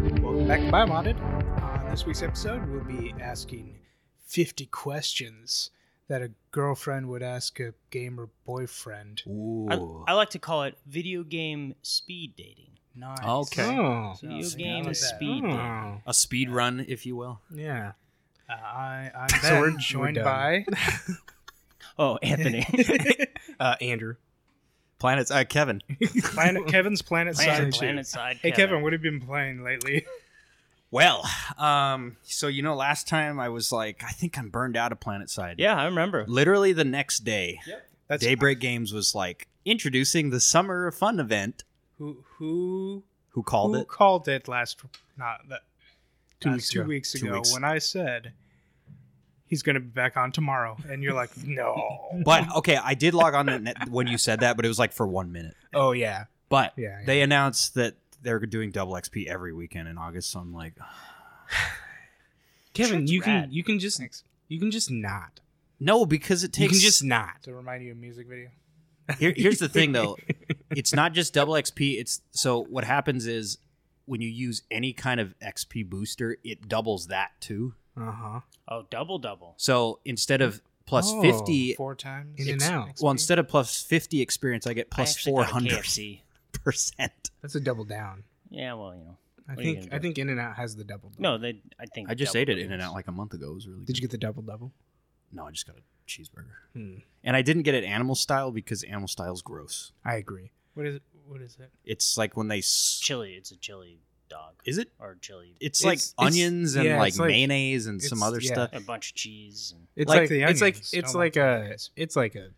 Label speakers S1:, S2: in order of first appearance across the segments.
S1: Welcome by Modded. On this week's episode, we'll be asking 50 questions that a girlfriend would ask a gamer boyfriend.
S2: I,
S3: Ooh.
S2: I like to call it video game speed dating.
S1: Nice.
S3: Okay.
S1: Oh,
S2: Video
S1: something
S2: game
S1: like that.
S2: speed
S1: Oh,
S3: a speed run, if you will.
S1: yeah. Uh, I, I'm
S4: So we're-
S1: ben, joined
S4: we're done.
S1: by
S2: Oh, Anthony.
S4: Uh, Andrew.
S3: Planets, uh, Kevin.
S1: Planet, Kevin's Planet,
S2: Planet,
S1: Side 2.
S2: planet side.
S1: Hey, Kevin, what have you been playing lately?
S3: Well, um, so you know, last time I was like, I think I'm burned out of Planet Side.
S2: Yeah, I remember.
S3: Literally the next day,
S1: That's
S3: Daybreak Games was like introducing the Summer of Fun event.
S1: who who
S3: Who called
S1: who
S3: it?
S1: called it last not that
S4: Two
S1: uh,
S4: weeks
S1: two
S4: ago.
S1: weeks
S3: Two
S1: ago
S3: weeks.
S1: when I said he's going to be back on tomorrow, and you're like, no.
S3: But okay, I did log on that when you said that, but it was like for one minute.
S4: Oh yeah.
S3: But
S4: Yeah, yeah.
S3: they announced that they're doing double XP every weekend in August. So I'm like,
S4: Kevin,
S2: Shit's
S4: you can
S2: rad.
S4: you can just
S1: Thanks.
S4: you can just not.
S3: no, because it
S4: You
S3: takes
S4: can just not.
S1: to remind you of music video.
S3: Here, here's the thing, though. It's not just double XP. It's so what happens is when you use any kind of XP booster, it doubles that too.
S4: Uh huh.
S2: Oh, double double.
S3: So instead of plus
S4: Oh,
S3: fifty,
S1: Four times
S4: In and
S1: Ex-
S4: out.
S3: well, instead of plus fifty experience, I get
S2: I
S3: plus
S2: actually
S3: four
S2: got a
S3: hundred
S2: KFC.
S3: percent.
S4: That's a double down.
S2: Yeah, well, you know.
S4: I
S2: What are you
S4: think
S2: gonna
S4: I
S2: do?
S4: think In and Out has the double. Double.
S2: No, they. I think.
S3: I just
S2: double
S3: ate it in
S2: doubles.
S3: and out like a month ago. It was really.
S4: Did
S3: Did
S4: you get the double double?
S3: you? No, I just got a cheeseburger,
S4: Hmm.
S3: and I didn't get it animal style because animal style's gross.
S4: I agree.
S1: What is what is it?
S3: It's like when they. S-
S2: Chili. It's a chili dog
S3: is it?
S2: or chili.
S3: It's,
S4: It's-
S3: like
S4: it's-
S3: onions and
S4: yeah,
S3: like,
S4: it's like-
S3: mayonnaise and some
S4: it's-
S3: other
S4: yeah.
S3: stuff.
S2: a bunch of cheese. And,
S4: It's
S3: Like
S4: like,
S3: the
S4: it's like
S1: onions.
S4: it's
S1: Don't
S4: like
S1: like the
S4: a
S1: onions.
S4: it's like a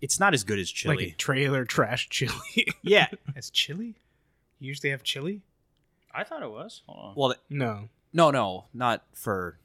S3: It's not as good as chili.
S4: like a trailer trash chili.
S3: yeah.
S1: It's chili. You usually have chili.
S2: I thought it was. Hold on.
S3: Well,
S4: no,
S3: No, no, not for.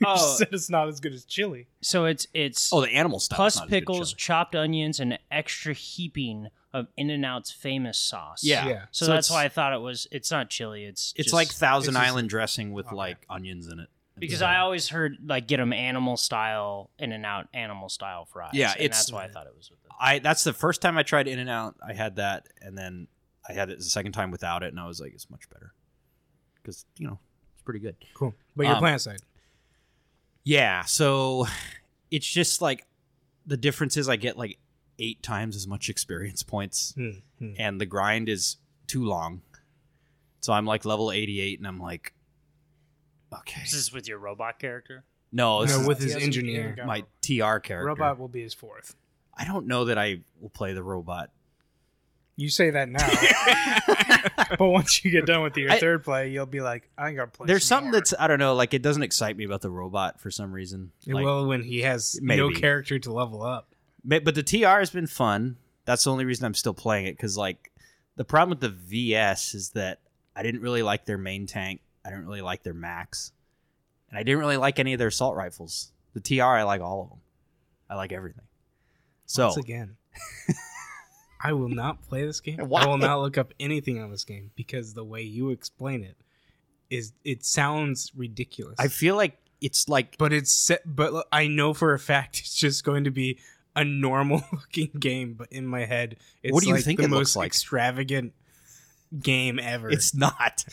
S1: You
S2: oh,
S1: said it's not as good as chili.
S2: so it's it's
S3: Oh, the animal stuff.
S2: plus pickles, chopped onions, and extra heaping of In and Out's famous sauce.
S3: Yeah.
S4: Yeah.
S2: So,
S3: So
S2: that's
S3: it's-
S2: why I thought it was. It's not chili. It's
S3: It's
S2: just-
S3: like Thousand
S1: it's just-
S3: Island dressing with
S1: Okay.
S3: like onions in it.
S2: Because
S3: Yeah.
S2: I always heard like get them animal style in and out animal style fries.
S3: Yeah,
S2: and
S3: it's-
S2: that's why I thought it was with it.
S3: I that's the first time I tried In and Out. I had that, and then I had it the second time without it, and I was like, it's much better because you know it's pretty good.
S4: cool. But your
S3: Um,
S4: plant side.
S3: Yeah, so it's just like the difference is I get like eight times as much experience points,
S4: Hmm, hmm.
S3: and the grind is too long. So I'm like level 88, and I'm like, okay,
S2: This is with your robot character.
S3: no, oh, this
S4: No,
S3: is
S4: with his
S1: Yes, you
S4: engineer.
S1: got
S3: my TR character.
S1: robot will be his fourth.
S3: I don't know that I will play the robot.
S1: You say that now, but once you get done with your
S3: I-
S1: third play, you'll be like, I gotta play.
S3: There's
S1: some
S3: something
S1: more.
S3: that's I don't know, like it doesn't excite me about the robot for some reason. Like,
S4: well, when he has no
S3: maybe.
S4: character to level up.
S3: ma- but the TR has been fun. That's the only reason I'm still playing it because like the problem with the VS is that I didn't really like their main tank. I didn't really like their max, and I didn't really like any of their assault rifles. The TR, I like all of them. I like everything. So
S4: Once again, I will not play this game.
S3: Why?
S4: I will not look up anything on this game because the way you explain it is it sounds ridiculous.
S3: I feel like it's like
S4: but it's set, but l- I know for a fact it's just going to be a normal looking game. But in my head, it's
S3: What do you
S4: like
S3: think
S4: the
S3: it
S4: most
S3: looks like?
S4: extravagant game ever.
S3: it's not.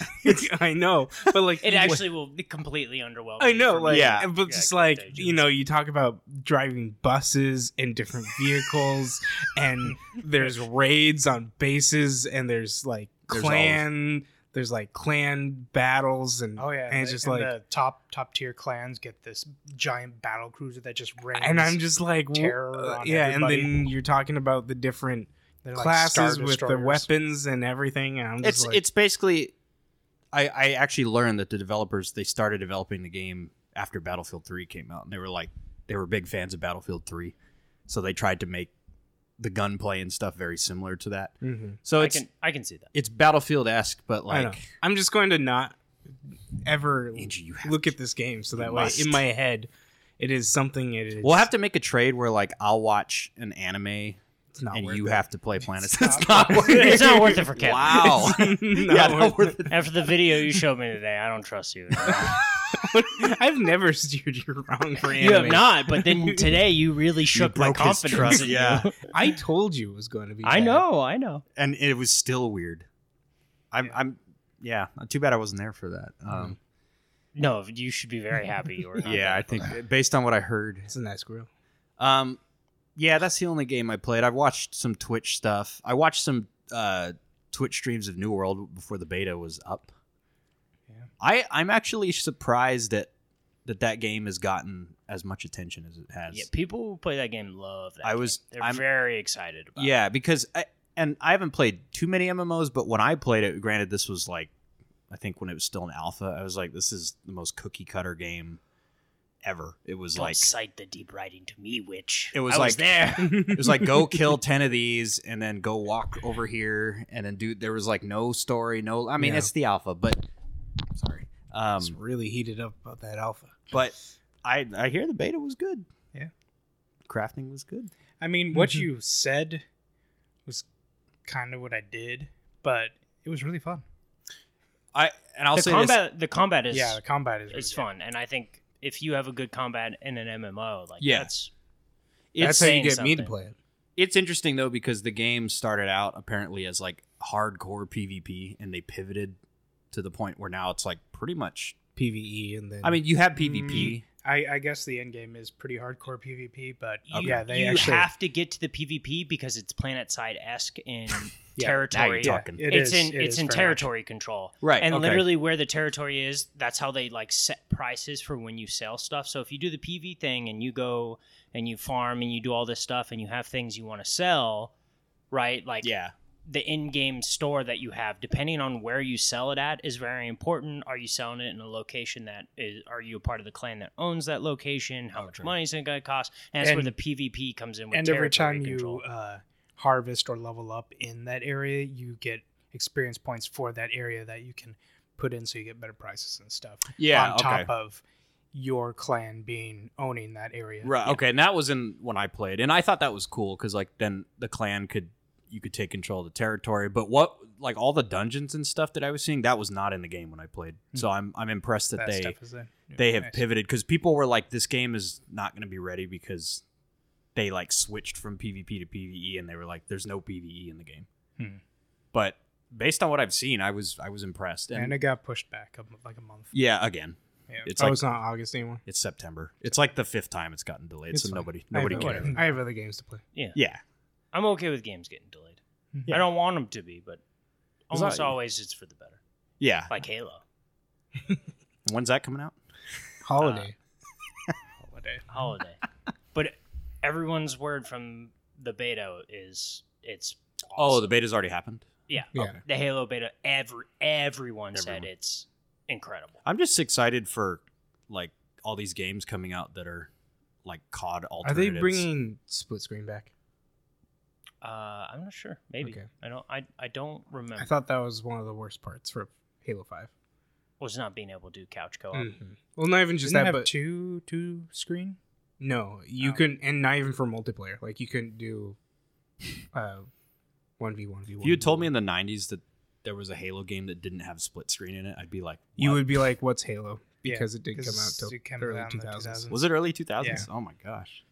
S4: I know, but like
S2: It
S4: you-
S2: actually will be completely underwhelming.
S4: I know,
S2: for me.
S4: like,
S3: Yeah.
S4: but just
S2: Yeah,
S4: like
S2: contagious.
S4: you know, you talk about driving buses and different vehicles, and there's raids on bases, and there's like
S3: There's
S4: clan, there's, like clan battles, and
S1: Oh yeah,
S4: and it's
S1: the-
S4: just
S1: and
S4: like,
S1: the top top tier clans get this giant battle cruiser that just rains.
S4: and I'm just like, wh-
S1: terror
S4: uh,
S1: on
S4: yeah,
S1: everybody.
S4: and then you're talking about the different
S1: They're like
S4: classes
S1: Star
S4: with the
S1: Destroyers.
S4: weapons and everything, and I'm just
S3: it's
S4: like,
S3: it's basically I, I actually learned that the developers they started developing the game after Battlefield 3 came out and they were like they were big fans of Battlefield 3 so they tried to make the gunplay and stuff very similar to that
S4: Mhm.
S3: so
S2: I
S3: it's
S2: can I can see that.
S3: it's Battlefield-esque but
S4: I know.
S3: like
S4: I'm just going to not ever
S3: Angie, you have
S4: look at this game so that way
S3: must.
S4: in my head it is something it is
S3: we'll have to make a trade where like I'll watch an anime
S4: it's not
S3: and
S4: worth
S3: you
S4: it.
S3: have to play Planets
S1: not
S3: it's not worth it
S2: It's not worth it for Kevin.
S3: wow
S4: Not
S3: yeah, not
S4: worth
S3: worth it.
S2: After the video you showed me today, I don't trust you.
S4: it. I've never steered you wrong for anime.
S2: you have not, but then today you really shook my
S3: broke his
S2: confidence.
S3: trust,
S2: in
S3: yeah.
S2: you.
S4: I told you it was going to be
S2: I
S4: bad.
S2: know, I know.
S3: and it was still weird I'm I'm yeah. Too bad I wasn't there for that. Um,
S2: No, you should be very happy. You were not
S3: yeah,
S2: there.
S3: I think uh, based on what I heard,
S4: It's a nice grill.
S3: Um, yeah, that's the only game I played. I've watched some Twitch stuff. I watched some uh, Twitch streams of New World before the beta was up.
S1: Yeah.
S3: I I'm actually surprised that that that game has gotten as much attention as it has.
S2: Yeah, people who play that game love that.
S3: I
S2: game.
S3: was-
S2: They're
S3: I'm-
S2: very excited about.
S3: Yeah, because I and I haven't played too many MMOs, but when I played it, granted this was like I think when it was still in alpha, I was like, this is the most cookie cutter game ever. It was
S2: Don't
S3: like
S2: cite the deep writing to me, witch.
S3: It was
S2: I
S3: like-
S2: there.
S3: It was like go kill ten of these and then go walk over here and then do. There was like no story, no. I mean,
S4: Yeah.
S3: it's the alpha, but sorry.
S4: it's
S3: Um,
S4: really heated up about that alpha.
S3: but I I hear the beta was good.
S1: Yeah.
S3: crafting was good.
S1: I mean, what you said was kind of what I did, but it was really fun.
S3: I and I'll
S2: the
S3: say
S2: combat. The combat is
S1: yeah, the combat is really
S2: it's
S1: good.
S2: fun, and I think if you have a good combat in an MMO, like
S3: Yeah.
S2: that's
S3: this:
S4: That's
S3: it's
S4: how you
S2: saying
S4: get me to
S2: something.
S4: play it.
S3: it's interesting though because the game started out apparently as like hardcore PvP and they pivoted to the point where now it's like pretty much.
S4: PVE E and then
S3: I mean, you have PvP.
S1: I, I guess the end game is pretty hardcore PvP, but
S2: You,
S1: yeah, they
S2: you
S1: actually
S2: have to get to the PvP because it's planet side esque in
S1: Yeah,
S3: now
S2: territory.
S3: you're talking.
S1: it
S2: it's
S1: is-
S2: in
S1: it
S2: it's
S1: is
S2: in
S1: very much.
S2: territory control.
S3: Right,
S2: And
S3: okay.
S2: literally where the territory is, that's how they like set prices for when you sell stuff. So if you do the PV thing and you go and you farm and you do all this stuff and you have things you want to sell, right? Like
S3: Yeah,
S2: the in-game store that you have depending on where you sell it at is very important are you selling it in a location that is are you a part of the clan that owns that location how much
S3: Okay.
S2: money is it going to cost and that's where
S1: And-
S2: the pvp comes in with
S1: and every
S2: territory
S1: time you
S2: control.
S1: uh, harvest or level up in that area, you get experience points for that area that you can put in, so you get better prices and stuff.
S3: yeah.
S1: on
S3: okay.
S1: top of your clan being owning that area.
S3: Right. Okay. And that was in when I played, and I thought that was cool because like then the clan could you could take control of the territory. But what like all the dungeons and stuff that I was seeing that was not in the game when I played.
S4: Hmm.
S3: So I'm I'm impressed that,
S1: That
S3: they
S1: stuff is in. Yeah,
S3: they have
S1: nice.
S3: pivoted because people were like this game is not going to be ready because they like switched from PvP to PvE and they were like there's no PvE in the game.
S1: Hmm.
S3: But based on what I've seen, I was I was impressed. And,
S1: and it got pushed back a m- like a month.
S3: yeah, again,
S1: Yeah.
S3: it's
S4: oh,
S3: like
S4: it's not August anymore.
S3: it's September. It's like the fifth time it's gotten delayed,
S4: It's
S3: so
S4: fine.
S3: nobody
S4: I have-
S3: nobody
S4: whatever.
S3: cares.
S4: I have other games to play.
S3: Yeah.
S2: i'm okay with games getting delayed
S1: Yeah.
S2: i don't want them to be but
S3: Is
S2: almost
S3: that-
S2: always it's for the better
S3: Yeah.
S2: like halo
S3: When's that coming out?
S4: Holiday.
S1: Holiday.
S2: holiday but everyone's word from the beta is it's
S3: Oh,
S2: awesome.
S3: the beta's already happened.
S2: yeah
S4: yeah.
S2: the halo beta every everyone said
S3: Everyone.
S2: it's incredible
S3: I'm just excited for like all these games coming out that are like COD
S4: Are they
S3: alternatives.
S4: bringing Hmm, split screen back?
S2: Uh, I'm not sure. Maybe
S4: Okay.
S2: I don't. I, I don't remember.
S4: I thought that was one of the worst parts for Halo Five.
S2: was not being able to do couch co-op.
S4: Hmm.
S1: Mm-hmm.
S4: Well, not even
S1: Just
S4: just
S1: Didn't it
S4: that,
S1: have
S4: but
S1: two two screen.
S4: no, you
S1: Oh.
S4: couldn't, and not even for multiplayer. Like you couldn't do uh one v one v one.
S3: If you had told me in the '90s that there was a Halo game that didn't have split screen in it, I'd be like,
S4: you
S3: what?
S4: would be like, "What's Halo?"
S1: Yeah,
S4: Because it did come
S1: 'cause
S4: out till
S1: it came
S4: early
S1: out in
S4: two
S1: the
S4: thousands.
S3: Was it early 2000s?
S1: Yeah.
S3: Oh my gosh!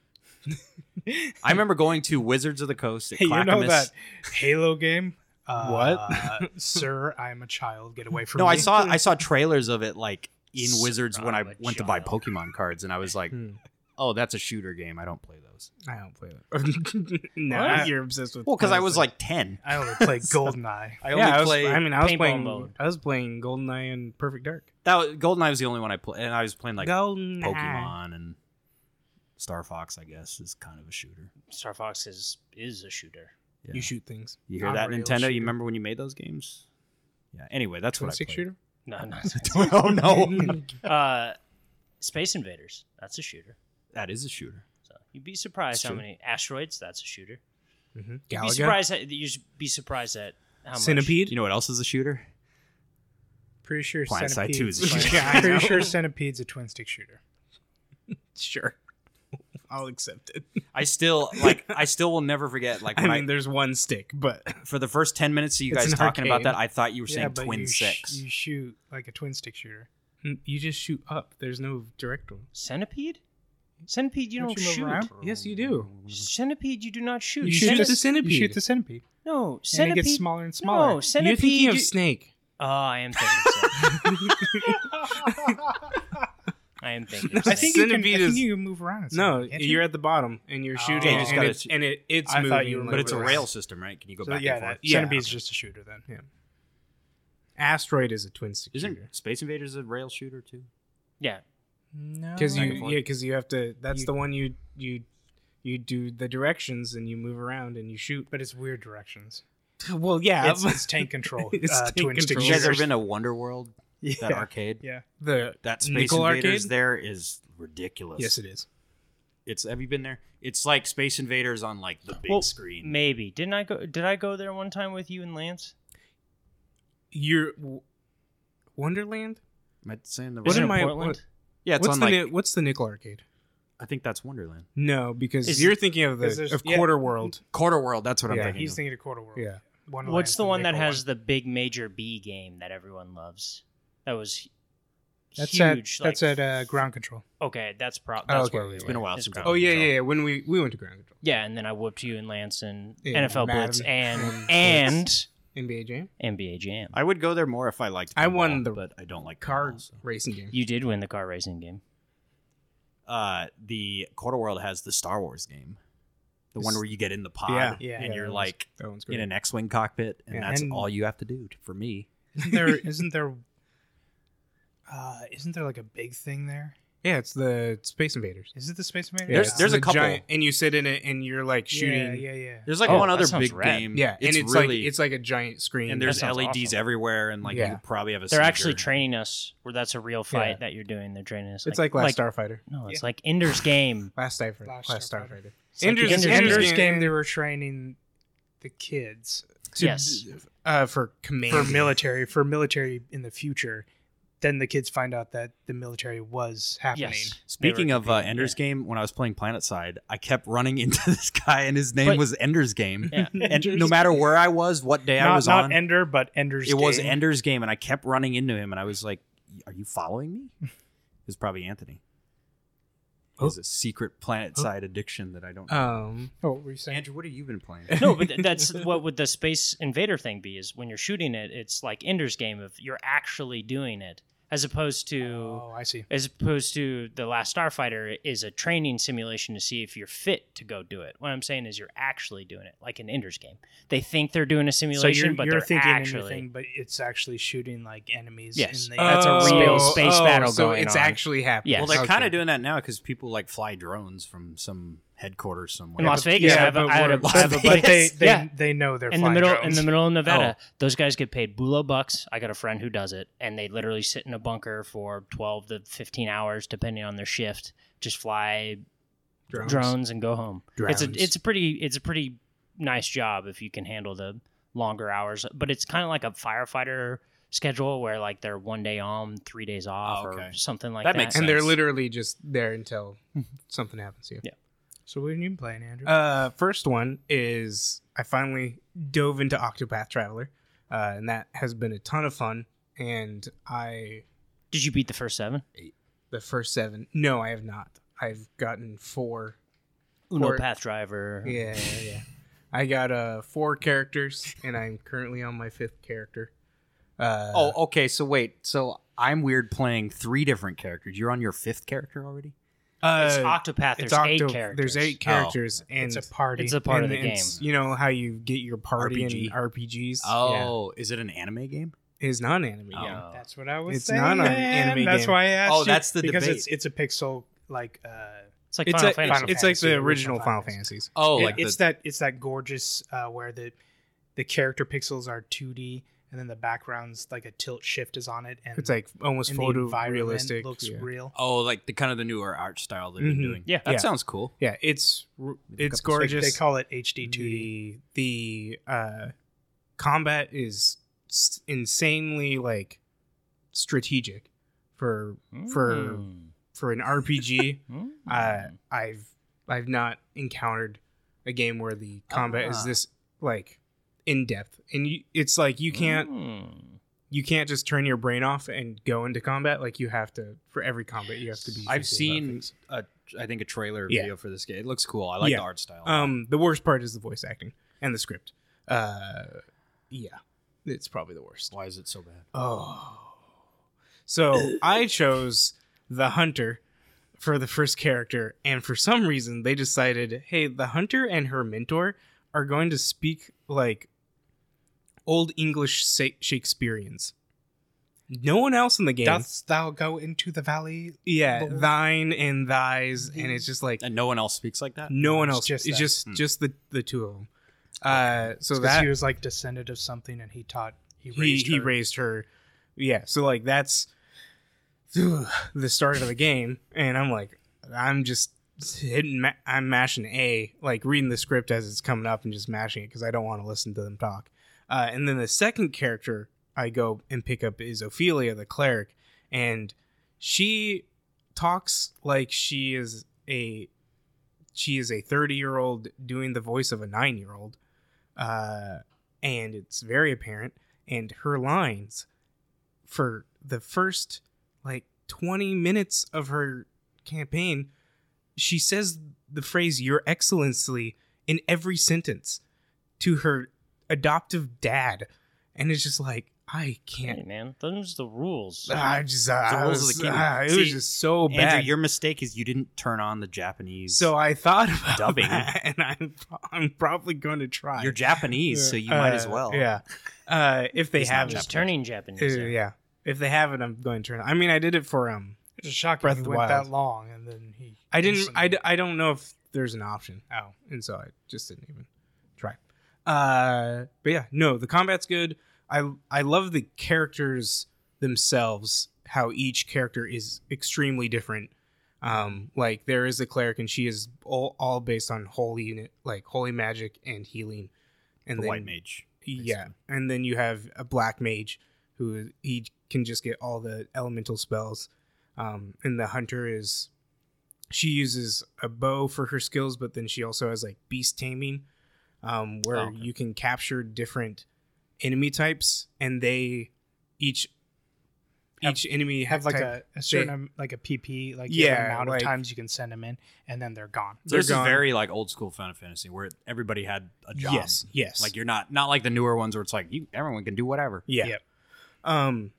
S3: I remember going to Wizards of the Coast at
S1: Hey, you
S3: Clackamas.
S1: know that Halo game?
S4: What?
S1: Uh, sir? I'm a child. Get away from
S3: no,
S1: me!
S3: I saw I saw trailers of it like in
S2: Son
S3: Wizards when I
S2: of a
S3: went to buy
S2: child.
S3: Pokemon cards, and I was like,
S4: Hmm,
S3: "Oh, that's a shooter game. I don't play those."
S4: I don't play that. now
S1: What?
S4: you're obsessed with.
S3: Well, because I was
S4: honestly.
S3: like 10.
S1: I only played GoldenEye.
S3: I
S4: yeah, I, was,
S3: played-
S4: I mean, I was
S2: paintball
S4: playing.
S2: mode.
S4: I was playing GoldenEye and Perfect Dark.
S3: that was, GoldenEye was the only one I played, and I was playing like
S4: GoldenEye.
S3: Pokemon and Star Fox, I guess, is kind of a shooter.
S2: Star Fox is is a shooter.
S3: Yeah.
S4: You shoot things.
S3: You hear
S1: not
S3: that,
S1: real
S3: Nintendo?
S1: shooter.
S3: You remember when you made those games? Yeah. Anyway, that's what I played.
S4: Six shooter.
S2: No, no.
S3: oh no,
S2: uh, Space Invaders. That's a shooter.
S3: that is a shooter.
S2: So you'd be surprised
S3: It's
S2: how
S3: true.
S2: many asteroids. That's a shooter.
S4: Mm-hmm.
S2: You'd be surprised. At, you'd be surprised at how much.
S4: Centipede.
S3: You know what else is a shooter?
S1: Pretty sure
S3: Planet Side
S1: Centipede.
S3: two is a shooter.
S1: yeah, I'm pretty sure Centipede's a twin stick shooter.
S4: Sure. I'll accept it.
S3: I still like. I still will never forget. Like
S4: I
S3: when I,
S4: mean, there's one stick, but
S3: for the first ten minutes of you
S4: It's
S3: guys
S4: an
S3: talking about
S4: arcade.
S3: that, I thought you were
S1: yeah,
S3: saying
S1: but
S3: Twin
S1: you sh-
S3: Six.
S1: you shoot like a twin stick shooter.
S4: you just shoot up. There's no direct one.
S2: Centipede. Centipede. You
S1: Don't
S2: don't,
S1: you move
S2: shoot.
S1: around?
S4: Yes, you do.
S2: Centipede. You do not shoot.
S4: You shoot
S2: Centi-
S4: the centipede.
S1: You shoot the centipede.
S2: no
S1: And it
S2: centipede.
S1: gets smaller and smaller.
S2: No centipede.
S4: You're thinking
S2: you-
S4: of snake.
S2: Oh, I am thinking of Sid. I am thinking of Sid.
S4: I think
S1: you can,
S4: Centipede
S1: I think
S4: is-
S1: you can move around. at
S4: No,
S1: Centipede, can't
S4: you're at the bottom and you're
S1: Oh.
S4: shooting,
S1: Yeah, you just
S4: and,
S3: gotta
S4: it's,
S3: shoot.
S4: and it, it's
S1: I
S4: moving.
S1: thought you were
S4: like
S3: but it's a
S4: we're-
S1: Whatever.
S3: rail system, right? Can you go
S1: So,
S3: back
S1: yeah,
S3: and forth?
S1: that-
S4: Yeah.
S1: Centipede's just a shooter then.
S4: Yeah. Asteroid is a twin stick
S3: Isn't
S4: shooter.
S3: Space Invaders a rail shooter too?
S2: Yeah.
S1: No.
S4: because
S3: Back and
S4: you
S3: forth.
S4: yeah because you have to. That's
S1: You-
S4: the one you you you do the directions and you move around and you shoot.
S1: But it's weird directions.
S4: Well, yeah,
S1: It's, it's tank control.
S4: It's
S1: uh,
S4: tank
S1: twin stick
S4: control.
S3: You guys ever
S1: shooters.
S3: been to Wonder World? That
S1: yeah.
S3: arcade?
S1: yeah.
S4: the
S3: That Space
S4: Nickel
S3: Invaders
S4: arcade?
S3: there is ridiculous.
S4: yes, it is.
S3: It's have you been there? It's like Space Invaders on like the big
S2: Well,
S3: screen.
S2: Maybe. Didn't I go did I go there one time with you and Lance?
S4: You're w- Wonderland.
S3: Am I saying the
S4: What
S2: Isn't
S3: right-
S4: am
S2: it
S4: I-
S2: Portland?
S4: what-
S3: Yeah, it's
S4: what's
S3: on
S4: the
S3: like
S4: Ni- what's the nickel arcade?
S3: I think that's Wonderland.
S4: No, because
S2: Is-
S4: you're thinking of
S1: is
S4: the
S1: there's-
S4: of
S1: yeah.
S4: Quarter World.
S3: Quarter World, that's what
S4: Yeah,
S3: I'm
S1: Yeah,
S3: thinking.
S1: he's
S3: of.
S1: thinking of quarter world.
S4: Yeah,
S1: Wonderland's
S2: What's the one that
S1: nickel
S2: has the big major B game that everyone loves? That was
S1: That's
S2: huge.
S1: at that's
S2: like-
S1: at uh, ground control.
S2: Okay, that's probably
S4: Oh,
S2: that's
S4: okay.
S2: where we
S4: It's
S2: were.
S3: been a while
S2: It's
S3: since
S2: ground.
S3: I-
S4: Oh yeah, yeah, yeah. When we we went to ground control,
S2: Yeah, and then I whooped you and Lance and
S4: Yeah,
S2: NFL Blitz
S4: Madden
S2: and
S4: and
S2: and
S4: NBA Jam,
S2: NBA Jam.
S3: I would go there more if I liked.
S4: I won
S3: pinball,
S4: the
S3: but I don't like
S4: car
S3: pinball, so.
S4: racing game.
S2: You did win the car racing game.
S3: Uh, the Quarter World has the Star Wars game, the one
S4: This-
S3: where you get in the pod
S4: Yeah,
S1: yeah,
S3: and
S1: yeah,
S3: you're
S4: that was
S3: like
S4: That one's
S3: in
S4: great.
S3: an X-wing cockpit, and
S4: Yeah,
S3: that's
S1: and-
S3: all you have to do t- for me.
S1: Isn't there? Isn't there? Uh, isn't there like a big thing there?
S4: Yeah, it's the Space Invaders.
S1: Is it the Space Invaders?
S4: Yeah,
S3: There's-
S4: it's
S3: there's
S4: the
S3: a couple.
S4: and you sit in it, and you're like shooting.
S1: Yeah, yeah, yeah.
S3: There's like
S2: Oh,
S3: one other
S2: that sounds
S3: big
S2: rad.
S3: game.
S4: Yeah, and it's
S3: really
S4: like it's like a giant screen.
S3: and there's
S2: sounds
S3: LEDs
S2: awesome.
S3: everywhere, and like
S4: Yeah.
S3: you probably have a.
S2: They're actually
S3: seizure.
S2: training us where that's a real fight
S4: Yeah.
S2: that you're doing. They're training us.
S4: it's like, Last Starfighter.
S2: No, it's like Ender's Game.
S4: Last Starfighter.
S1: Last
S4: Last,
S1: Starfighter.
S4: Starfighter.
S2: It's like
S4: Ender's-
S1: Ender's,
S4: Ender's
S1: game.
S4: Game.
S1: they were training the kids
S4: To-
S2: Yes.
S4: Uh, for command.
S1: for military for military in the future. Then the kids find out that the military was happening.
S2: Yes.
S3: Speaking
S2: They were
S3: of uh,
S2: competing,
S3: Ender's Game, when I was playing PlanetSide, I kept running into this guy, and his name
S2: But-
S3: was Ender's Game.
S2: Yeah.
S3: And no matter where I was, what day I
S1: not,
S3: was
S1: not
S3: on,
S1: Ender, but Ender's.
S3: it was
S1: Game.
S3: Ender's Game, and I kept running into him, and I was like, "Are you following me?" It was probably Anthony.
S2: Oh.
S3: It was a secret PlanetSide addiction that I don't. know.
S4: Um.
S1: Oh, what were you saying?
S3: Andrew, what have you been playing?
S2: Uh, No, but th- that's what would the space invader thing be? Is when you're shooting it, it's like Ender's Game of you're actually doing it, as opposed to
S1: Oh, I see.
S2: as opposed to the Last Starfighter is a training simulation to see if you're fit to go do it. What I'm saying is you're actually doing it, like an Ender's Game. They think they're doing a simulation,
S1: so you're,
S2: but
S1: you're
S2: they're
S1: thinking
S2: actually
S1: anything, but it's actually shooting like enemies.
S2: Yes.
S1: in the,
S2: That's a real
S1: space.
S2: space battle
S4: oh, so
S2: going
S4: it's
S2: on.
S4: actually happening.
S3: Well,
S2: Yes.
S3: they're kind
S4: Okay.
S3: of doing that now because people like fly drones from some headquarters somewhere.
S2: in Las Vegas.
S4: yeah,
S2: I have, a,
S4: but
S2: I had a,
S4: we're-
S2: I have a
S3: Las
S2: buddy.
S1: But they, they,
S2: yeah.
S1: they know they're
S2: in the
S1: flying
S2: middle
S1: drones.
S2: in the middle of Nevada.
S4: Oh.
S2: Those guys get paid bulo bucks. I got a friend who does it, and they literally sit in a bunker for twelve to fifteen hours, depending on their shift. Just fly drones, and go home. It's
S4: Drones.
S2: a it's a pretty it's a pretty nice job if you can handle the longer hours. But it's kind of like a firefighter schedule where like they're one day on, three days off,
S3: Oh, okay.
S2: or something like that.
S3: That makes
S4: And they're
S3: sense.
S4: literally just there until something happens to you.
S1: So what have you been playing, Andrew?
S4: Uh, first one is I finally dove into Octopath Traveler, uh, and that has been a ton of fun. And I
S2: Did you beat the first seven?
S4: the first seven. No, I have not. I've gotten four.
S2: Uno
S4: Or-
S2: path driver.
S4: Yeah, yeah, yeah. I got uh four characters, and I'm currently on my fifth character. Uh,
S3: Oh, okay. So wait. So I'm weird playing three different characters. You're on your fifth character already.
S4: uh,
S2: It's Octopath. There's
S4: it's
S2: eight
S4: Octo-
S2: characters.
S4: There's eight characters, and
S1: it's a party.
S2: It's a part of
S4: and
S2: the game.
S4: it's- You know how you get your party
S3: RPG.
S4: in RPGs?
S3: Oh, is it an anime game?
S4: yeah, is non-anime.
S3: Oh.
S4: Yeah.
S1: that's what I was
S4: It's
S1: saying.
S4: not an
S1: man.
S4: anime
S1: That's
S4: game.
S1: why I asked.
S3: Oh,
S1: you,
S3: that's the
S1: because
S3: debate.
S1: it's it's a pixel like uh,
S2: It's like
S4: It's,
S2: Final
S4: a-
S2: Fantasy.
S1: Final
S4: it's like
S1: Fantasy,
S4: the original Final Fantasies.
S3: Oh,
S1: it-
S3: like
S1: it's
S3: the,
S1: that it's that gorgeous uh, where the the character pixels are 2D and then the backgrounds like a tilt shift is on it and
S4: It's like almost
S1: and the environment
S4: photorealistic.
S1: looks
S4: yeah.
S1: real.
S3: oh, like the kind of the newer art style they've
S4: Mhm.
S3: been doing.
S2: Yeah.
S3: that
S4: Yeah.
S3: sounds cool.
S4: Yeah, it's r-
S3: Look up
S4: it's
S3: the-
S1: They-
S4: gorgeous.
S1: They call it HD 2D.
S4: the the uh, combat is s- insanely like strategic for for
S2: Mm.
S4: for an RPG.
S2: Mm.
S4: uh, I've I've not encountered a game where the combat
S3: Ah.
S4: is this like in depth, and you, it's like you can't
S2: Mm.
S4: you can't just turn your brain off and go into combat. Like you have to for every combat, you have to be.
S3: I've
S4: thinking about
S3: seen
S4: things.
S3: a, I think a trailer or
S4: Yeah.
S3: video for this game. It looks cool. I like
S4: Yeah.
S3: the art style.
S4: Um, the worst part is the voice acting and the script. Uh, yeah, It's probably the worst.
S3: Why is it so bad?
S4: Oh. So I chose the hunter for the first character, and for some reason they decided, hey, the hunter and her mentor are going to speak like old English Sa- Shakespeareans. No one else in the game.
S1: Dost thou go into the valley?
S4: yeah,
S1: Lord.
S4: thine and thys, and it's just like
S3: And no one else speaks like that.
S4: no one
S1: it's
S4: else.
S1: just
S4: it's
S1: that.
S4: just
S3: Hmm.
S4: just the the two of them. Uh, so
S1: Because
S4: that
S1: he was like descendant of something, and he taught he
S4: he
S1: raised
S4: he
S1: her.
S4: raised her. Yeah, so like that's the start of the game, and I'm like, I'm just hitting, ma- I'm mashing A, like reading the script as it's coming up and just mashing it because I don't want to listen to them talk. Uh, and then the second character I go and pick up is Ophelia, the cleric, and she talks like she is a she is a 30 year old doing the voice of a nine year old uh, and it's very apparent and her lines for the first like 20 minutes of her campaign she says the phrase your excellency in every sentence to her adoptive dad and it's just like i
S2: Hey,
S4: can't
S2: man, those are the rules.
S4: I just, I
S3: rules of
S4: was-
S3: the game.
S4: ah, it was
S3: See,
S4: just so bad.
S3: Andrew, your mistake is you didn't turn on the Japanese.
S4: So I thought about
S3: Dubbing.
S4: that, and I'm, I'm probably going to try.
S3: you're Japanese, so you might as
S4: Uh,
S3: well.
S4: Yeah. Uh, if they
S3: He's
S4: have
S3: not
S4: it,
S2: Just
S3: Japanese.
S2: turning Japanese.
S4: Uh,
S2: there.
S4: yeah. If they have it, I'm going to turn. it. I mean, I did it for um.
S1: It's just shocking
S4: Breath of
S1: he
S4: the
S1: went
S4: Wild.
S1: that long, and then he.
S4: I didn't. I,
S1: instantly-
S4: d- I don't know if there's an option. Oh, and so I just didn't even try. Uh, but yeah, no, the combat's good. I I love the characters themselves. How each character is extremely different. Um, like there is a cleric, and she is all, all based on holy unit, like holy magic and healing.
S3: the
S4: And then,
S3: white mage.
S4: Yeah, and then you have a black mage who is- he can just get all the elemental spells. Um, and the hunter is she uses a bow for her skills, but then she also has like beast taming, um, where
S2: Oh, okay.
S4: you can capture different enemy types, and they each
S1: Have-
S4: each enemy
S1: have like
S4: type-
S1: a, a certain am- like a PP, like yeah,
S4: Yeah,
S1: amount
S4: like-
S1: of times you can send them in, and then they're gone.
S4: they're
S3: This is
S4: gone.
S3: very like old school Final Fantasy where everybody had a job.
S4: yes yes
S3: Like you're not not like the newer ones where it's like you everyone can do whatever.
S4: yeah
S1: Yep.
S4: um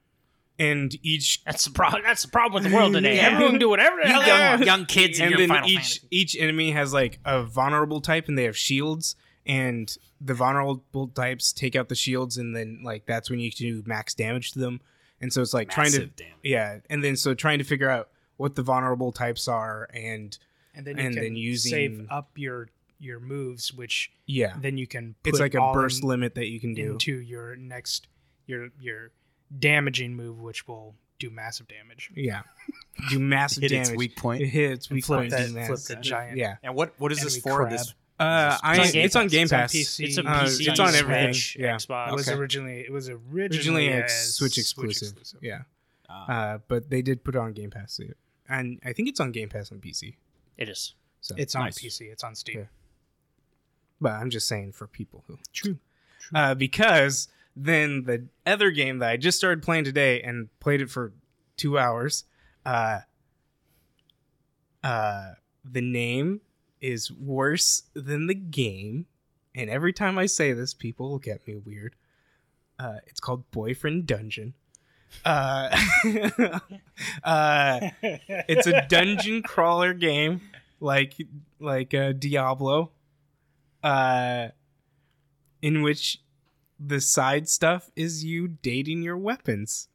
S4: and each
S2: That's the problem. That's the problem with the world today.
S4: Yeah.
S2: Everyone can do whatever the hell they
S4: Yeah.
S2: want.
S3: Young, young kids in
S4: and
S3: your
S4: then
S3: Final
S4: each
S3: Fantasy.
S4: each enemy has like a vulnerable type and they have shields and the vulnerable types take out the shields and then like that's when you can do max damage to them and so it's like trying to
S3: Massive damage.
S4: yeah and then so trying to figure out what the vulnerable types are and
S1: And then you
S4: And
S1: can
S4: then using-
S1: save up your your moves, which
S4: yeah
S1: then you can. Put
S4: it's like a
S1: all
S4: burst
S1: in-
S4: limit that you can do
S1: into your next your your damaging move, which will do massive damage.
S4: yeah do massive
S3: hit
S4: damage
S3: its weak
S4: it
S3: point.
S4: hits weak
S1: flip
S4: point
S1: that-
S4: do
S1: flip
S4: mass-
S1: the giant-
S4: yeah
S3: And what what is this
S1: Enemy
S3: for?
S1: crab.
S3: This
S4: uh I,
S2: on Game
S4: it's on
S2: Pass.
S4: game
S1: It's on
S4: pass
S1: PC.
S2: It's a
S4: Uh,
S2: PC.
S4: it's on everything.
S2: Switch,
S4: Yeah.
S2: Xbox.
S1: It was
S3: Okay.
S1: originally it was originally,
S4: originally a
S1: a
S4: switch exclusive yeah
S3: uh,
S4: uh, but they did put it on Game Pass, so- and I think it's on Game Pass on PC.
S2: It is.
S4: So,
S1: It's on
S3: Nice.
S1: PC. It's on Steam.
S4: Yeah. but I'm just saying for people who
S1: True.
S4: uh, because then the other game that I just started playing today and played it for two hours, uh, uh, the name is worse than the game, and every time I say this, people look at me weird. Uh, it's called Boyfriend Dungeon. Uh, uh, it's a dungeon crawler game like like uh, Diablo, uh, in which the side stuff is you dating your weapons,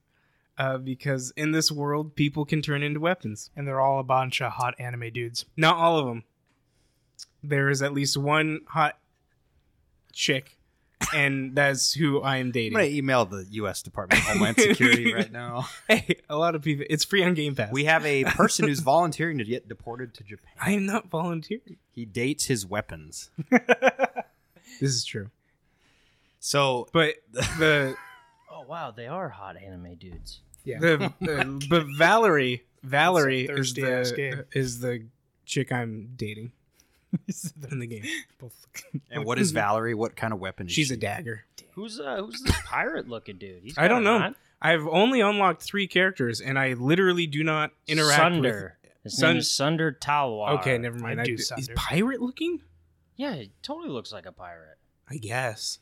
S4: uh, because in this world people can turn into weapons.
S1: and they're all a bunch of hot anime dudes.
S4: Not all of them. There is at least one hot chick, and that's who I am
S3: I'm
S4: dating.
S3: gonna email the U.S. Department of Homeland Security right now.
S4: Hey, a lot of people. It's free on Game Pass.
S3: We have a person who's volunteering to get deported to Japan.
S4: I am not volunteering.
S3: He dates his weapons.
S4: This is true,
S3: So
S4: but the
S2: Oh wow, they are hot anime dudes.
S1: Yeah.
S4: the, the but Valerie Valerie
S1: It's a
S4: is
S1: thirsty-ass
S4: the
S1: game.
S4: is the chick I'm dating in the game.
S3: and what is Valerie? What kind of weapon is
S4: She's
S3: she?
S4: a dagger.
S2: Who's uh, who's this pirate looking dude? He's
S4: I don't
S2: got a
S4: know.
S2: lot.
S4: I've only unlocked three characters, and I literally do not interact
S2: Sunder. His
S4: Sun-
S2: name is Sunder Talwar.
S4: with. Okay, never mind.
S1: I
S4: I
S1: do
S4: d- is
S1: Sunder.
S4: pirate looking?
S2: Yeah, he totally looks like a pirate.
S4: I guess.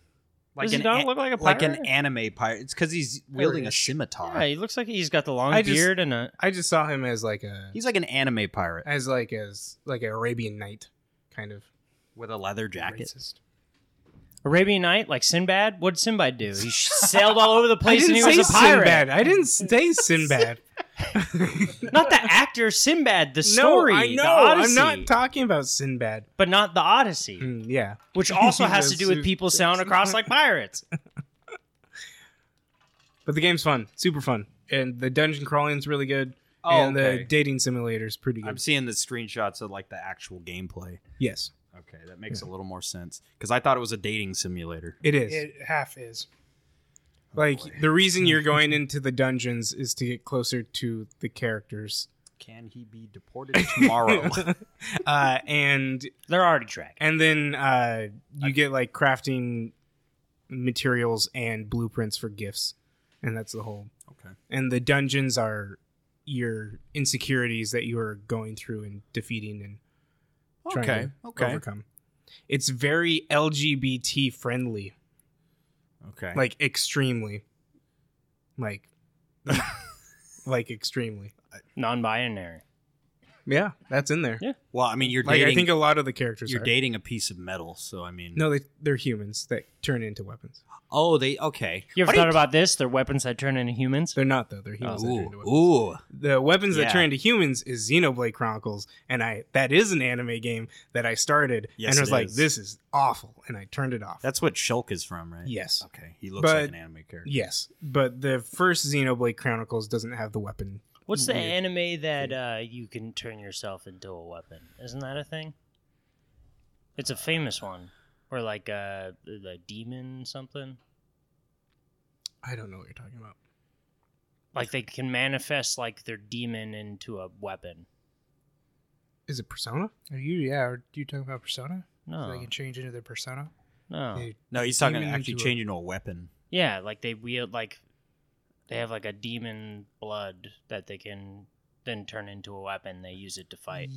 S3: Like
S2: Does
S3: an
S2: he not
S3: a-
S2: look like a pirate?
S3: like an anime pirate. It's because he's wielding a
S4: is.
S3: scimitar.
S2: Yeah, he looks like he's got the long
S4: I just-
S2: beard and a.
S4: I just saw him as like a
S3: He's like an anime pirate
S4: as like as like an Arabian Knight kind of
S3: with a leather jacket.
S4: racist.
S2: Arabian Night, like Sinbad. What did Sinbad do? He sailed all over the
S4: I
S2: place and
S4: didn't
S2: Oh, he
S4: say
S2: was a pirate.
S4: Sinbad. I didn't say Sinbad.
S2: Not the actor Sinbad, the
S4: no,
S2: story.
S4: I
S2: the
S4: know. I'm
S2: Odyssey,
S4: not talking about Sinbad.
S2: but not the Odyssey,
S4: Mm, yeah.
S2: which also has to
S4: Yes,
S2: do with
S4: it-
S2: people sailing across like pirates.
S4: But the game's fun, super fun, and the dungeon crawling's really good,
S3: Oh,
S4: and
S3: okay.
S4: the dating simulator's pretty good.
S3: I'm seeing the screenshots of like the actual gameplay.
S4: yes,
S3: Okay, that makes a little more sense because I thought it was a dating simulator.
S4: it is.
S1: It half is.
S3: oh,
S4: like the reason you're going into the dungeons is to get closer to the characters,
S3: Can he be deported tomorrow?
S4: uh, and
S2: They're already tracked.
S4: and then uh, you get like crafting materials and blueprints for gifts, and that's the whole.
S3: okay.
S4: And the dungeons are your insecurities that you are going through and defeating and trying
S3: Okay.
S4: to
S3: Okay.
S4: overcome. It's very LGBT friendly,
S3: Okay.
S4: like extremely, like, like extremely.
S2: Non-binary.
S4: Yeah, that's in there.
S2: Yeah.
S3: well, I mean, you're
S4: Like
S3: dating.
S4: I think a lot of the characters
S3: you're
S4: are.
S3: dating a piece of metal, so I mean.
S4: no, they they're humans that turn into weapons.
S3: Oh, they okay.
S2: You ever
S3: Why do
S2: thought about this? They're weapons that turn into humans.
S4: They're not though. They're humans. That turn into weapons.
S3: Ooh, ooh.
S4: The weapons
S3: Yeah.
S4: that turn into humans is Xenoblade Chronicles, and I that is an anime game that I started
S3: Yes,
S4: and
S3: it
S4: was like,
S3: is.
S4: this is awful, and I turned it off.
S3: That's what Shulk is from, right?
S4: yes,
S3: Okay, he looks
S4: But-
S3: like an anime character.
S4: yes, but the first Xenoblade Chronicles doesn't have the weapon.
S2: What's the
S4: Weird.
S2: anime that uh, you can turn yourself into a weapon? Isn't that a thing? It's a famous one, or like uh, the demon something.
S4: I don't know what you're talking about.
S2: Like they can manifest like their demon into a weapon.
S4: Is it Persona?
S1: Are you yeah? Are you talking about persona? So they
S2: No,
S1: can change into their persona.
S2: no.
S1: They-
S3: No, he's talking
S1: Demon
S3: actually
S1: into a-
S4: uh,
S3: changing to a weapon.
S2: Yeah, like they wield like they have like a demon blood that they can then turn into a weapon. They use it to fight.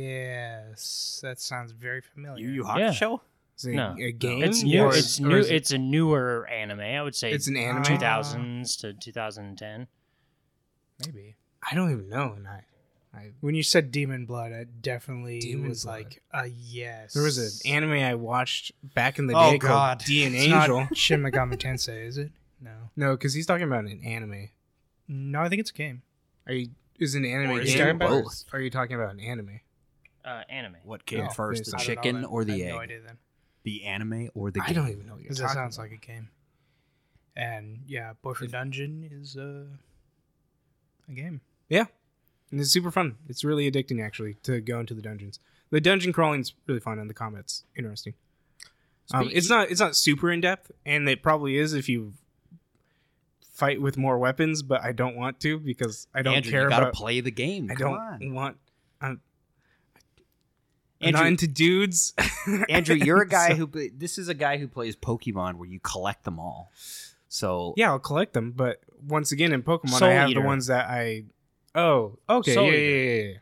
S1: Yes, that sounds very
S4: Oh,
S1: familiar.
S3: Yu Yu
S2: Yeah.
S3: Hakusho.
S4: Is it
S2: No.
S4: a game?
S2: It's new.
S4: Or is-
S2: It's
S4: or
S2: new.
S4: is it-
S2: It's a newer anime. I would say
S4: it's an anime.
S1: Ah.
S2: 2000s to 2010.
S1: Maybe
S4: I don't even know. And I, I
S1: when you said demon blood, it definitely
S4: Demon
S1: was
S4: blood.
S1: like a yes.
S4: there was an anime I watched back in the
S1: Oh,
S4: day
S1: God.
S4: called D and
S1: It's not
S4: Angel.
S1: Shin Megami Tensei, is it? No,
S4: No, because he's talking about an anime.
S1: no, I think it's a game.
S4: Are you? Is it an anime?
S3: Or
S1: is
S4: game,
S1: it
S4: or
S3: both?
S4: Are you talking about an anime?
S2: Uh, anime.
S3: What came
S1: No,
S3: first,
S4: it's
S3: the
S1: I don't know
S3: chicken
S1: then.
S3: or
S1: I
S3: the
S1: have
S3: egg?
S1: No idea then,
S3: the anime or the
S4: I
S3: game?
S4: don't even know what you're
S1: because
S4: talking.
S1: that sounds
S4: about.
S1: like a game. And yeah, Boyfriend Dungeon is uh, a game.
S4: yeah, and it's super fun. It's really addicting actually to go into the dungeons. The dungeon crawling's really fun, and the combat's interesting. Um,
S3: Speak-
S4: it's not it's not super in depth, and it probably is if you fight with more weapons. But I don't want to because I don't
S3: Andrew,
S4: care
S3: you gotta
S4: about.
S3: play the game.
S4: I
S3: Come
S4: don't
S3: on.
S4: want. I'm, I'm
S3: Andrew,
S4: not into dudes.
S3: Andrew, you're a guy
S4: So-
S3: who. This is a guy who plays Pokemon, where you collect them all. So
S4: Yeah, I'll collect them, but once again, in Pokemon,
S2: Soul
S4: I have
S2: Eater.
S4: the ones that I. Oh, okay,
S2: Soul
S4: yeah,
S2: Eater.
S4: yeah, yeah, yeah.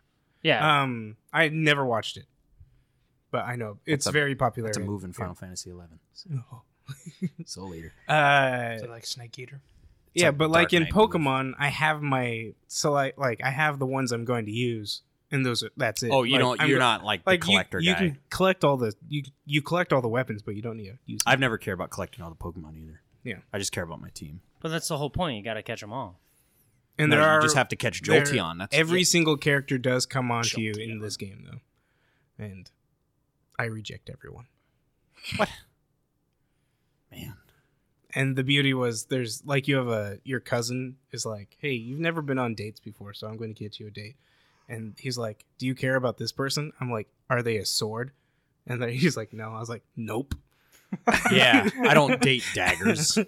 S2: Yeah.
S4: Um, I never watched it, but I know it's
S3: a-
S4: very popular. Uh,
S3: it's a
S4: in-
S3: move in Final Fantasy XI.
S4: yeah.
S3: Soul Eater.
S1: Is it
S4: Uh,
S1: like Snake Eater?
S4: yeah,
S3: like
S4: but
S3: Dark
S4: like in
S3: Knight move.
S4: Pokemon, I have my select. Like I have the ones I'm going to use, and those are that's it.
S3: Oh, you
S4: Like,
S3: don't.
S4: I'm
S3: you're
S4: go-
S3: not like,
S4: like
S3: the collector
S4: you, you
S3: guy.
S4: can collect all the you you collect all the weapons, but you don't need to use. Them.
S3: I've never cared about collecting all the Pokemon either.
S4: Yeah.
S3: I just care about my team.
S2: but that's the whole point. You got to catch them all.
S4: And
S3: No,
S4: there
S3: you
S4: are
S3: just have to catch
S4: there-
S3: Jolteon. That's
S4: every
S3: yeah.
S4: single character does come onto you in
S3: Jolteon.
S4: this game though, and I reject everyone.
S3: man.
S4: and the beauty was there's like you have a your cousin is like hey you've never been on dates before so i'm going to get you a date and he's like do you care about this person i'm like are they a sword and then he's like no i was like nope
S3: Yeah, I don't date daggers.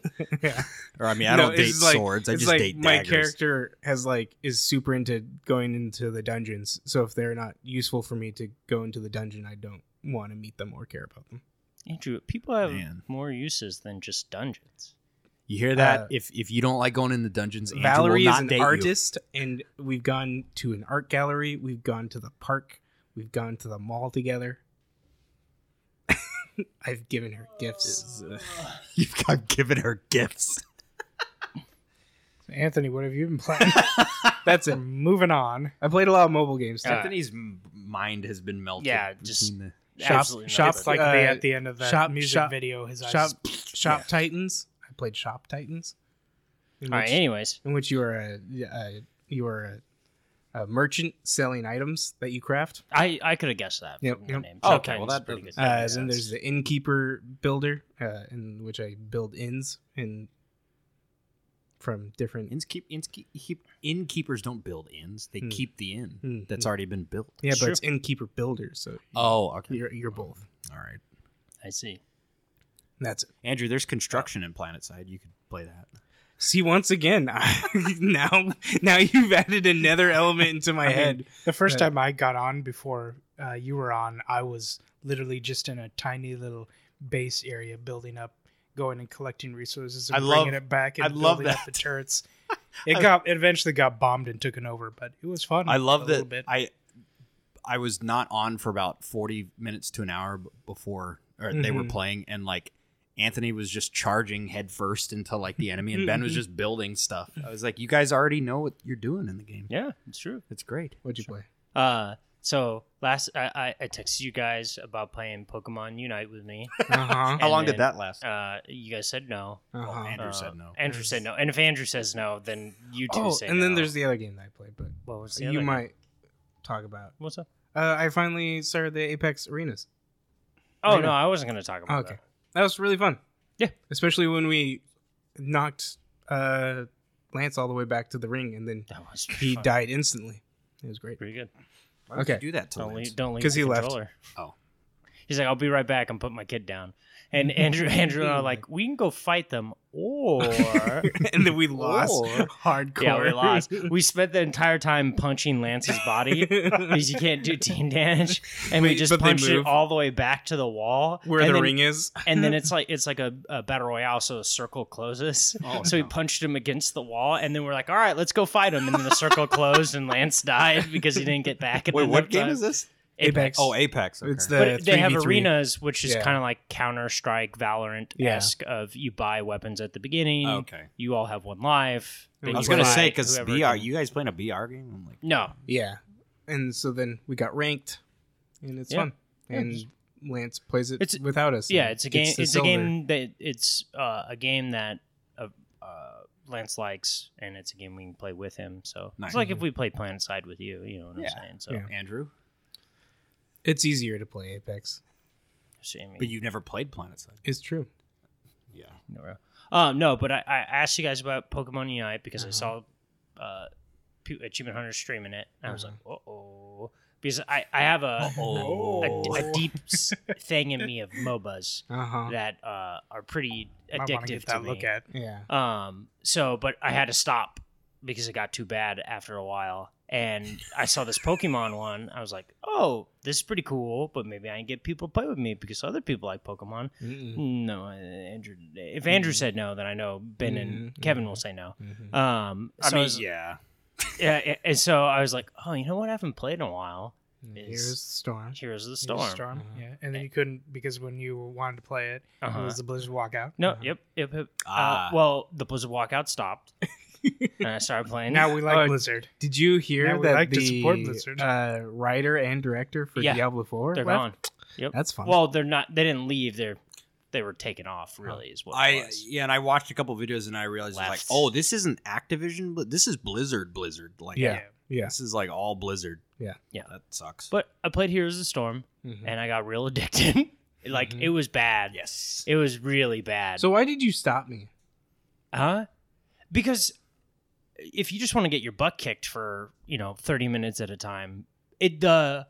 S4: yeah.
S3: Or I mean, I
S4: No,
S3: don't
S4: it's
S3: date
S4: just like-
S3: swords. I
S4: it's
S3: just
S4: like
S3: date
S4: my
S3: daggers.
S4: character has like is super into going into the dungeons so if they're not useful for me to go into the dungeon i don't want to meet them or care about them
S2: Andrew, people have
S3: Man.
S2: more uses than just dungeons.
S3: you hear that?
S4: uh,
S3: if if you don't like going in the dungeons, Andrew
S4: Valerie
S3: will
S4: is
S3: not
S4: an
S3: date you.
S4: artist, and we've gone to an art gallery. We've gone to the park. We've gone to the mall together. I've given her gifts.
S3: You've got giving her gifts.
S1: Anthony, what have you been playing? That's it. Moving on.
S4: I played a lot of mobile games. too.
S2: Uh,
S3: Anthony's m- mind has been melted.
S2: yeah, just-
S3: between
S1: Shop-
S2: Absolutely not.
S4: shop
S1: It's
S4: like
S1: like
S4: uh,
S1: the, at the end of that
S4: shop-
S1: music
S4: shop-
S1: video. His eyes.
S4: Shop Shop Titans. I played Shop Titans. In
S2: All right.
S4: which-
S2: Anyways,
S4: in which you are a, a you are a, a merchant selling items that you craft.
S2: I I could have guessed that.
S4: Yep,
S2: from the
S4: yep.
S2: name.
S3: Oh,
S2: Shop
S3: okay, well,
S2: Titans is
S3: that
S2: pretty
S3: doesn't-
S2: good.
S4: Uh,
S3: Yes.
S4: Then there's the innkeeper builder, uh, in which I build inns in from different.
S3: Innkeep, innkeep, keep- innkeepers don't build inns; they
S4: Hmm.
S3: keep the inn
S4: Hmm,
S3: that's
S4: hmm.
S3: already been built.
S4: Yeah, but
S2: Sure.
S4: it's innkeeper builder, so
S3: Oh, okay.
S4: you're you're both.
S3: All right,
S2: I see.
S4: That's it.
S3: Andrew. There's construction in Planetside. You could play that.
S4: See, once again, now now you've added another element into my
S1: I mean,
S4: head.
S1: The first
S4: Yeah.
S1: time I got on before uh, you were on, I was literally just in a tiny little base area, building up, going and collecting resources, and
S3: I
S1: bringing
S3: love-
S1: it back, and
S3: I love
S1: building up
S3: that.
S1: the turrets. It got it eventually got bombed and taken over, but it was fun.
S3: I
S1: a
S3: love
S1: little
S3: that.
S1: bit.
S3: I I was not on for about forty minutes to an hour b- before, or they were
S4: Mhm.
S3: playing, and like Anthony was just charging headfirst into like the enemy, and Ben was
S4: Mhm.
S3: just building stuff. I was like, you guys already know what you're doing in the game.
S2: Yeah, it's true.
S3: It's great.
S4: What'd you play?
S2: Uh, so last I, I, I texted you guys about playing Pokemon Unite with me.
S4: Uh huh.
S3: How
S2: And
S3: long
S2: then-
S3: did that last?
S2: Uh, you guys said no.
S3: Well,
S4: Uh-huh.
S3: Andrew
S2: Uh,
S3: said no.
S2: Andrew said no. And if Andrew says no, then you two
S4: Oh,
S2: say
S4: and then
S2: no.
S4: there's the other game that I played, but
S2: what was the
S4: you
S2: other one?
S4: might talk about.
S2: What's up?
S4: Uh, I finally started the Apex Arenas.
S2: Oh
S4: Arena.
S2: no, I wasn't gonna talk about
S4: Okay. That was really fun.
S2: Yeah.
S4: Especially when we knocked uh, Lance all the way back to the ring and then
S2: that. That was
S4: he
S2: pretty fun.
S4: died instantly. It was great.
S2: Pretty good.
S3: Why would you
S4: okay.
S3: do that to
S2: Don't
S3: Lance?
S2: leave. Don't leave.
S4: 'Cause
S2: the
S4: he left.
S2: controller.
S3: Oh.
S2: He's like, I'll be right back. I'm putting my kid down. And Andrew, Andrew, and I are like, we can go fight them, or
S4: and then we lost
S2: Or-
S4: hardcore.
S2: yeah, we lost. We spent the entire time punching Lance's body because you can't do team damage, and we
S4: Wait,
S2: just
S4: but they
S2: punched it
S4: move?
S2: all the way back to the wall
S4: Where
S2: and
S4: the
S2: then,
S4: ring is.
S2: And then it's like it's like a, a battle royale, so a circle closes.
S3: Oh,
S2: so we
S3: no.
S2: punched him against the wall, and then we're like, "All right, let's go fight him." And then the circle closed, and Lance died because he didn't get back.
S3: Wait, what game is this?
S2: Apex?
S3: Oh, Apex.
S4: It's uh,
S3: okay.
S4: the
S2: But they have
S4: 3v3.
S2: arenas, which is
S4: Yeah.
S2: kind of like Counter Strike, Valorant esque. Of you buy weapons at the beginning.
S3: Oh, okay.
S2: You all have one life. then
S3: I was
S2: you
S3: gonna
S2: fight,
S3: say because
S2: whoever
S3: BR,
S2: can-
S3: you guys playing a BR game? I'm like,
S2: No,
S4: Yeah. And so then we got ranked and it's
S2: Yeah.
S4: fun. And Lance plays it
S2: It's-
S4: without us.
S2: yeah
S4: and
S2: it's a game
S4: gets
S2: it's,
S4: the
S2: a
S4: silver.
S2: game that it's uh, a game that uh, uh, lance likes and it's a game we can play with him so
S3: Nice.
S2: it's like if we play planet side with you you know what
S3: Yeah.
S2: i'm saying so
S4: Yeah.
S3: Andrew,
S4: It's easier to play Apex.
S2: shame
S3: but you've never played Planetside.
S4: It's true.
S3: Yeah.
S2: no, um, no but I, I asked you guys about pokemon unite because i
S4: Uh-huh.
S2: saw uh, P- achievement hunter streaming it and i was like
S4: Uh-huh.
S2: uh-oh because i, I have a,
S3: Oh.
S2: a, a deep s- thing in me of mobas
S4: Uh huh.
S2: that uh, are pretty
S1: Might wanna
S2: addictive
S1: get
S2: to
S1: that
S2: me.
S1: look at.
S4: Yeah.
S2: Um, so, but I had to stop because it got too bad after a while. And I saw this Pokemon one. I was like, oh, this is pretty cool, but maybe I can get people to play with me because other people like Pokemon.
S4: Mm-mm.
S2: No, uh, Andrew. If Andrew
S4: Mhm.
S2: said no, then I know Ben and
S4: Mhm,
S2: Kevin
S4: mhm.
S2: will say no.
S4: Mhm.
S2: Um,
S3: Mm-hmm. I
S2: so
S3: mean,
S2: was-
S3: yeah.
S2: yeah, and- and so I was like, oh, you know what? I haven't played in a while. is-
S4: Here's Storm.
S2: Heroes of the
S1: Storm.
S2: Storm. Eh.
S4: Uh-huh.
S1: Yeah, and then you couldn't because when you wanted to play it, it
S2: Uh-huh.
S1: was the Blizzard walkout.
S2: No,
S4: Uh-huh.
S2: yep, yep, yep.
S3: Ah.
S2: Uh, well, the Blizzard walkout stopped, and uh, I started playing.
S1: Now we like
S4: Oh,
S1: Blizzard.
S4: Did you hear
S1: Now we
S4: that
S1: like to
S4: the
S1: support Blizzard.
S4: Uh, writer and director for
S2: Yeah.
S4: Diablo Four?
S2: they're
S4: left?
S2: gone.
S4: That's fun.
S2: Well, they're not. They didn't leave. They're they were taken off. Really, is what it
S3: I
S2: was.
S3: yeah, and I watched a couple videos and I realized I was like,
S2: Left.
S3: oh, this isn't Activision, but this is Blizzard. Blizzard, like,
S4: Yeah. yeah.
S3: this is like all Blizzard.
S4: Yeah.
S2: Yeah.
S3: that sucks.
S2: But I played Heroes of the Storm,
S4: Mhm.
S2: and I got real addicted. like
S4: Mhm.
S2: it was bad.
S3: yes,
S2: It was really bad.
S4: So why did you stop me?
S2: huh? Because if you just want to get your butt kicked for you know thirty minutes at a time, it the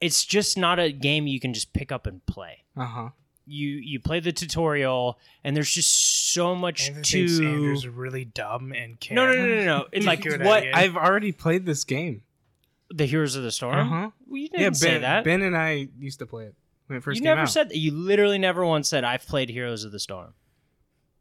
S2: it's just not a game you can just pick up and play.
S4: Uh huh.
S2: You you play the tutorial, and there's just so much
S1: Andrew
S2: to.
S1: thinks Andrew's really dumb and can't.
S2: No, no, no, no, no. It's
S1: He's
S2: like
S1: good at
S2: what
S1: it.
S4: I've already played this game.
S2: the Heroes of the Storm.
S4: Uh huh.
S2: Well, you didn't
S4: Yeah, Ben,
S2: say that.
S4: Ben and I used to play it when it first
S2: you
S4: came
S2: never
S4: out.
S2: said that. You literally never once said I've played Heroes of the Storm.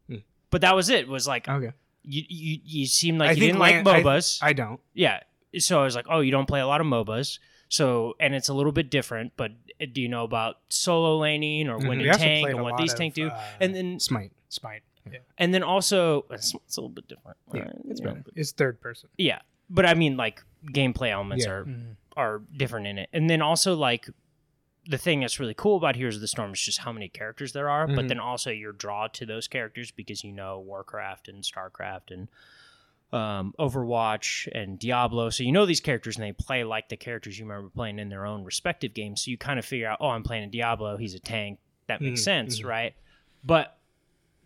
S4: Hmm.
S2: But that was it. Was like
S4: okay.
S2: you you you seemed like
S4: I
S2: you
S4: think
S2: didn't
S4: Lan-
S2: like MOBAs.
S4: I don't.
S2: yeah. So I was like, oh, you don't play a lot of MOBAs. So and it's a little bit different, but do you know about solo laning or when to
S4: Mhm.
S1: We also
S2: tank
S1: played
S2: and
S1: a
S2: what
S1: lot
S2: these
S1: of,
S2: tank do?
S1: uh,
S2: and then
S4: Smite.
S1: Smite. Yeah.
S2: and then also it's, it's a little bit different.
S4: Yeah,
S2: it's
S4: better.
S1: It's third person.
S2: yeah, but I mean like gameplay elements
S4: Yeah. Mm-hmm.
S2: are are different in it. And then also like the thing that's really cool about Heroes of the Storm is just how many characters there are, but
S4: Mhm.
S2: then also your draw to those characters because you know Warcraft and StarCraft and um, Overwatch and Diablo. So you know these characters and they play like the characters you remember playing in their own respective games. So you kind of figure out, oh, I'm playing a Diablo, he's a tank. That makes
S4: Mhm,
S2: sense,
S4: mhm.
S2: right? But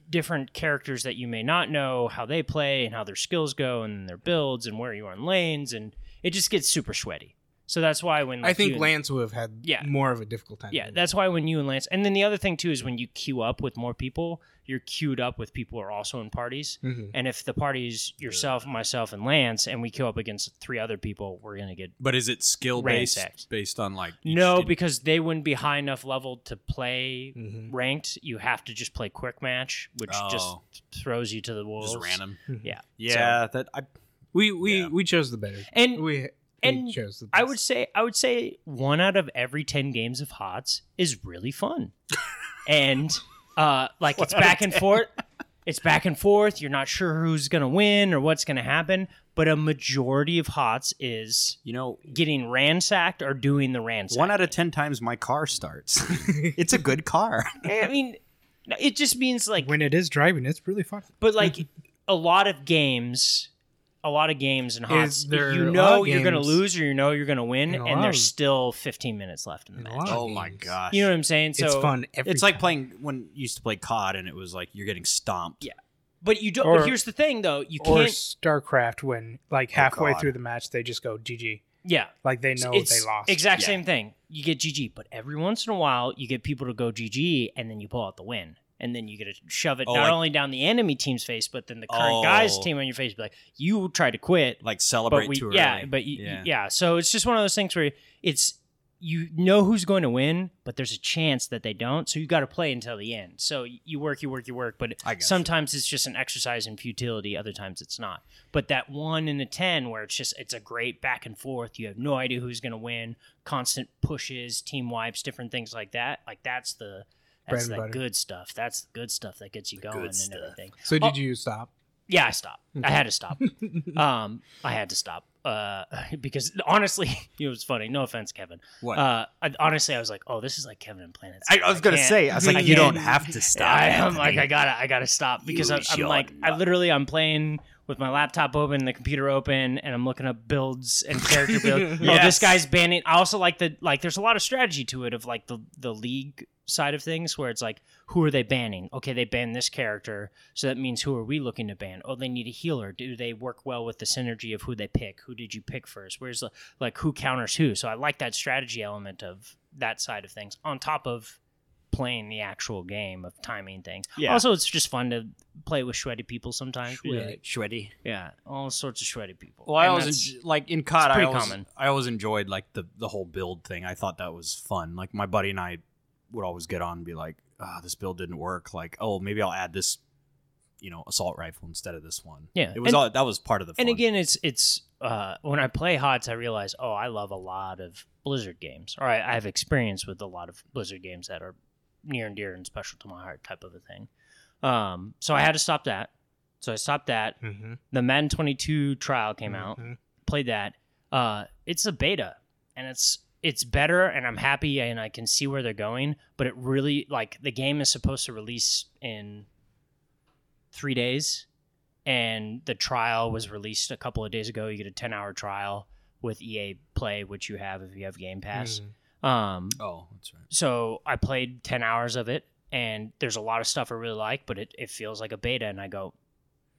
S2: different characters that you may not know how they play and how their skills go and their builds and where you are in lanes and it just gets super sweaty. So that's why when
S4: I
S2: like,
S4: think
S2: you-
S4: Lance would have had
S2: Yeah.
S4: more of a difficult time.
S2: yeah,
S4: doing
S2: that's why when you and Lance and then the other thing too is when you queue up with more people, you're queued up with people who are also in parties.
S4: that. Mhm.
S2: And if the party's yourself, myself, and Lance, and we queue up against three other people, we're gonna get
S3: But is it skill
S2: Ransacked.
S3: based based on like each
S2: no
S3: indi-
S2: because they wouldn't be high enough level to play
S4: Mhm.
S2: ranked. You have to just play quick match, which
S3: Oh.
S2: just throws you to the wolves.
S3: just random?
S2: Yeah.
S3: Yeah, that I
S4: We we
S3: Yeah.
S4: we chose the better.
S2: And
S4: we, we
S2: and
S4: chose the best.
S2: I would say I would say one out of every ten games of HOTS is really fun, and uh, like it's back and forth. It's back and forth. You're not sure who's gonna win or what's gonna happen, but a majority of HOTS is
S3: you know
S2: getting ransacked or doing the ransack.
S3: one out of ten times my car starts. it's a good car.
S2: I mean, it just means like,
S1: When it is driving, it's really fun.
S2: but like a lot of games. A lot of games in HOTS,
S4: there
S2: you
S4: a lot
S2: know
S4: of
S2: you're going to
S4: games-
S2: lose or you know you're going to win,
S4: In a
S2: and
S4: lot
S2: there's
S4: of-
S2: still 15 minutes left in the
S4: In a
S2: match.
S4: lot of
S3: Oh my
S4: games.
S3: gosh.
S2: You know what I'm saying? So
S4: It's fun. Every
S3: it's like
S4: time.
S3: playing when you used to play COD and it was like you're getting stomped.
S2: Yeah. But you don't.
S1: Or-
S2: but here's the thing, though. You
S1: Or
S2: can't.
S1: StarCraft when like
S3: Oh,
S1: halfway
S3: God.
S1: through the match they just go GG.
S2: Yeah,
S1: Like they know
S2: it's
S1: they lost.
S2: Exact
S3: Yeah.
S2: same thing. You get GG, but every once in a while, you get people to go GG, and then you pull out the win, and then you get to shove it
S3: Oh,
S2: not
S3: like-
S2: only down the enemy team's face, but then the current guy's
S3: Oh.
S2: team on your face. Be like, you tried to quit,
S3: Like
S2: but
S3: celebrate
S2: we,
S3: too
S2: yeah,
S3: early.
S2: but you, yeah.
S3: yeah.
S2: So it's just one of those things where it's you know who's going to win, but there's a chance that they don't. So you got to play until the end. So you work, you work, you work. But
S3: I got you.
S2: sometimes it's just an exercise in futility. Other times it's not. But that one in a ten where it's just it's a great back and forth. You have no idea who's going to win. Constant pushes, team wipes, different things like that. Like that's the
S4: Bread
S2: that's
S4: and
S2: the
S4: butter.
S2: good stuff. That's the good stuff that gets you going
S3: good
S2: and
S3: stuff.
S2: everything.
S4: So
S2: Oh.
S4: did you stop?
S2: Yeah, I stopped. I
S4: Okay.
S2: had to stop. um, I had to stop uh, because honestly, it was funny. No offense, Kevin.
S3: What?
S2: Uh, I, honestly, I was like, oh, this is like Kevin and Planet.
S3: I, I was gonna
S2: can't-
S3: say, I was like,
S2: I
S3: you
S2: can't-
S3: don't have to stop.
S2: I, am
S3: Anthony.
S2: like, I gotta, I gotta stop because I,
S3: Use
S2: I'm
S3: your
S2: like, I literally, I'm playing with my laptop open, the computer open, and I'm looking up builds and character builds. Oh, this
S3: Yes.
S2: guy's banning. I also like the like. There's a lot of strategy to it of like the the league side of things where it's like, who are they banning? Okay, they ban this character, so that means who are we looking to ban? Oh, they need a healer. Do they work well with the synergy of who they pick? Who did you pick first? Where's the like who counters who? So I like that strategy element of that side of things on top of playing the actual game of timing things.
S3: Yeah.
S2: Also, it's just fun to play with shreddy people sometimes.
S3: Shreddy. Shreddy.
S2: Yeah, all sorts of shreddy people.
S3: Well, I
S2: And
S3: always
S2: that's-
S3: enj- like in COD. I
S2: pretty
S3: always,
S2: common.
S3: I always enjoyed like the the whole build thing. I thought that was fun. Like my buddy and I would always get on and be like, "Ah, this build didn't work." Like, oh, maybe I'll add this, you know, assault rifle instead of this one.
S2: Yeah.
S3: it was
S2: And-
S3: all that was part of the. Fun.
S2: and again, it's it's uh, when I play HOTS, I realize oh, I love a lot of Blizzard games, or I, I have experience with a lot of Blizzard games that are near and dear and special to my heart, type of a thing. Um, so I had to stop that. So I stopped that.
S4: Mm-hmm.
S2: The Madden 22 trial came
S3: Mm-hmm.
S2: out.
S1: Mm-hmm.
S2: Played that. Uh, it's a beta, and it's it's better, and I'm happy, and I can see where they're going. But it really like the game is supposed to release in three days, and the trial was released a couple of days ago. You get a 10 hour trial with EA Play, which you have if you have Game Pass. Um,
S3: oh, that's right.
S2: so I played 10 hours of it, and there's a lot of stuff I really like, but it, it feels like a beta. And I go,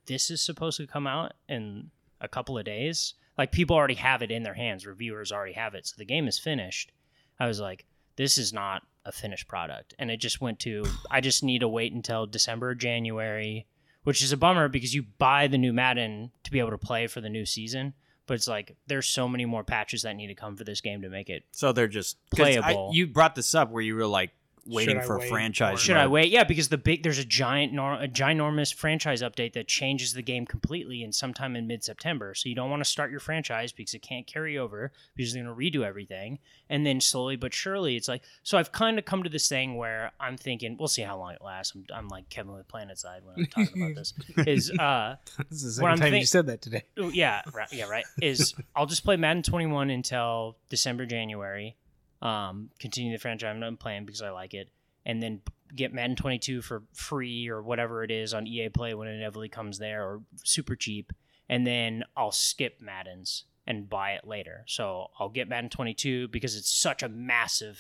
S2: this is supposed to come out in a couple of days. Like people already have it in their hands, reviewers already have it. So the game is finished. I was like, this is not a finished product. And it just went to, I just need to wait until December, January, which is a bummer because you buy the new Madden to be able to play for the new season. But it's like, there's so many more patches that need to come for this game to make it
S3: So they're just 'cause I-
S2: Playable.
S3: you brought this up where you were like, waiting
S1: Should I
S3: for
S1: wait
S3: a franchise.
S1: or-
S2: Should
S3: mode.
S2: I wait? Yeah, because the big there's a giant nor- a ginormous franchise update that changes the game completely in sometime in mid September. So you don't want to start your franchise because it can't carry over because they're going to redo everything. And then slowly but surely, it's like so. I've kind of come to this thing where I'm thinking we'll see how long it lasts. I'm, I'm like Kevin with Planet Side when I'm talking about this. Is uh
S4: This is the
S2: What
S4: second
S2: I'm
S4: time
S2: think-
S4: you said that today.
S2: oh, yeah right, yeah right is I'll just play Madden 21 until December January. Um, continue the franchise I'm playing because I like it, and then get Madden 22 for free or whatever it is on EA Play when it inevitably comes there or super cheap, and then I'll skip Madden's and buy it later. So I'll get Madden 22 because it's such a massive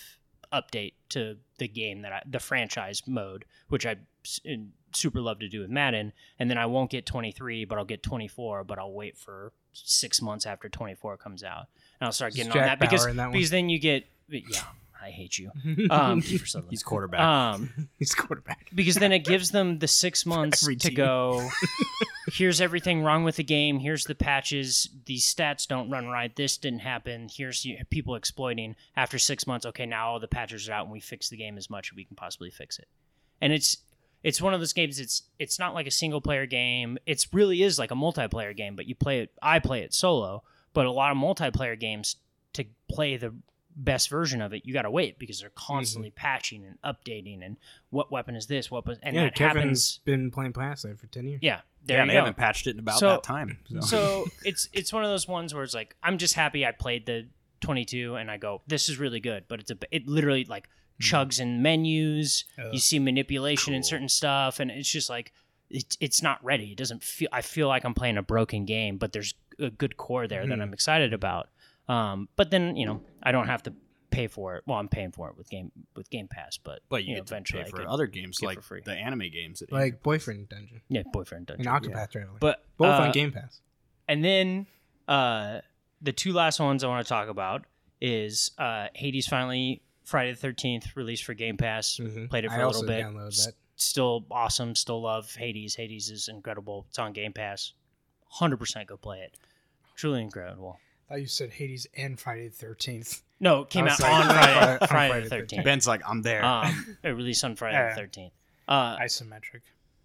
S2: update to the game that I, the franchise mode, which I s- in- super love to do with Madden, and then I won't get 23, but I'll get 24, but I'll wait for six months after 24 comes out, and I'll start
S4: It's
S2: getting on that
S4: Jack
S2: because
S4: Bauer in that one.
S2: because then you get yeah, I hate you. Um, for Sutherland.
S3: He's quarterback.
S2: um
S4: Uh, He's quarterback.
S2: because then it gives them the six months
S4: every
S2: to
S4: team.
S2: go. Here's everything wrong with the game. Here's the patches. These stats don't run right. This didn't happen. Here's you- people exploiting. After six months, okay, now all the patches are out, and we fix the game as much as we can possibly fix it. And it's it's one of those games. It's it's not like a single player game. It's really is like a multiplayer game, but you play it. I play it solo, but a lot of multiplayer games to play the best version of it, you got to wait because they're constantly patching and updating and what weapon is this, what was, and
S4: yeah,
S2: that
S4: Kevin's
S2: happens.
S4: been playing Planet Side for ten years.
S2: Yeah, there
S3: yeah,
S2: you
S3: they
S2: go.
S3: haven't patched it in about
S2: So-
S3: that time. So.
S2: So it's it's one of those ones where it's like I'm just happy I played the 22 and I go this is really good, but it's a it literally like
S4: Mm-hmm.
S2: chugs in menus.
S1: Oh.
S2: you see manipulation in
S3: Cool.
S2: certain stuff, and it's just like it, it's not ready. It doesn't feel. I feel like I'm playing a broken game, but there's a good core there that
S4: Mhm.
S2: I'm excited about. Um, but then you know I don't have to pay for it. Well, I'm paying for it with game with Game Pass, but
S3: but you,
S2: know,
S3: get to
S2: eventually
S3: pay
S2: I
S3: for
S2: could-
S3: other games
S2: get
S3: like
S2: for free.
S3: the anime games. That
S4: Like Boyfriend Dungeon
S2: yeah, boyfriend
S4: and
S2: dungeon.
S4: Octopath Traveler.
S2: But
S4: both
S2: uh,
S4: on Game Pass.
S2: And then uh, the two last ones I want to talk about is uh, Hades finally Friday the Thirteenth released for Game Pass.
S4: Mhm.
S2: Played it for
S4: I
S2: a
S4: also
S2: little bit.
S4: downloaded
S2: S-
S4: that.
S2: Still awesome. Still love Hades. Hades is incredible. It's on Game Pass. Hundred percent go play it. Truly incredible.
S1: thought you said Hades and Friday the Thirteenth.
S2: No, it came
S4: I
S2: out
S4: was
S2: on
S4: like-
S2: Friday,
S4: Oh,
S2: Friday
S4: on Friday
S2: the
S4: the
S2: Thirteenth.
S3: Ben's like, I'm there.
S2: Um, it released on Friday
S1: Yeah.
S2: the Thirteenth. Uh,
S1: Isometric.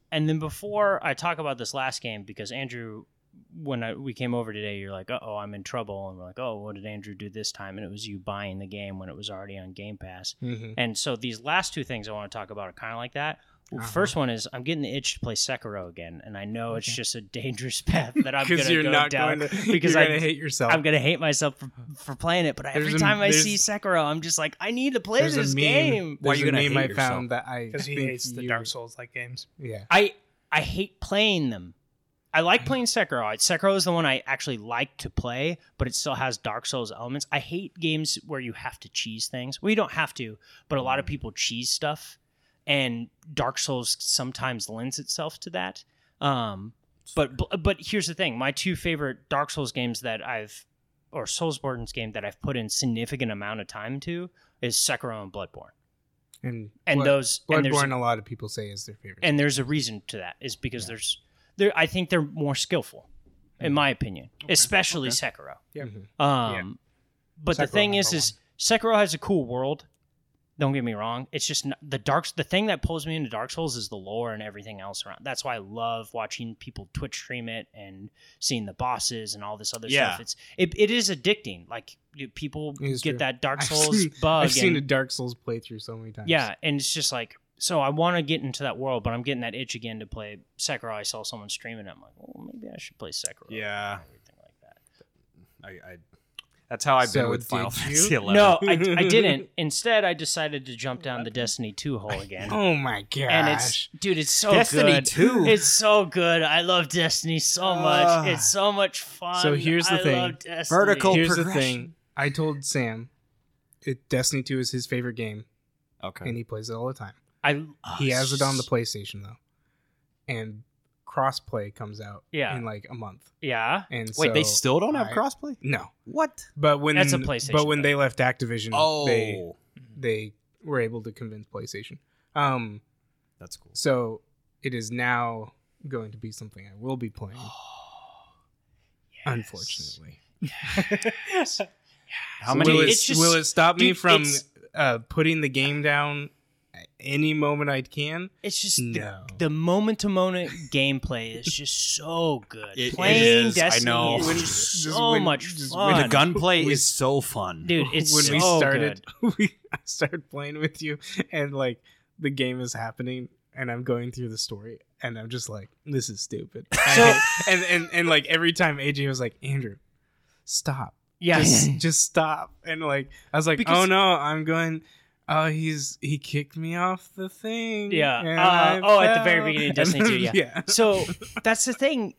S2: and then before I talk about this last game, because Andrew, when I, we came over today, you're like, "Uh oh, I'm in trouble," and we're like, "Oh, what did Andrew do this time?" And it was you buying the game when it was already on Game Pass.
S4: Mhm.
S2: And so these last two things I want to talk about are kind of like that. Well,
S4: Uh-huh.
S2: First one is I'm getting the itch to play Sekiro again, and I know it's just a dangerous path that I'm gonna
S4: you're
S2: go
S4: not
S2: down
S4: going to
S2: because
S4: you're
S2: I-
S4: gonna hate yourself.
S2: I'm gonna hate myself for, for playing it, but every
S4: There's a-
S2: time I
S4: there's-
S2: see Sekiro, I'm just like, I need to play
S4: there's
S2: this
S4: a meme.
S2: game.
S3: Why
S4: There's
S3: you
S4: a
S3: gonna
S4: meme
S3: hate
S4: I
S3: yourself?
S4: found that I
S1: Because he
S4: think
S1: hates the
S4: you-
S1: Dark Souls like games.
S4: Yeah,
S2: I I hate playing them. I like playing Sekiro. I- Sekiro is the one I actually like to play, but it still has Dark Souls elements. I hate games where you have to cheese things. Well, you don't have to, but a lot of people cheese stuff, and Dark Souls sometimes lends itself to that. Um, but but here's the thing: my two favorite Dark Souls games that I've or Soulsborne's game that I've put in significant amount of time to is Sekiro and Bloodborne,
S4: and
S2: and
S4: Blood-
S2: those and there's a-
S4: Bloodborne, a lot of people say is their favorite.
S2: and there's a reason to that is because there's there I think they're more skillful
S4: Hmm.
S2: in my opinion especially Sekiro
S1: Yeah.
S4: Mhm.
S2: um
S1: Yeah.
S2: but the
S1: Sekiro
S2: thing is
S1: number
S2: is Sekiro has a cool world don't get me wrong it's just not, the dark the thing that pulls me into Dark Souls is the lore and everything else around that's why I love watching people Twitch stream it and seeing the bosses and all this other
S3: Yeah.
S2: stuff it's it, it is addicting like you- people
S4: It is
S2: get
S4: true.
S2: that Dark
S4: I've
S2: Souls
S4: seen-
S2: bug
S4: I've seen
S2: and-
S4: a Dark Souls playthrough so many times.
S2: yeah, and it's just like so I want to get into that world, but I'm getting that itch again to play Sekiro. I saw someone streaming. it. I'm like, well, maybe I should play Sekiro.
S3: Yeah.
S2: and everything like that.
S3: I, I, that's how I've been
S4: So
S3: with Final
S4: did
S3: Fantasy
S4: you?
S3: 11.
S2: No, I, I didn't. Instead, I decided to jump down the Destiny 2 hole again.
S4: Oh my gosh.
S2: And it's dude, it's
S4: Oh,
S2: so
S3: Destiny
S2: good.
S3: 2.
S2: It's so good. I love Destiny so much.
S3: Ah.
S2: It's so much fun.
S4: So here's the
S2: I
S4: thing.
S2: love Destiny.
S3: Vertical-
S4: Here's the
S3: progression.
S4: thing. I told Sam, it, Destiny 2 is his favorite game, and
S3: okay.
S4: he plays it all the time.
S2: I
S4: He has it on the PlayStation though, and crossplay comes out
S2: Yeah.
S4: in like a month.
S2: yeah.
S4: And
S3: Wait, they
S4: so
S3: still don't have
S4: I-
S3: crossplay?
S4: no.
S3: What?
S4: But when
S2: That's a PlayStation
S4: But when
S2: thing.
S4: they left Activision,
S3: Oh,
S4: they they were able to convince PlayStation. Um,
S3: that's cool.
S4: so it is now going to be something I will be playing. Unfortunately,
S3: How
S4: will
S3: many?
S4: it,
S2: It's just-
S4: will it stop me
S2: dude,
S4: from
S2: it's-
S4: uh, putting the game down any moment I can.
S2: It's just
S4: No.
S2: the, the moment to moment gameplay is just so good.
S3: It
S2: Playing
S3: is, I
S2: Destiny
S3: know.
S2: is
S4: When-
S2: just
S4: just
S2: so
S4: when-
S2: much
S4: just
S2: fun.
S4: when
S3: The gunplay is so fun.
S2: Dude, it's
S4: when
S2: so
S4: we started,
S2: good.
S4: we I started playing with you, and like the game is happening, and I'm going through the story, and I'm just like, this is stupid. I
S2: So-
S4: hate- and and and like every time AJ was like, Andrew, stop,
S2: Yes.
S4: just, just stop, and like I was like,
S2: Because-
S4: oh no, I'm going. Oh, he's he kicked me off the thing.
S2: Yeah.
S4: and
S2: Uh,
S4: I
S2: oh, at the very
S4: fell."
S2: beginning of Destiny 2, yeah.
S4: yeah.
S2: so that's the thing.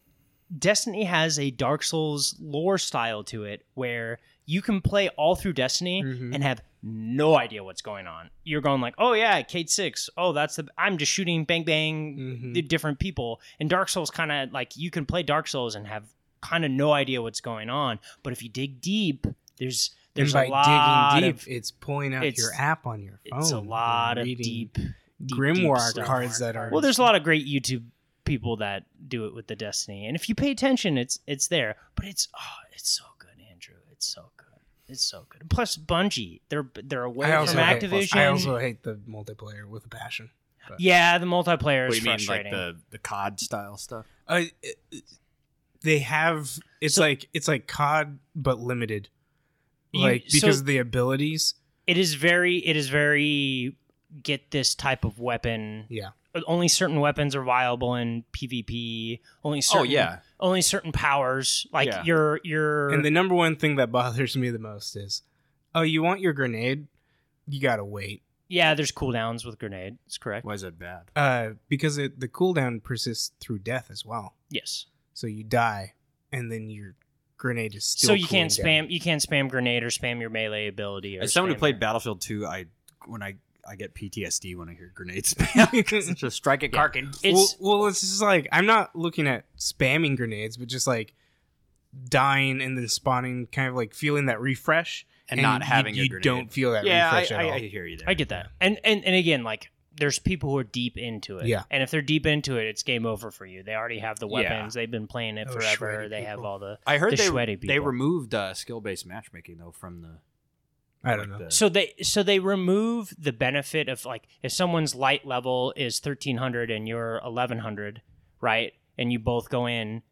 S2: Destiny has a Dark Souls lore style to it where you can play all through Destiny
S4: Mhm.
S2: and have no idea what's going on. You're going like, oh yeah, Kate Six. Oh, that's the I'm just shooting bang bang
S4: Mhm.
S2: the different people. And Dark Souls kind of like you can play Dark Souls and have kind of no idea what's going on. But if you dig deep, there's
S4: And
S2: there's
S4: by
S2: a lot
S4: digging deep,
S2: of
S4: it's pulling out
S2: it's-
S4: your app on your phone.
S2: it's a lot
S4: and
S2: of
S4: reading
S2: deep, deep
S4: grimoire
S2: deep stuff.
S4: cards that are
S2: Well, there's a lot of great YouTube people that do it with the Destiny, and if you pay attention, it's it's there. But it's oh, it's so good, Andrew. It's so good. It's so good. And plus, Bungie, they're they're away
S4: I also
S2: from
S4: hate-
S2: Activision.
S4: I also hate the multiplayer with a passion.
S2: yeah, the multiplayer
S3: What
S2: is
S3: do you mean, like
S2: frustrating.
S3: the, the COD style stuff?
S4: Uh, it- it- they have it's
S2: So-
S4: like it's like COD but limited,
S2: You-
S4: like because
S2: so-
S4: of the abilities.
S2: it is very it is very get this type of weapon.
S4: Yeah.
S2: Only certain weapons are viable in PvP. Only certain, Only certain powers, like
S3: Oh, Yeah.
S2: your your
S4: And the number one thing that bothers me the most is, oh, you want your grenade? You gotta wait
S2: yeah. There's cooldowns with grenade. That's correct.
S3: Why is that bad?
S4: uh, because it, the cooldown persists through death as well.
S2: Yes.
S4: So you die, and then your grenade is still.
S2: so you can't
S4: cooling down.
S2: spam you can't spam grenade or spam your melee ability or
S3: As someone who
S2: spam
S3: played
S2: your-
S3: Battlefield 2, I when I I get PTSD when I hear grenade spam. 'Cause it's just strike at
S2: Yeah.
S3: Karkin.
S2: it's
S4: well, well, it's just like I'm not looking at spamming grenades, but just like dying and then spawning, kind of like feeling that refresh
S3: And not
S4: you-
S3: having a
S4: you,
S3: grenade.
S4: don't feel that
S3: Yeah, I,
S4: refresh at
S3: I-
S4: all.
S3: I hear you there.
S2: I get that. And and and again like there's people who are deep into it.
S4: Yeah.
S2: And if they're deep into it, it's game over for you. They already have the
S3: Yeah.
S2: weapons. They've been playing it
S4: Those
S2: forever.
S4: shreddy
S2: They have
S4: Oh, people.
S2: all the
S3: I heard
S2: The
S3: they
S2: sweaty
S3: they
S2: people.
S3: removed uh, skill based matchmaking though from the.
S4: I don't know.
S3: the-
S2: So they so they remove the benefit of like if someone's light level is 1300 and you're 1100, right? And you both go in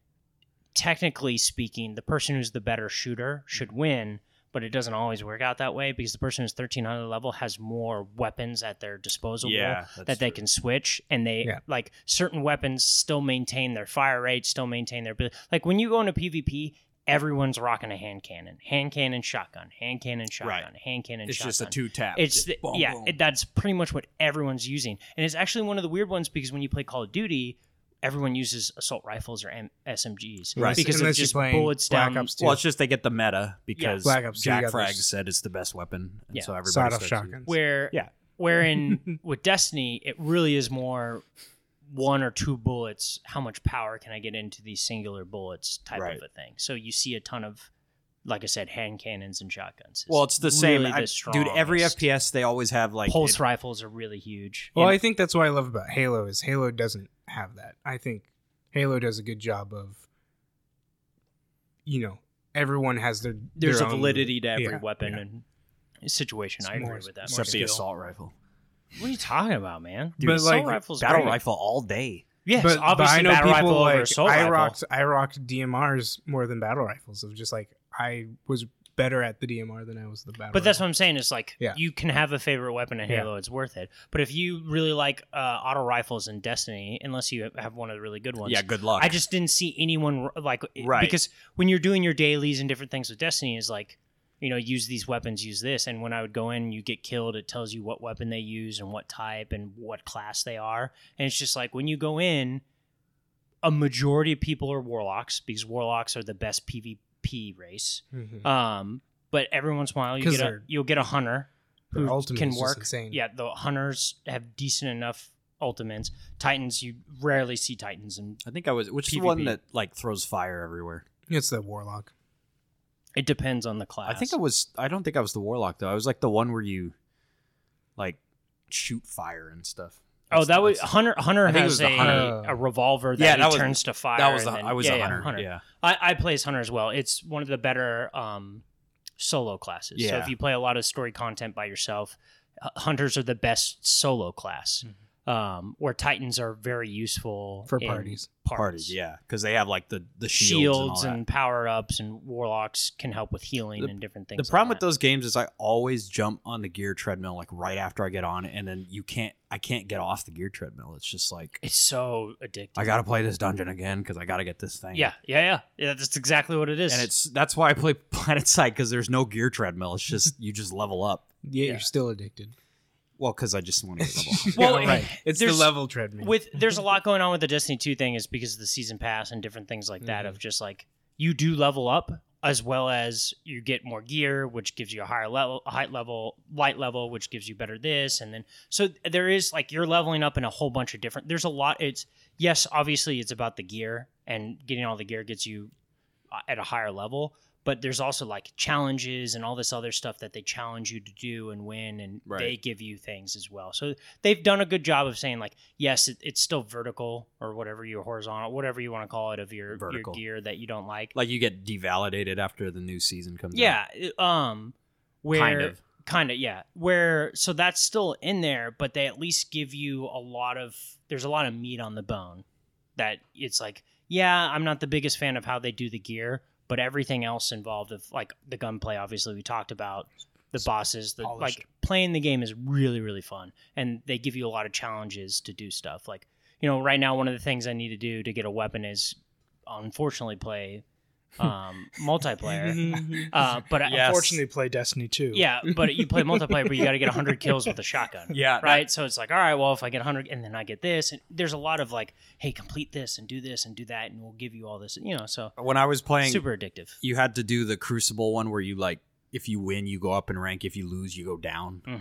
S2: technically speaking, the person who's the better shooter should win, but it doesn't always work out that way because the person who's 1300 level has more weapons at their disposal
S3: yeah,
S2: that they can switch and they
S4: Yeah.
S2: like certain weapons still maintain their fire rate, still maintain their abil- like when you go into PvP, everyone's rocking a hand cannon, hand cannon shotgun, hand cannon shotgun, hand cannon
S3: It's
S2: shotgun.
S3: just a two tap.
S2: It's the, yeah, it- that's pretty much what everyone's using, and it's actually one of the weird ones because when you play Call of Duty, everyone uses assault rifles or M- SMGs
S3: Right.
S2: because
S4: unless
S2: it's
S4: you're
S2: just
S4: playing
S2: bullets
S4: Black
S2: down.
S4: Ops 2.
S3: well, it's just they get the meta because
S4: Black Ops 2, you
S3: Jack
S4: got
S3: Frag
S4: those-
S3: said it's the best weapon, and
S2: Yeah.
S3: so everybody
S4: sawed off
S3: starts using-
S4: shotguns.
S2: Where
S3: Yeah.
S2: wherein with Destiny, it really is more one or two bullets. How much power can I get into these singular bullets type
S3: Right.
S2: of a thing? So you see a ton of, like I said, hand cannons and shotguns.
S3: Well, it's the same,
S2: really
S3: I- dude. Every
S2: strongest.
S3: FPS they always have like
S2: pulse
S3: it-
S2: rifles are really huge.
S4: well,
S2: And-
S4: I think that's what I love about Halo is Halo doesn't have that. I think Halo does a good job of, you know, everyone has their
S2: there's
S4: their
S2: a
S4: own-
S2: validity to every
S4: yeah,
S2: weapon
S4: yeah.
S2: and situation.
S4: It's
S2: I agree
S4: more-
S2: with that.
S3: except the
S2: Skill.
S3: assault rifle,
S2: What are you talking about, man?
S4: Dude, But,
S2: assault
S4: like,
S2: rifles,
S3: battle
S2: great.
S3: rifle all day.
S2: Yes,
S4: but,
S2: obviously,
S4: but I know
S2: battle
S4: people
S2: rifle
S4: like
S2: over assault
S4: I
S2: rifle.
S4: rocked I rocked DMRs more than battle rifles. It was just like I was better at the DMR than I was the battle.
S2: But that's
S4: rifle.
S2: what I'm saying. It's like
S4: Yeah.
S2: you can have a favorite weapon in
S4: Yeah.
S2: Halo; it's worth it. But if you really like uh, auto rifles in Destiny, unless you have one of the really good ones,
S3: Yeah, good luck.
S2: I just didn't see anyone like
S3: Right.
S2: because when you're doing your dailies and different things with Destiny is like you know use these weapons, use this, and when I would go in, you get killed. It tells you what weapon they use and what type and what class they are, and it's just like when you go in, a majority of people are warlocks because warlocks are the best PvP race.
S4: Mhm.
S2: Um, but every once in a while you
S4: 'Cause
S2: get a,
S4: they're-
S2: you'll get a hunter
S4: Their
S2: who
S4: ultimate
S2: can
S4: is just
S2: work.
S4: insane.
S2: Yeah, the hunters have decent enough ultimates. Titans, you rarely see titans, and
S3: I think I was. Which is the
S2: PvP.
S3: one that like throws fire everywhere?
S4: It's the warlock.
S2: it depends on the class.
S3: I think I was. I don't think I was the warlock though. I was like the one where you, like, shoot fire and stuff.
S2: Oh,
S3: That's-
S2: that was
S3: that's-
S2: hunter. Hunter
S3: I think it
S2: has
S3: was the
S2: a,
S3: hunter.
S2: a revolver that,
S3: Yeah,
S2: he
S3: that was-
S2: turns to fire.
S3: That was. The,
S2: and then-
S3: I was
S2: yeah,
S3: a
S2: yeah,
S3: hunter.
S2: hunter.
S3: Yeah.
S2: I, I play as hunter as well. It's one of the better um, solo classes. So
S3: Yeah.
S2: if you play a lot of story content by yourself, uh, hunters are the best solo class, um, where titans are very useful
S4: Mm-hmm. For
S2: in
S4: parties.
S3: parties, yeah, because they have like the the shields,
S2: shields
S3: and, all
S2: and, power ups and warlocks can help with healing
S3: The-
S2: and different
S3: that.
S2: things.
S3: The
S2: like
S3: problem with
S2: that.
S3: those games is I always jump on the gear treadmill like right after I get on, and then you can't I can't get off the gear treadmill. It's just like
S2: it's so addictive.
S3: I gotta play this dungeon again because I gotta get this thing.
S2: yeah, yeah, yeah, yeah. That's exactly what it is.
S3: and it's that's why I play Planet Side because there's no gear treadmill. It's just you just level up.
S4: Yeah,
S2: Yeah.
S4: you're still addicted.
S3: Well, because I just want to level. up.
S2: Well,
S4: Yeah, right. It's the
S2: there's-
S4: level treadmill.
S2: with there's a lot going on with the Destiny 2 thing is because of the season pass and different things like that
S4: Mhm.
S2: of just like you do level up as well as you get more gear which gives you a higher level a height level light level which gives you better this and then so there is like you're leveling up in a whole bunch of different there's a lot it's yes obviously it's about the gear and getting all the gear gets you uh, at a higher level but there's also like challenges and all this other stuff that they challenge you to do and win and
S3: Right.
S2: they give you things as well so they've done a good job of saying like yes it, it's still vertical or whatever your horizontal whatever you want to call it of your, your
S3: Vertical.
S2: gear that you don't like
S3: like you get devalidated after the new season comes. out.
S2: yeah it- um where
S3: kind of.
S2: kind of yeah where so that's still in there but they at least give you a lot of there's a lot of meat on the bone that it's like yeah i'm not the biggest fan of how they do the gear but everything else involved of like the gunplay obviously we talked about the bosses the
S1: Polished.
S2: like playing the game is really really fun and they give you a lot of challenges to do stuff like you know right now one of the things i need to do to get a weapon is unfortunately play um multiplayer
S1: Um,
S2: uh but I-
S3: Yes.
S1: Unfortunately, play Destiny 2.
S2: yeah, but you play multiplayer, but you got to get 100 kills with a shotgun.
S3: Yeah.
S2: Right? So it's like, all right, well, if I get 100 and then I get this, and there's a lot of like, hey, complete this and do this and do that, and we'll give you all this, you know, so
S3: When I was playing
S2: super addictive.
S3: you had to do the crucible one where you like if you win you go up in rank if you lose you go down
S2: hmm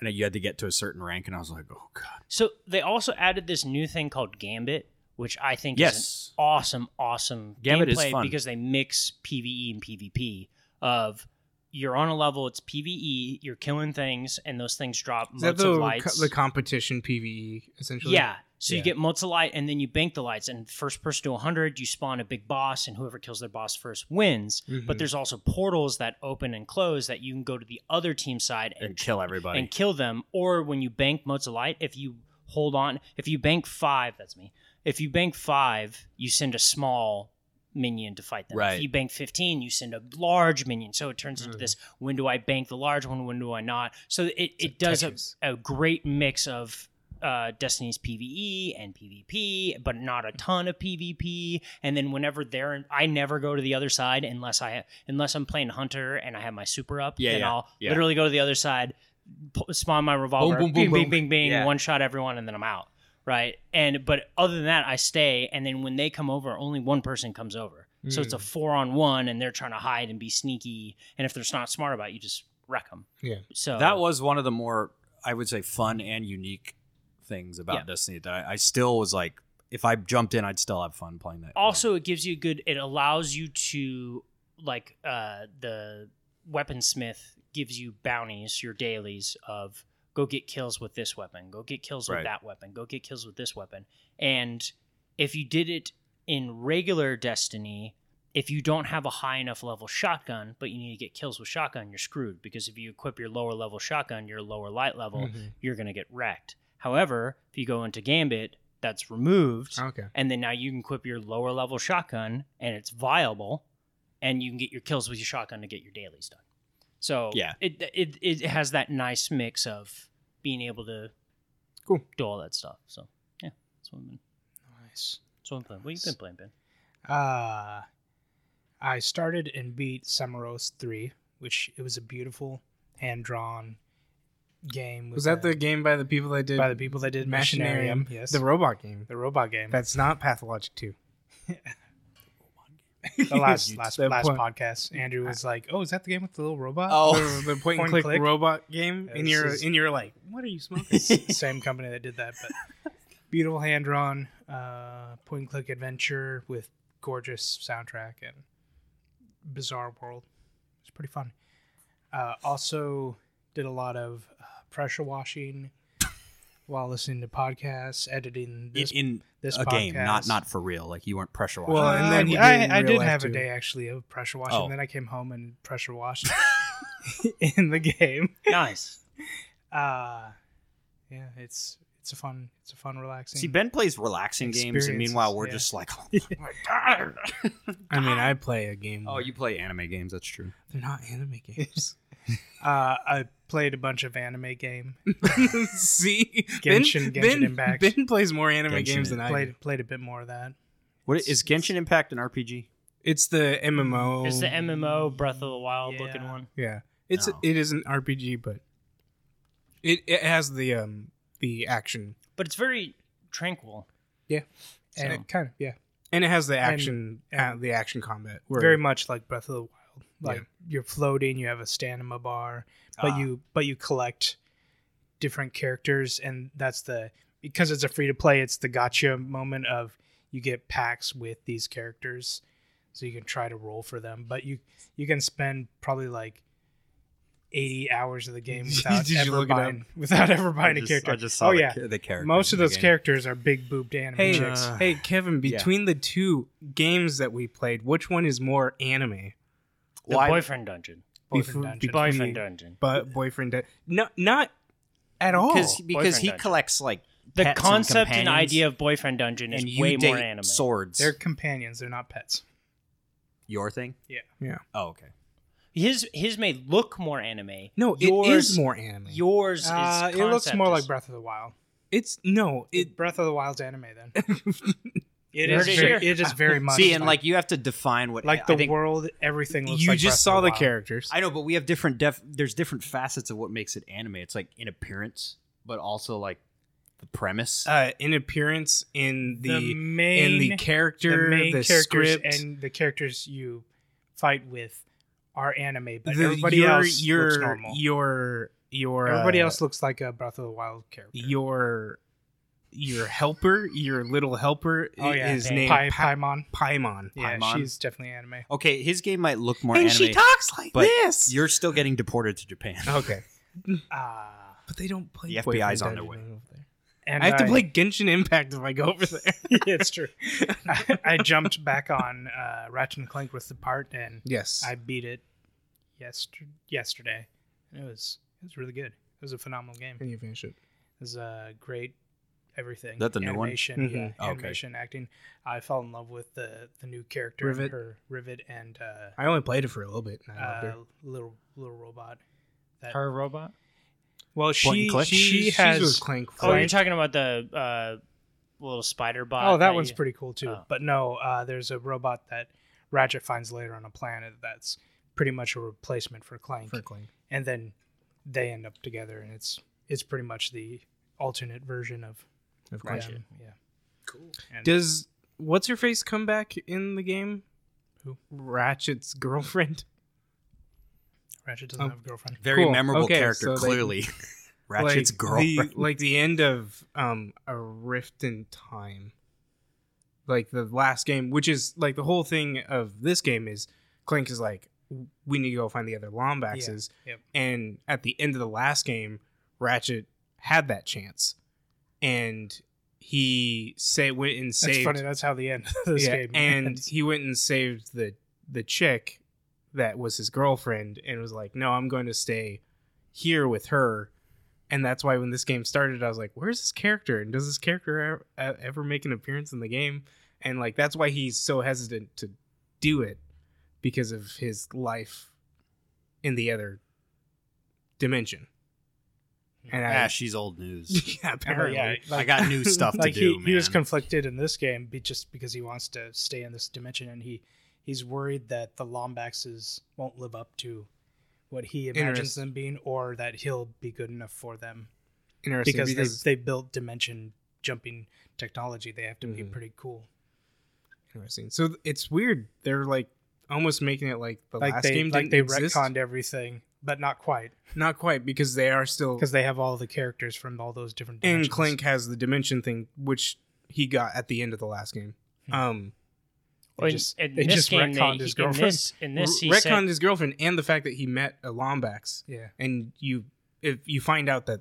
S3: and then you had to get to a certain rank and i was like oh god
S2: So they also added this new thing called Gambit, which I think is an
S3: yes
S2: awesome, awesome
S3: Gambit is
S2: gameplay
S3: fun.
S2: because they mix PVE and PvP of you're on a level, it's PVE, you're killing things, and those things drop
S4: Is that
S2: motes
S4: the,
S2: of lights.
S4: the competition PVE essentially?
S2: Yeah. So you
S4: Yeah.
S2: get multi light and then you bank the lights. And first person to 100, you spawn a big boss, and whoever kills their boss first wins. But
S4: Mhm.
S2: there's also portals that open and close that you can go to the other team side and,
S3: and kill everybody
S2: and kill them. Or when you bank motes of light, if you hold on, if you bank five, that's me. If you bank five, you send a small minion to fight them.
S3: Right.
S2: If you bank 15, you send a large minion. So it turns into this when do I bank the large one? When do I not? So it, it does a,
S4: Tetris.
S2: a great mix of uh, Destiny's PVE and PvP, but not a ton of PvP. And then whenever they're, in, I never go to the other side unless I unless I'm playing Hunter and I have my super up.
S3: Yeah,
S2: then
S3: yeah,
S2: I'll
S3: yeah.
S2: literally go to the other side, p- spawn my revolver,
S3: boom,
S2: bing,
S3: boom,
S2: bing,
S3: boom.
S2: bing, bing,
S3: Yeah.
S2: one shot everyone, and then I'm out. Right. And but other than that, I stay. And then when they come over, only one person comes over. So
S3: Hmm.
S2: it's a four on one, and they're trying to hide and be sneaky. And if they're not smart about it, you just wreck them.
S4: Yeah.
S2: So
S3: that was one of the more i would say fun and unique things about
S2: Yeah.
S3: destiny that I, I still was like if i jumped in i'd still have fun playing that
S2: also it gives you a good it allows you to like uh the weaponsmith gives you bounties your dailies of go get kills with this weapon go get kills
S3: Right.
S2: with that weapon go get kills with this weapon and if you did it in regular destiny if you don't have a high enough level shotgun but you need to get kills with shotgun you're screwed because if you equip your lower level shotgun your lower light level
S4: Mhm.
S2: you're going to get wrecked however if you go into gambit that's removed
S4: Okay.
S2: and then now you can equip your lower level shotgun and it's viable and you can get your kills with your shotgun to get your dailies done so
S3: Yeah.
S2: it it, it has that nice mix of being able to
S4: Cool.
S2: do all that stuff so yeah that's what i've been,
S1: Nice.
S2: that's what I'm playing. What you been playing ben
S1: Uh, I started and beat Summeros 3, which it was a beautiful hand drawn game. with
S4: Was that
S1: a-
S4: the game by the people that did
S1: by the people that did Machinarium?
S4: Machinarium?
S1: Yes.
S4: The robot game.
S1: the robot game.
S4: That's not Pathologic 2.
S1: the last last,
S4: that
S1: last
S4: point-
S1: podcast, Andrew was like, "Oh, is that the game with the little robot?"
S3: oh
S4: the, the point
S1: Point
S4: and click,
S1: click.
S4: robot game, and
S1: This
S4: you're
S1: is-
S4: and you're like, what are you smoking?
S1: It's the same company that did that, but beautiful hand drawn uh, point and click adventure with gorgeous soundtrack and bizarre world. It's pretty fun. Uh, also, did a lot of uh, pressure washing while listening to podcasts, editing
S3: in,
S1: this
S3: in
S1: this
S3: a game not
S1: podcast.
S3: not for real like you weren't pressure washing
S4: Well,
S1: Uh,
S4: and then he
S1: I,
S4: did in
S1: I
S4: real
S1: did
S4: life,
S1: have a
S4: too.
S1: day actually of pressure washing.
S3: Oh.
S1: And then I came home and pressure washed in the game.
S2: nice
S1: Uh yeah, it's it's a fun it's a fun relaxing.
S3: See, Ben plays relaxing games, and meanwhile, we're
S1: Experiences,
S3: just like, oh my god.
S4: I mean, I play a game.
S3: oh, you play anime games? That's true.
S4: They're not anime games.
S1: uh I played a bunch of anime game.
S4: See,
S1: Genshin-
S4: ben,
S1: Genshin
S4: ben,
S1: Impact.
S4: ben plays more anime
S3: Genshin
S4: games than I do.
S1: Played played a bit more of that.
S3: What is Genshin Impact an RPG?
S4: It's the MMO.
S2: It's the MMO Breath of the Wild
S1: Yeah.
S2: looking one.
S4: Oh, Yeah, it's
S3: No.
S4: it is an RPG, but it it has the um the action
S2: But it's very tranquil.
S1: And
S2: So-
S1: it kind of yeah.
S4: and it has the
S1: And-
S4: action uh, the action combat. Where,
S1: Very much like Breath of the Wild. Like
S4: Yeah.
S1: you're floating, you have a stamina bar, but
S3: Ah.
S1: you but you collect different characters and that's the because it's a free to play, it's the gotcha moment of you get packs with these characters so you can try to roll for them, but you you can spend probably like 80 hours of the game
S4: Did
S1: without
S4: you
S1: ever
S4: look it up?
S1: buying without ever buying a
S3: Ah, I just-
S1: character.
S3: I just saw
S1: oh
S3: the
S1: yeah.
S3: ca- the character.
S1: Most of those characters are big boobed anime
S4: hey
S1: chicks.
S3: Uh,
S4: hey Kevin,
S3: yeah.
S4: between the two games that we played, which one is more anime?
S2: The
S3: Why-
S2: boyfriend dungeon.
S1: Boyfriend
S4: Befo-
S1: dungeon.
S4: befo-
S2: Boyfriend
S4: Me.
S2: dungeon.
S4: But boyfriend, de- no, not at all.
S3: because because he
S2: Boyfriend dungeon.
S3: collects like
S2: The
S3: pets and
S2: concept and,
S3: companions,
S2: idea of boyfriend dungeon is
S3: and you
S2: way
S3: date
S2: more anime.
S3: swords.
S1: They're companions, they're not pets.
S3: your thing.
S1: Yeah.
S4: Yeah.
S3: Oh, okay.
S2: His his may look more anime.
S4: no, it
S2: yours,
S4: is more anime.
S2: Yours is
S1: Uh, it looks
S2: concept
S1: more
S2: is-
S1: like Breath of the Wild.
S4: it's no, it
S1: It, Breath of the Wild's anime then. it
S2: You
S1: is
S2: heard it
S1: very,
S2: here.
S1: it is very much
S3: See, and like you have to define what
S1: like
S3: I
S1: the
S3: think-
S1: world everything looks
S4: you
S1: like Breath
S4: just
S1: of
S4: saw the
S1: Wild.
S4: characters.
S3: I know, but we have different def. There's different facets of what makes it anime. It's like in appearance, but also like the premise.
S4: uh, in appearance in the,
S1: main
S4: in the
S1: the
S4: character, the,
S1: main characters
S4: script,
S1: and the characters you fight with are anime, but
S4: the-
S1: everybody
S4: your,
S1: else
S4: your,
S1: looks normal.
S4: Your your
S1: everybody
S4: uh,
S1: else looks like a Breath of the Wild character.
S4: your your helper, your little helper.
S1: oh yeah,
S4: is
S1: Pai-
S4: named
S1: Pai-
S4: Pi-
S1: Paimon.
S4: Paimon.
S1: Yeah,
S3: Paimon.
S1: she's definitely anime.
S3: okay, his game might look more
S4: and
S3: anime.
S4: she talks like
S3: but
S4: this.
S3: You're still getting deported to Japan.
S4: okay,
S1: Ah,
S4: but they don't play.
S3: The FBI 's
S4: Boyfriend
S3: on their way.
S4: Dungeon over there.
S1: and uh,
S4: I have to
S1: I-
S4: play Genshin Impact if I go over there.
S1: it's true. I, I jumped back on uh, Ratchet and Clank with the part, and
S4: yes,
S1: I beat it yester- yesterday. It was it was really good. It was a phenomenal game. It
S4: and you finish it.
S1: was a great everything.
S3: That the new one?
S1: animation,
S4: Mhm.
S1: Yeah,
S3: Oh, okay.
S1: animation, acting. I fell in love with the the new character,
S4: Rivet.
S1: her Rivet, and uh,
S4: I only played it for a little bit. And I loved
S1: uh,
S4: her.
S1: little little robot.
S2: her robot.
S1: Well,
S3: Point and
S1: she
S3: click?
S1: she,
S4: She
S1: has.
S4: was Clank.
S2: Oh, you're talking about the uh, little spider bot.
S1: oh, that one's
S2: you-
S1: pretty cool too.
S2: Oh.
S1: But no, uh, there's a robot that Ratchet finds later on a planet that's pretty much a replacement for Clank.
S4: for Clank.
S1: and then they end up together and it's it's pretty much the alternate version of
S4: Of course.
S1: Ratchet. yeah cool and
S4: Does what's her face come back in the game?
S1: Who?
S4: Ratchet's girlfriend.
S1: ratchet doesn't
S4: um,
S1: have a girlfriend
S3: Very
S4: Cool.
S3: memorable
S4: Okay,
S3: character,
S4: so they-
S3: clearly. Ratchet's
S4: like
S3: girl.
S4: The, like the end of um a rift in time. Like the last game, which is like the whole thing of this game is Clank is like we need to go find the other Lombaxes.
S1: Yeah, yep.
S4: And at the end of the last game, Ratchet had that chance. And he say went and
S1: that's
S4: saved
S1: funny that's how the end of this
S4: Yeah,
S1: game
S4: and
S1: ends.
S4: he went and saved the the chick that was his girlfriend and was like, "No, I'm going to stay here with her." And that's why when this game started, I was like, "Where's this character? And does this character ever, ever make an appearance in the game?" And like that's why he's so hesitant to do it because of his life in the other dimension. And I,
S3: ah, she's old news.
S4: yeah, apparently,
S1: yeah,
S3: I got new stuff to
S1: like
S3: do,
S1: he, he was
S3: man.
S1: conflicted in this game be- just because he wants to stay in this dimension and he he's worried that the lombaxes won't live up to what he imagines
S4: Interest-
S1: them being or that he'll be good enough for them
S4: interesting
S1: because,
S4: because,
S1: they, they built dimension jumping technology they have to be
S4: Mhm.
S1: pretty cool
S4: Interesting. So th- it's weird. They're like almost making it like the
S1: like
S4: last
S1: they
S4: game
S1: like
S4: didn't
S1: they
S4: exist.
S1: retconned everything, but not quite
S4: Not quite because they are still.
S1: because they have all the characters from all those different. Dimensions.
S4: And Clank has the dimension thing, which he got at the end of the last game.
S1: Hmm.
S4: Um,
S1: They
S2: in-
S1: just-
S2: in
S1: they
S2: this
S1: just
S2: game, they-
S1: retconned his
S2: In this, in this he
S4: retconned
S2: said-
S4: his girlfriend and the fact that he met a Lombax,
S1: yeah,
S4: and you if you find out that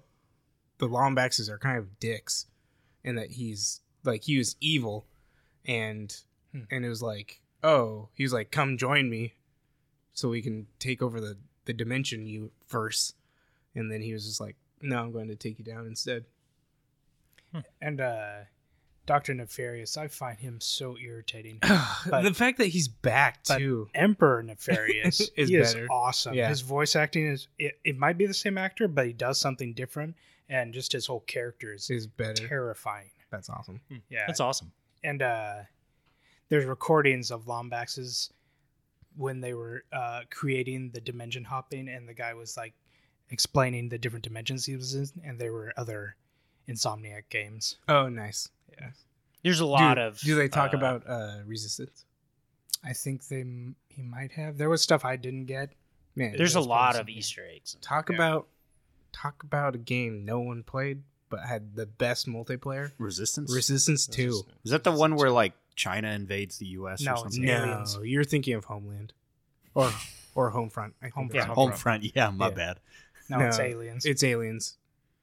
S4: the Lombaxes are kind of dicks, and that he's like he was evil, and
S1: Hmm.
S4: and it was like oh he was like come join me, so we can take over the the dimension you first, and then he was just like no, I'm going to take you down instead.
S1: And uh, Doctor Nefarious, I find him so irritating. But-
S4: the fact that he's back
S1: but-
S4: too.
S1: Emperor Nefarious
S4: Is
S1: is he
S4: better.
S1: is awesome.
S4: Yeah.
S1: His voice acting is it, it might be the same actor, but he does something different, and just his whole character is
S4: is better.
S1: terrifying.
S4: That's awesome.
S1: Yeah,
S2: That's awesome.
S1: and uh, there's recordings of Lombax's when they were uh, creating the dimension hopping, and the guy was like explaining the different dimensions he was in, and there were other Insomniac games.
S4: Oh, nice.
S2: There's a lot
S4: do,
S2: of.
S4: Do they talk
S2: uh,
S4: about uh resistance?
S1: I think they m- he might have. There was stuff I didn't get.
S4: Man,
S2: There's a
S4: that's
S2: lot
S4: awesome.
S2: of Easter eggs.
S4: Talk
S1: Yeah.
S4: about talk about a game no one played but had the best multiplayer.
S3: Resistance.
S4: Resistance Two.
S3: Is that the one where like China invades the U.S.
S1: No,
S3: or
S1: it's
S3: something?
S1: not.
S4: No,
S1: Aliens.
S4: you're thinking of Homeland, or or Homefront. I think
S1: Homefront.
S4: that's
S1: Yeah,
S3: Home front. Yeah, my
S4: Yeah.
S3: bad.
S1: No, it's
S4: No,
S1: aliens.
S4: It's aliens.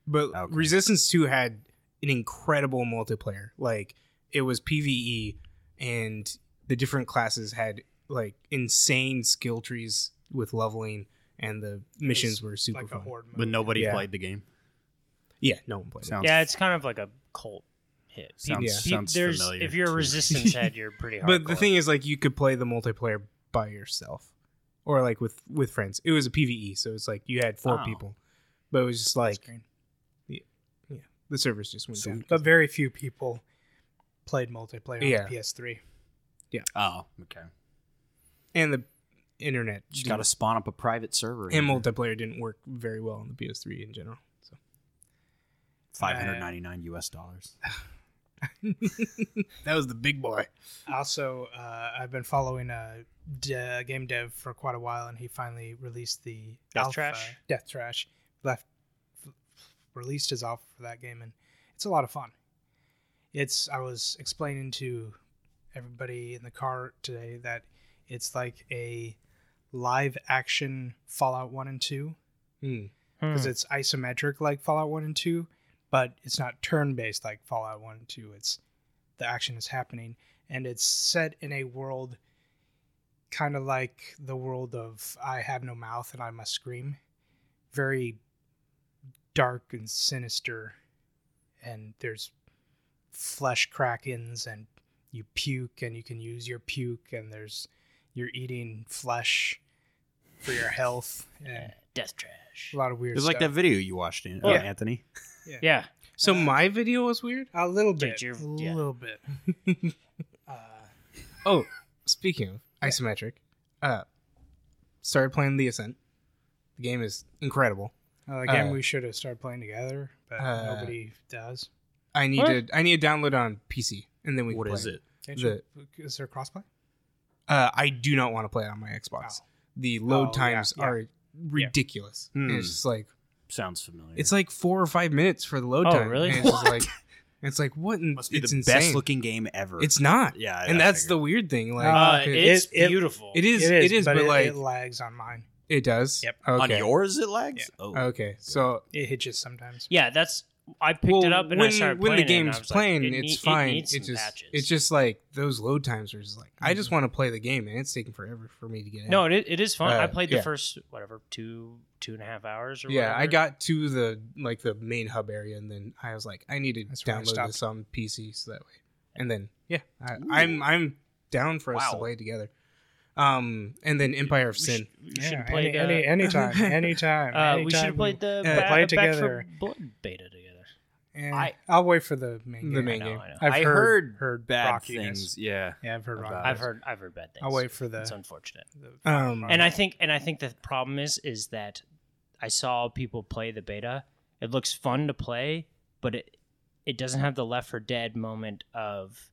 S4: But
S3: Okay.
S4: Resistance 2 had an incredible multiplayer. Like it was PvE and the different classes had like insane skill trees with leveling and the missions were super
S1: like a
S4: fun.
S1: horde mode.
S3: But nobody
S4: Yeah.
S3: played the game.
S4: Yeah, no one played. it.
S3: Sounds
S2: Yeah, it's kind of like a cult hit.
S3: sounds,
S4: Yeah.
S3: sounds
S2: there's,
S3: familiar.
S2: if you're a
S3: to-
S2: resistance head, you're pretty hard.
S4: But the thing is like you could play the multiplayer by yourself or like with with friends. It was a PvE, so it's like you had four
S3: Oh.
S4: people. But it was just like
S1: Screen.
S4: the servers just went down.
S1: but very few people played multiplayer on
S4: Yeah.
S1: the PS3.
S3: oh, okay.
S4: And the internet
S3: Just
S4: didn't
S3: got to spawn up a private server.
S4: and multiplayer didn't work very well on the PS3 in general. So
S3: Five hundred ninety nine U.S. dollars.
S4: that was the big boy.
S1: Also, uh, I've been following a de- game dev for quite a while, and he finally released the
S2: Death
S1: alpha-
S2: Trash?
S1: Death Trash left f- released his alpha for that game, and it's a lot of fun. It's I was explaining to everybody in the car today that it's like a live action Fallout One and Two
S2: Hmm.
S1: because it's isometric like Fallout 1 and 2, but it's not turn based like Fallout 1 and 2. It's the action is happening and it's set in a world kind of like the world of I have no mouth and I must scream. Very dark and sinister and there's flesh krakens and you puke and you can use your puke and there's you're eating flesh for your health and
S2: Uh, death
S1: a
S2: trash.
S1: lot of weird
S3: It was
S1: stuff.
S3: like that video you watched, An- uh,
S2: Yeah.
S3: Anthony.
S2: Yeah,
S4: So my video was weird.
S1: A little
S2: Dude,
S1: bit.
S2: you're-
S1: a
S2: yeah.
S1: little bit. uh,
S4: Oh, speaking of isometric, uh, started playing The Ascent. The game is incredible.
S1: well, again,
S4: Uh,
S1: we should have started playing together, but
S4: uh,
S1: nobody does.
S4: I need
S2: What?
S4: to I need to download on PC and then we
S3: What
S4: can play
S3: is it?
S1: Can't
S4: the-
S1: you- is there crossplay?
S4: Uh, I do not want to play it on my Xbox. The load
S1: Oh, yeah,
S4: times
S1: yeah.
S4: are ridiculous.
S3: Hmm.
S4: And It's just like
S3: Sounds familiar.
S4: it's like four or five minutes for the load
S2: Oh,
S4: time.
S2: really?
S4: And it's just like it's like what? In,
S3: must be
S4: it's
S3: the
S4: insane.
S3: best looking game ever.
S4: It's not.
S3: yeah, I-
S4: and
S3: I
S4: that's
S3: figured.
S4: the weird thing. Like
S1: Uh,
S4: it-
S2: it's
S1: it- it-
S2: beautiful.
S4: It is. It is. but,
S1: it,
S4: like
S1: it
S4: it,
S1: lags on mine.
S4: does.
S1: Yep.
S4: Okay. Uh,
S3: on yours. It lags.
S1: Yeah.
S3: Oh,
S4: Okay. So
S1: It hitches sometimes.
S2: Yeah, that's. I picked
S4: well,
S2: it up and
S4: when
S2: I started
S4: when
S2: playing
S4: the game's
S2: it, and I was like,
S4: playing,
S2: it
S4: it's
S2: need-
S4: fine.
S2: It, needs some
S4: just
S2: patches. Mm-hmm.
S4: it's just like those load times are just like I just want to play the game and it's taking forever for me to get in.
S2: no, it, it is fun.
S4: Uh,
S2: I played the
S4: yeah.
S2: first whatever two two and a half hours or
S4: Yeah, I
S2: whatever.
S4: got to the like the main hub area and then I was like I need to
S1: That's where I
S4: download
S1: stopped.
S4: this on PC so that way. And then yeah, I, I'm I'm down for us to
S3: Wow.
S4: play together. Um, and then Empire of
S2: We should,
S4: Sin.
S2: we
S1: Yeah,
S2: should play
S1: any,
S2: the-
S1: any, anytime, anytime.
S2: Uh, we should
S1: anytime
S2: have played the
S1: Yeah,
S2: ba-
S1: play it
S2: Back for
S1: together.
S2: Blood beta together.
S1: Eh,
S3: I-
S1: I'll wait for the main
S4: The
S1: game.
S4: main
S2: I
S4: game.
S2: know, I know.
S1: I've
S3: I
S1: heard,
S3: heard
S1: heard
S3: bad
S1: rockiness.
S3: things. Yeah.
S1: Yeah, I've heard
S3: about
S1: rockiness.
S2: I've heard I've heard bad things.
S1: I'll wait for the.
S2: It's unfortunate.
S1: the-
S4: Um,
S2: And I think and I think the problem is is that I saw people play the beta. It looks fun to play, but it it doesn't have the Left for Dead moment of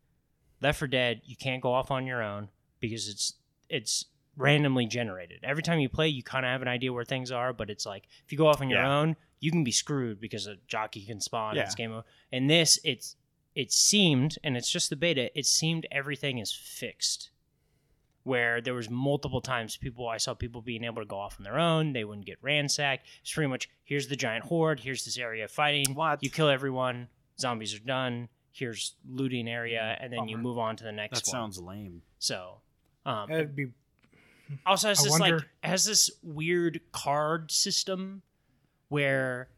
S2: Left for Dead. You can't go off on your own because it's it's randomly generated. Every time you play, you kind of have an idea where things are, but it's like if you go off on your
S3: Yeah.
S2: own, you can be screwed because a jockey can spawn.
S3: Yeah.
S2: It's game over. And this, it's it seemed, and it's just the beta. It seemed everything is fixed where there was multiple times people I saw people being able to go off on their own. They wouldn't get ransacked. It's pretty much here's the giant horde. Here's this area of fighting.
S3: What?
S2: You kill everyone. Zombies are done. Here's looting area, and then you
S1: Bummer.
S2: move on to the
S3: Mm,
S2: next
S3: That
S2: one.
S3: sounds lame.
S2: so. Um,
S1: That'd uh, be
S2: also has
S1: I
S2: this like
S1: wonder-
S2: has this weird card system where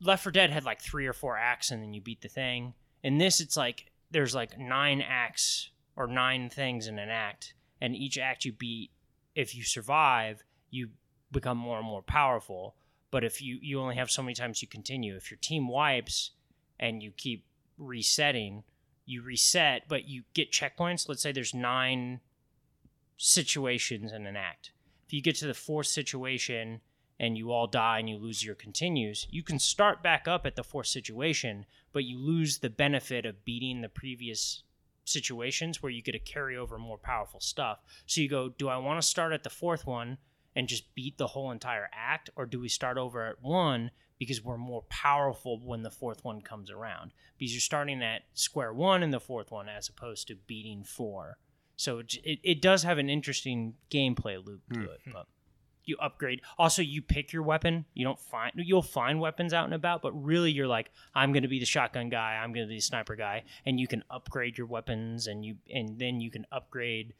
S2: Left for Dead had like three or four acts, and then you beat the thing. In this, it's like there's like nine acts or nine things in an act, and each act you beat, if you survive, you become more and more powerful. But if you you only have so many times you continue, if your team wipes and you keep resetting, you reset, but you get checkpoints. Let's say there's nine situations in an act. If you get to the fourth situation and you all die and you lose your continues, you can start back up at the fourth situation, but you lose the benefit of beating the previous situations where you get to carry over more powerful stuff. So you go, do I want to start at the fourth one and just beat the whole entire act, or do we start over at one because we're more powerful when the fourth one comes around? Because you're starting at square one in the fourth one as opposed to beating four. So it, it, it does have an interesting gameplay loop
S3: Hmm.
S2: to it, but you upgrade. Also, you pick your weapon. You don't find you'll find weapons out and about, but really you're like, I'm going to be the shotgun guy. I'm going to be the sniper guy, and you can upgrade your weapons, and you and then you can upgrade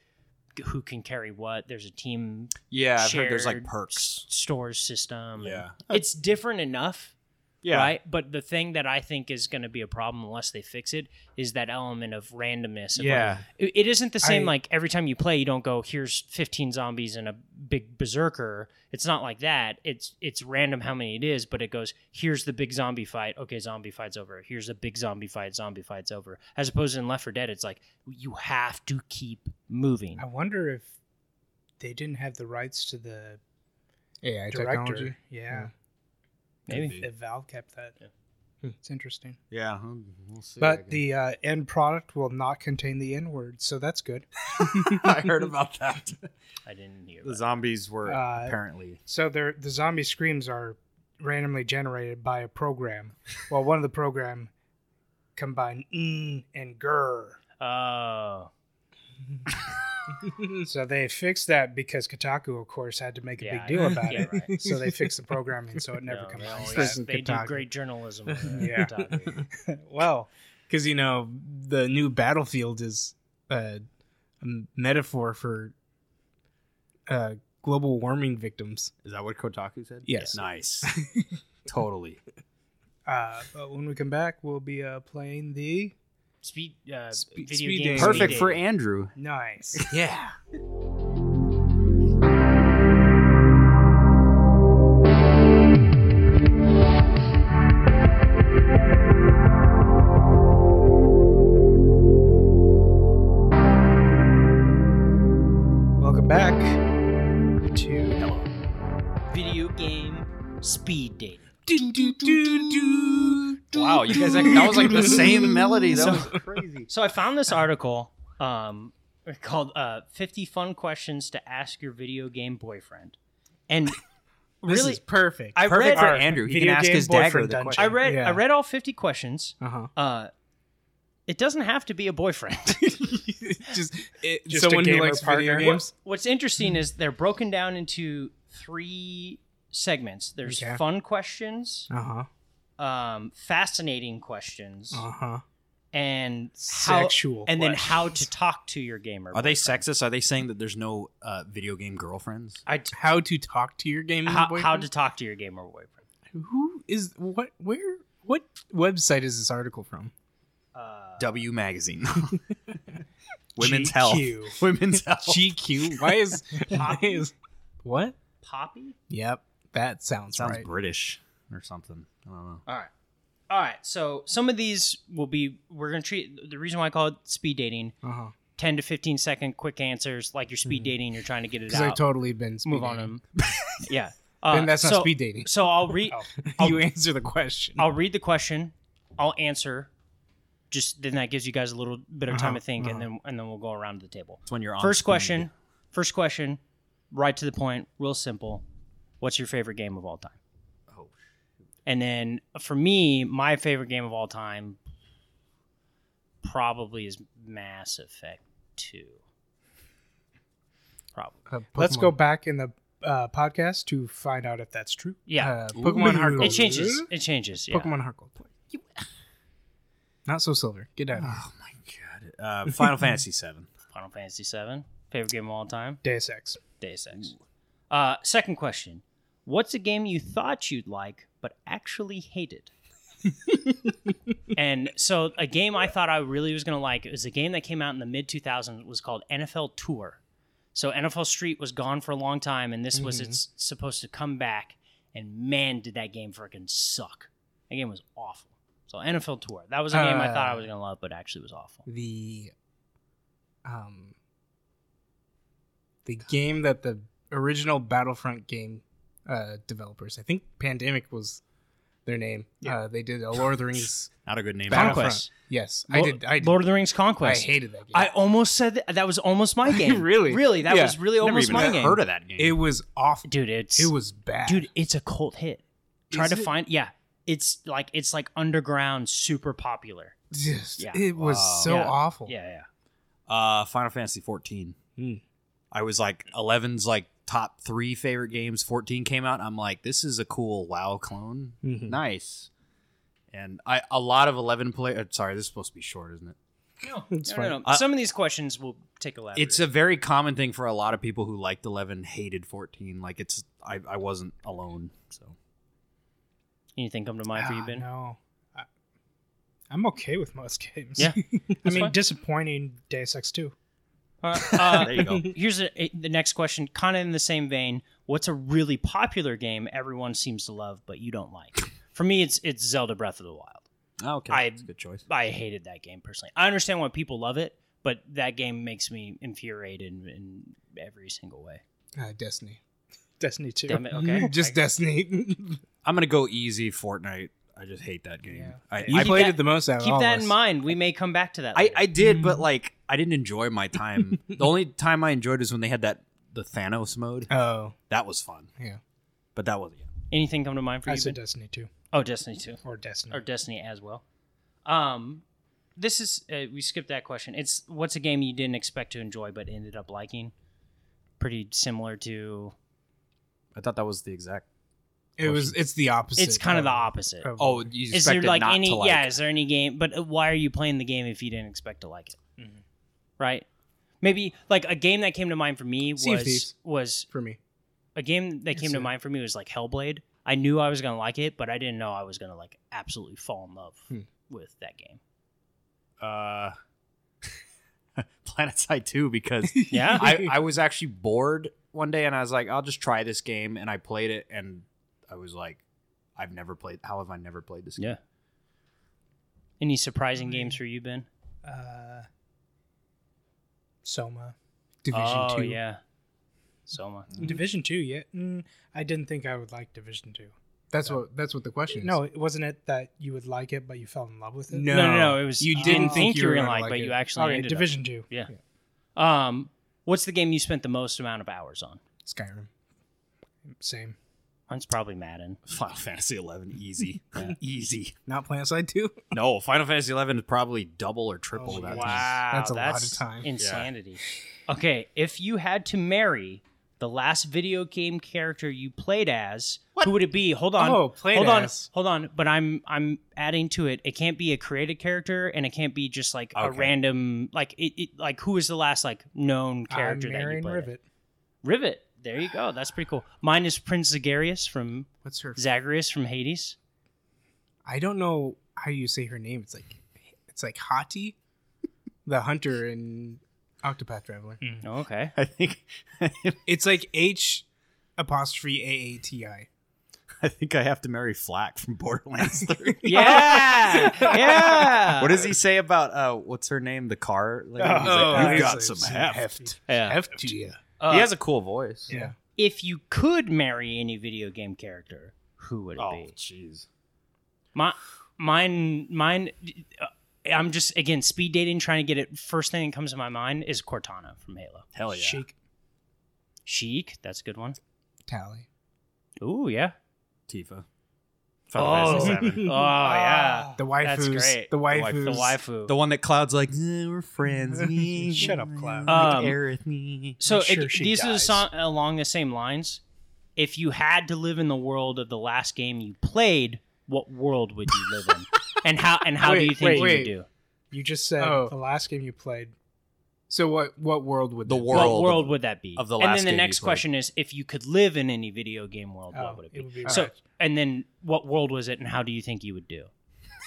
S2: who can carry what. There's a team
S3: Yeah, I've heard there's like
S2: shared
S3: perks.
S2: s- stores system. and
S3: Yeah.
S2: it's different enough,
S3: Yeah.
S2: right? But the thing that I think is going to be a problem unless they fix it is that element of randomness. of, like, it it isn't the same.
S1: I-
S2: like every time you play, you don't go here's 15 zombies and a big berserker. It's not like that. It's it's random how many it is, but it goes here's the big zombie fight. Okay, zombie fight's over. Here's a big zombie fight. Zombie fight's over. As opposed to in Left 4 Dead, it's like you have to keep moving.
S1: I wonder if they didn't have the rights to the
S4: AI
S1: director.
S4: technology.
S1: Yeah,
S2: Maybe.
S1: if Valve kept that. It's interesting,
S3: Yeah, hmm, we'll see. I
S1: but
S3: guess.
S1: the uh, end product will not contain the N word, so that's good.
S3: I heard about that.
S2: I didn't hear.
S3: The
S2: That.
S3: zombies were
S1: Uh,
S3: apparently
S1: So they're, the zombie screams are randomly generated by a program. well, one of the program combined "n" and "grr."
S2: Oh, Mm-hmm.
S1: So they fixed that because Kotaku, of course, had to make a
S2: yeah,
S1: big deal
S2: I-
S1: about
S2: yeah,
S1: it.
S2: Right.
S1: So they fixed the programming, so it never
S2: No,
S1: comes
S2: they,
S1: out.
S2: always-
S4: This is
S2: they do
S4: Kotaku.
S2: great journalism.
S1: Yeah.
S2: yeah.
S1: Well,
S4: because you know the new battlefield is uh, a metaphor for uh, global warming victims.
S3: Is that what Kotaku said?
S4: Yes.
S3: Nice. totally.
S1: uh, but when we come back, we'll be uh, playing the
S2: Speed, uh,
S4: Spe-
S2: video
S4: speed
S2: game
S4: dating.
S2: speed
S3: Perfect for
S2: dating.
S3: Andrew.
S1: nice.
S4: Yeah.
S1: Welcome back to
S2: video game speed dating.
S3: Wow, you guys, that was like the same melody. That
S2: So-
S3: was crazy.
S2: So I found this article um, called uh, 50 Fun Questions to Ask Your Video Game Boyfriend. And
S4: This
S2: really,
S4: is perfect.
S2: I
S3: Perfect
S2: read,
S3: for Andrew. He can
S1: video
S3: ask
S1: game
S3: his dagger
S1: boyfriend
S3: the
S1: dungeon.
S3: question.
S2: I, read
S4: Yeah.
S2: I read all 50 questions.
S4: uh
S1: Uh-huh.
S4: huh.
S2: Uh, it doesn't have to be a boyfriend.
S4: just it,
S1: Just a
S4: someone who
S1: gamer
S4: likes
S1: partner.
S4: video games.
S2: What's interesting is they're broken down into three segments there's
S4: Okay.
S2: fun questions,
S4: Uh
S1: Uh-huh,
S4: huh.
S2: um, fascinating questions,
S4: Uh
S1: uh-huh.
S4: huh.
S2: and how,
S1: sexual
S2: and then how to talk to your gamer.
S3: Are they
S2: boyfriend.
S3: sexist? Are they saying that there's no uh, video game girlfriends?
S2: I t-
S4: How to talk to your gaming
S2: how,
S4: boyfriend?
S2: how to talk to your gamer boyfriend.
S4: Who is what? Where? What website is this article from?
S2: Uh,
S3: W Magazine. Women's
S1: GQ.
S3: health. Women's health.
S4: GQ. Why is why is what?
S2: Poppy.
S4: Yep, that sounds,
S3: Sounds
S4: right.
S3: British or something. I don't know.
S2: All right. All right. So some of these will be. We're gonna treat the reason why I call it speed dating.
S4: Uh
S1: Uh-huh.
S4: huh.
S2: Ten to fifteen second quick answers, like you're
S4: Mm-hmm.
S2: speed dating. You're trying to get it
S4: Because I've
S2: out.
S4: totally been speed
S2: Move on
S4: dating.
S2: them. yeah. Uh,
S4: then that's not
S2: so,
S4: speed dating. Oh.
S2: So I'll read.
S4: you answer the question.
S2: I'll read the question. I'll answer. Just then, that gives you guys a little bit of time
S4: Uh-huh,
S2: to think, and then and then we'll go around the table.
S3: It's when you're on
S2: First
S3: speed.
S2: question. First question. Right to the point. Real simple. What's your favorite game of all time?
S3: Oh,
S2: And then for me, my favorite game of all time probably is Mass Effect 2. Probably.
S4: Uh,
S1: Let's
S4: Pokemon.
S1: go back in the uh, podcast to find out if that's true.
S2: Yeah.
S4: Uh, Pokemon
S1: Ooh.
S4: Heart Gold.
S2: it changes. It changes. Yeah.
S4: Pokemon Heart Gold. Not so silver. Get out. of
S2: Ah.
S4: here.
S3: Oh my god. Uh, Final Fantasy VII.
S2: Final Fantasy 7. Favorite game of all time?
S1: Deus Ex.
S2: Deus Ex. Uh, second question. What's a game you thought you'd like but actually hated. and so a game I thought I really was going to like is a game that came out in the mid 2000s It was called NFL Tour. So NFL Street was gone for a long time and this was
S4: Mm-hmm.
S1: Mhm.
S2: it's supposed to come back and man did that game freaking suck. That game was awful. So NFL Tour. That was a game I thought I
S4: Uh.
S2: was going to love but actually was awful.
S4: the um the game that the original Battlefront game uh developers, I think Pandemic was their name.
S1: Yeah.
S4: Uh they did a Lord of the Rings
S3: Not a good name.
S2: Battle-
S4: Battlefront.
S2: Conquest.
S4: Yes, I
S2: Lo-
S4: did I did.
S2: Lord of the Rings
S4: I
S2: Conquest.
S4: hated that game.
S2: I almost said that, that was almost my game.
S4: Really?
S2: Really, that
S4: Yeah.
S2: was really
S3: Never
S2: almost
S3: even
S2: my
S3: heard
S2: game.
S3: of that game.
S4: it was awful.
S2: dude, it's
S4: It was bad.
S2: dude, it's a cult hit. Try
S4: Is
S2: to
S4: it?
S2: find yeah. It's like it's like underground, super popular.
S4: Just-
S2: Yeah.
S4: it was
S3: Wow.
S4: so
S2: Yeah.
S4: awful.
S2: Yeah, yeah.
S3: uh, Final Fantasy 14.
S4: Hmm.
S3: I was like 11's like top three favorite games. 14 came out. I'm like, this is a cool WoW clone.
S4: Mhm.
S3: Nice. And I a lot of 11 play. uh, Sorry, this is supposed to be short, isn't it?
S2: No,
S4: It's
S2: no, no,
S4: fine.
S2: no.
S3: Uh,
S2: Some of these questions will take a lab.
S3: It's a very common thing for a lot of people who liked 11 hated 14. Like it's I I wasn't alone. So
S2: anything come to mind for you,
S1: Ah,
S2: Ben?
S1: No, I, I'm okay with most games.
S2: Yeah.
S1: I mean,
S2: fine.
S1: disappointing Deus Ex Two.
S2: Uh, uh,
S3: there you go.
S2: here's a, a- the next question, kind of in the same vein. What's a really popular game everyone seems to love but you don't like? For me, it's it's Zelda Breath of the Wild.
S3: Oh, okay,
S2: I-
S3: that's a good choice.
S2: I hated that game personally. I understand why people love it, but that game makes me infuriated in, in every single way.
S4: Uh, Destiny.
S1: Destiny Two.
S2: Damn it. Okay.
S4: Just Destiny.
S3: I'm gonna go easy Fortnite. I just hate that game.
S1: Yeah.
S3: I,
S4: you
S3: I,
S4: played
S2: that-
S4: it the most out of
S2: Keep
S4: all
S2: that
S4: of
S2: in
S4: us.
S2: mind. We may come back to that.
S3: I,
S2: later.
S3: I did, but like I didn't enjoy my time. the only time I enjoyed is when they had that the Thanos mode.
S4: Oh,
S3: That was fun.
S4: yeah.
S3: But that wasn't.
S2: Anything come to mind for
S1: I
S2: you?
S1: said
S2: Ben?
S1: Destiny Two
S2: Oh, Destiny 2.
S1: or Destiny.
S2: Or Destiny as well. Um, this is, uh, we skipped that question. It's what's a game you didn't expect to enjoy but ended up liking? Pretty similar to,
S3: I thought that was the exact.
S4: It was it's the opposite.
S2: it's kind of the
S4: of-
S2: opposite.
S4: of-
S3: Oh, you
S2: Is there
S3: expected
S2: like
S3: not
S2: any,
S3: to like.
S2: yeah, is there any game, but uh, why are you playing the game if you didn't expect to like it?
S3: Mm-hmm.
S2: Right? Maybe like a game that came to mind for me
S4: Sea of
S2: was,
S4: Thieves.
S2: was
S4: for me.
S2: a game that came to
S4: sir.
S2: mind for me was like Hellblade. I knew I was gonna like it, but I didn't know I was gonna like absolutely fall in love
S4: Hmm.
S2: with that game.
S3: Uh, Planetside Two because
S2: Yeah,
S3: I I was actually bored one day and I was like I'll just try this game and I played it and I was like I've never played. How have I never played this game?
S2: yeah. Any surprising games for you, Ben?
S1: Uh, Soma.
S4: Division
S2: oh
S4: Two.
S2: yeah, Soma.
S1: Division Two. Yeah, mm, I didn't think I would like Division Two.
S4: That's what that's what the question is.
S1: No, it wasn't it that you would like it, but you fell in love with it.
S2: No,
S4: No.
S2: no, no, It was
S4: you
S2: you
S4: didn't think
S2: you were gonna like,
S4: like
S2: but
S4: it.
S2: you actually
S1: Okay,
S2: ended up-
S1: Division Two.
S2: Yeah. Um, what's the game you spent the most amount of hours on?
S4: Skyrim.
S1: Same.
S2: Mine's probably Madden.
S3: Final Fantasy Eleven, easy, easy.
S4: Not Planetside Two.
S3: No, Final Fantasy Eleven is probably double or triple
S4: Oh,
S3: that.
S2: Wow,
S4: That's a lot of time.
S2: Insanity. Okay, if you had to marry the last video game character you played as, who would it be? Hold on.
S4: Oh, played
S2: hold
S4: as.
S2: on. Hold on. But I'm I'm adding to it. It can't be a created character, and it can't be just like a
S3: Okay.
S2: random like it, it like who is the last like known character
S1: I'm
S2: that you
S1: marrying
S2: played?
S1: Rivet.
S2: Rivet. There you go. That's pretty cool. Mine is Prince Zagarius from
S4: What's her?
S2: Zagreus from Hades.
S4: I don't know how you say her name. It's like it's like Hati, the hunter in Octopath Traveler.
S2: Oh, okay.
S3: I think
S4: It's like H apostrophe A A T I.
S3: I think I have to marry Flack from Borderlands 3.
S2: Yeah. yeah.
S3: what does he say about uh what's her name? The car lady? He's
S4: Oh,
S3: like, You've
S4: he's
S3: got
S4: like,
S3: some
S4: some
S3: heft.
S2: Yeah.
S4: F T
S2: Uh,
S3: he has a cool voice.
S4: Yeah.
S2: if you could marry any video game character, who would it
S3: Oh
S2: be?
S3: jeez.
S2: My, mine, mine. Uh, I'm just again speed dating, trying to get it. First thing that comes to my mind is Cortana from Halo.
S3: Hell yeah.
S1: Sheik.
S2: Sheik, that's a good one.
S4: Tally.
S2: Ooh yeah.
S3: Tifa.
S2: oh,
S3: Final Fantasy VII.
S2: oh yeah.
S1: Ah.
S4: The waifus.
S2: That's great.
S4: The
S3: waifu.
S4: waifus.
S2: The waifu.
S3: The one that Cloud's like, "Eh, we're friends. me."
S1: Shut up, Cloud.
S3: Like,
S2: Um,
S3: Aerith, me.
S2: so
S1: I'm sure
S2: ag-
S1: she
S2: these are the
S1: dies.
S2: song along the same lines. If you had to live in the world of the last game you played, what world would you live in? And how and how do
S4: Wait,
S2: you think
S4: wait,
S2: you
S4: wait.
S2: would do?
S1: You just said
S4: Oh.
S1: the last game you played
S4: So what what world would
S3: The
S4: that be?
S2: what
S3: world
S2: world would that be?
S3: of the
S2: and
S3: last
S2: then the
S3: game you
S2: next
S3: played.
S2: question is if you could live in any video game world,
S1: Oh,
S2: what would it be?
S1: it would be
S2: so,
S1: right.
S2: and then what world was it, and how do you think you would do?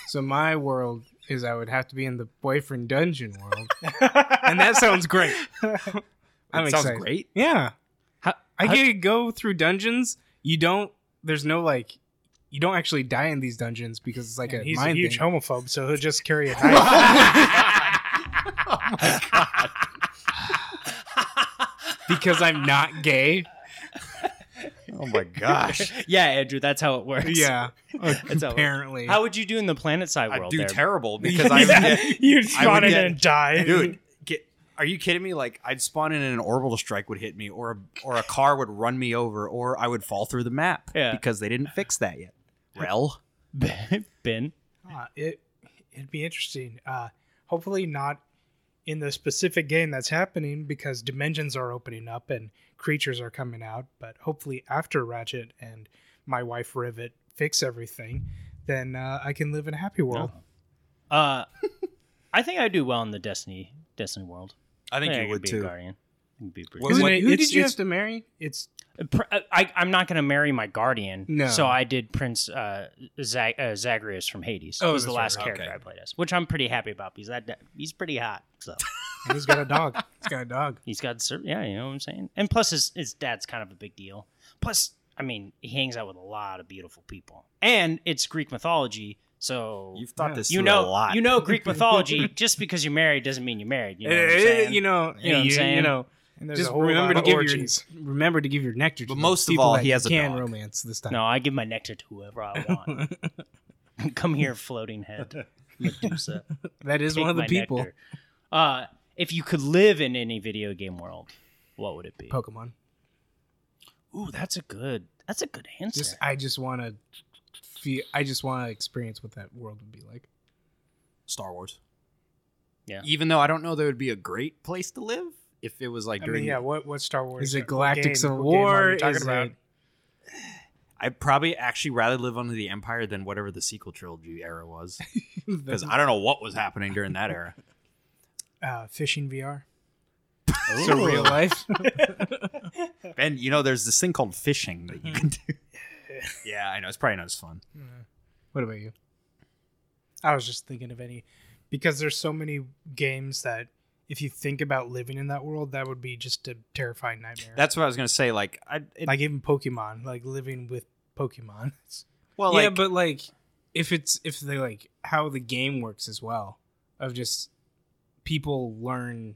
S4: So my world is I would have to be in the boyfriend dungeon world, and that sounds great. I'm
S3: It sounds
S4: excited.
S3: great.
S4: Yeah,
S2: How,
S4: I
S2: how-
S4: get to go through dungeons. You don't. There's no like. You don't actually die in these dungeons because it's like
S1: And
S4: a
S1: he's a
S4: mind
S1: huge
S4: thing. Oh
S1: homophobe, so he'll just carry a knife.
S4: because I'm not gay.
S3: Oh my gosh.
S2: yeah, Andrew, that's how it works.
S4: yeah,
S2: That's how it works.
S4: apparently.
S2: How would you do in the planet side
S3: I
S2: world?
S3: do
S2: there?
S3: terrible because I'm
S1: You'd
S3: I
S1: spawn
S3: would
S1: in
S3: get-
S1: and die.
S3: dude. Get, are you kidding me? Like I'd spawn in and an orbital strike would hit me, or a, or a car would run me over, or I would fall through the map
S2: Yeah.
S3: because they didn't fix that yet. Rel,
S2: ben,
S1: Uh, it it'd be interesting. Uh, hopefully not in the specific game that's happening because dimensions are opening up and creatures are coming out. But hopefully after Ratchet and my wife Rivet fix everything, then uh, I can live in a happy world.
S2: Oh, uh, I think I do well in the Destiny Destiny world.
S3: I think you
S2: I could
S3: would
S2: be a
S3: too.
S2: guardian. I could be pretty
S3: What-
S4: Isn't
S1: what-
S4: it- who
S1: it's-
S4: did you
S1: it's-
S4: have to marry?
S1: It's
S2: Pr- uh, I, I'm not going to marry my guardian.
S4: No.
S2: So I did Prince uh, Zag- uh, Zagreus from Hades.
S4: Oh,
S2: was the
S4: that's
S2: last
S4: right.
S2: character
S3: Okay.
S2: I played as, which I'm pretty happy about because that, that- he's pretty hot. So
S1: and he's got a dog.
S4: It's got a dog.
S2: he's got cer- yeah, you know what I'm saying. And plus, his his dad's kind of a big deal. Plus, I mean, he hangs out with a lot of beautiful people, and it's Greek mythology. So
S3: You've thought
S4: Yeah.
S3: this
S2: you
S3: through
S2: know
S3: a lot.
S2: you know Greek mythology. Just because you're married doesn't mean you're married. You know what I'm
S4: Eh,
S2: saying?
S4: you know,
S2: You know what I'm
S4: you-
S2: saying?
S4: you know,
S1: And there's
S4: just
S1: a whole
S4: remember to
S1: lot
S4: give
S1: of orgies.
S4: your remember to give your nectar. To
S3: But
S4: the
S3: most of
S4: people
S3: all,
S4: that
S3: he
S4: you
S3: has a
S4: can
S3: dog.
S4: romance this time.
S2: no, I give my nectar to whoever I want. Come here, floating head, Medusa.
S4: that is
S2: Take
S4: one of the
S2: my
S4: people.
S2: nectar. Uh, if you could live in any video game world, what would it be?
S4: Pokemon.
S2: Ooh, that's a good. That's a good answer.
S4: Just I just want to feel. I just want to experience what that world would be like.
S3: Star Wars.
S2: Yeah.
S3: Even though I don't know there would be a great place to live if it was like
S1: I
S3: during.
S1: mean, yeah. What what Star Wars?
S4: Is it
S1: what
S4: Galactic
S1: game-
S4: Civil
S1: what game are
S4: War?
S1: you talking
S4: Is
S1: about?
S4: it-
S3: I'd probably actually rather live under the Empire than whatever the sequel trilogy era was because I don't know what was happening during that era.
S1: Uh, fishing VR.
S4: so real life.
S3: And you know, there's this thing called fishing that you can do. yeah, I know. It's probably not as fun.
S4: what about you?
S1: I was just thinking of any because there's so many games that if you think about living in that world, that would be just a terrifying nightmare.
S3: That's what I was gonna say. Like, I it,
S1: like even Pokemon, like living with Pokemon. It's-
S3: well,
S4: yeah,
S3: like,
S4: but like if it's if they like how the game works as well of just people learn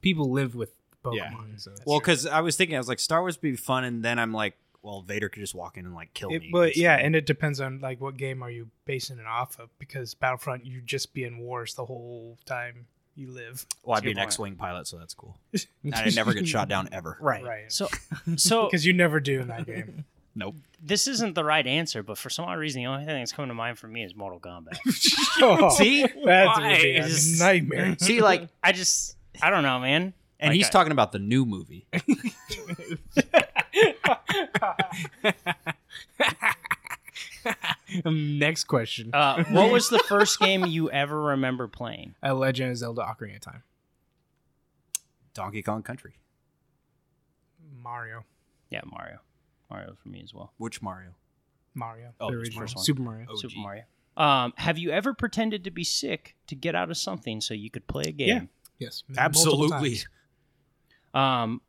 S4: people live with Pokemon.
S3: Yeah.
S4: So it's-
S3: well, because I was thinking, I was like, Star Wars would be fun, and then I'm like, well, Vader could just walk in and like kill
S1: It,
S3: me.
S1: but
S3: It's
S1: yeah,
S3: fine.
S1: and it depends on like what game are you basing it off of because Battlefront you just be in wars the whole time you live.
S3: well, I'd
S2: That's a
S3: be
S2: good
S3: an
S2: point.
S3: X-wing pilot, so that's cool. And I never get shot down ever.
S4: right.
S1: Right.
S2: so, so
S1: Because you never do in that game.
S3: Nope.
S2: this isn't the right answer, but for some odd reason, the only thing that's coming to mind for me is Mortal Kombat.
S3: See,
S1: Oh, That's a
S4: Why?
S2: Just-
S1: nightmare.
S3: see, like,
S2: I just, I don't know, man.
S3: and
S2: Like,
S3: he's
S2: I-
S3: talking about the new movie.
S4: Um, Next question.
S2: Uh, what was the first game you ever remember playing?
S4: A Legend of Zelda Ocarina of Time.
S3: Donkey Kong Country.
S1: Mario.
S2: Yeah, Mario. Mario for me as well.
S3: Which Mario?
S1: Mario.
S3: Oh,
S4: the
S3: it's
S4: original
S3: Mario.
S4: Super Mario.
S3: OG.
S2: Super Mario. Um, have you ever pretended to be sick to get out of something so you could play a game?
S4: Yes.
S1: Multiple
S3: Absolutely.
S1: times.
S2: Yeah. Um,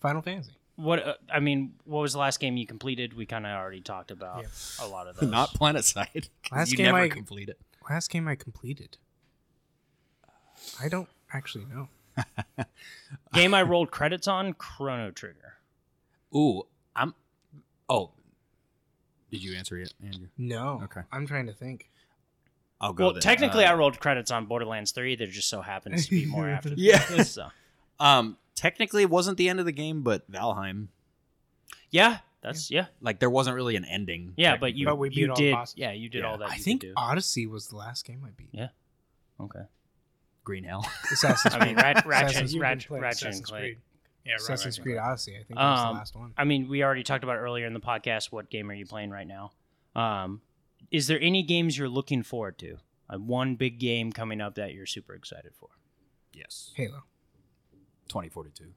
S4: Final Fantasy.
S2: what uh, I mean, what was the last game you completed? We kind of already talked about a lot of those.
S3: Not Planet Side.
S4: Last
S3: you
S4: game
S3: never
S4: I-
S3: complete it.
S4: Last game I completed. I don't actually know.
S2: game I rolled credits on Chrono Trigger.
S3: Ooh, I'm. Oh, did you answer yet, Andrew?
S4: No.
S3: Okay.
S4: I'm trying to think.
S3: I'll go.
S2: Well,
S3: then.
S2: technically,
S3: Uh,
S2: I rolled credits on Borderlands Three. There just so happens to be more after. the
S3: Yeah.
S2: credits, so.
S3: Um, technically, it wasn't the end of the game, but Valheim,
S2: Yeah, that's yeah,
S3: like there wasn't really an ending.
S2: yeah. But you,
S1: But we
S2: you
S1: beat all the
S2: did.
S1: bosses.
S2: yeah, you did
S3: Yeah.
S2: all that.
S4: I
S2: you
S4: think
S2: could do.
S4: Odyssey was the last game I beat.
S2: okay.
S3: Green Hell.
S4: Assassin's
S2: I mean, Rat,
S4: Assassin's
S2: Ratchet,
S1: You've been
S2: Ratchet,
S1: playing
S2: Ratchet, and
S1: Assassin's
S2: Clank.
S1: Creed. Yeah, right,
S4: Assassin's
S1: right,
S4: Creed
S1: right.
S4: Odyssey. I think that was the
S2: Um,
S4: last one.
S2: I mean, we already talked about it earlier in the podcast. What game are you playing right now? Um, is there any games you're looking forward to? Uh, one big game coming up that you're super excited for?
S3: yes.
S4: Halo.
S3: 2042.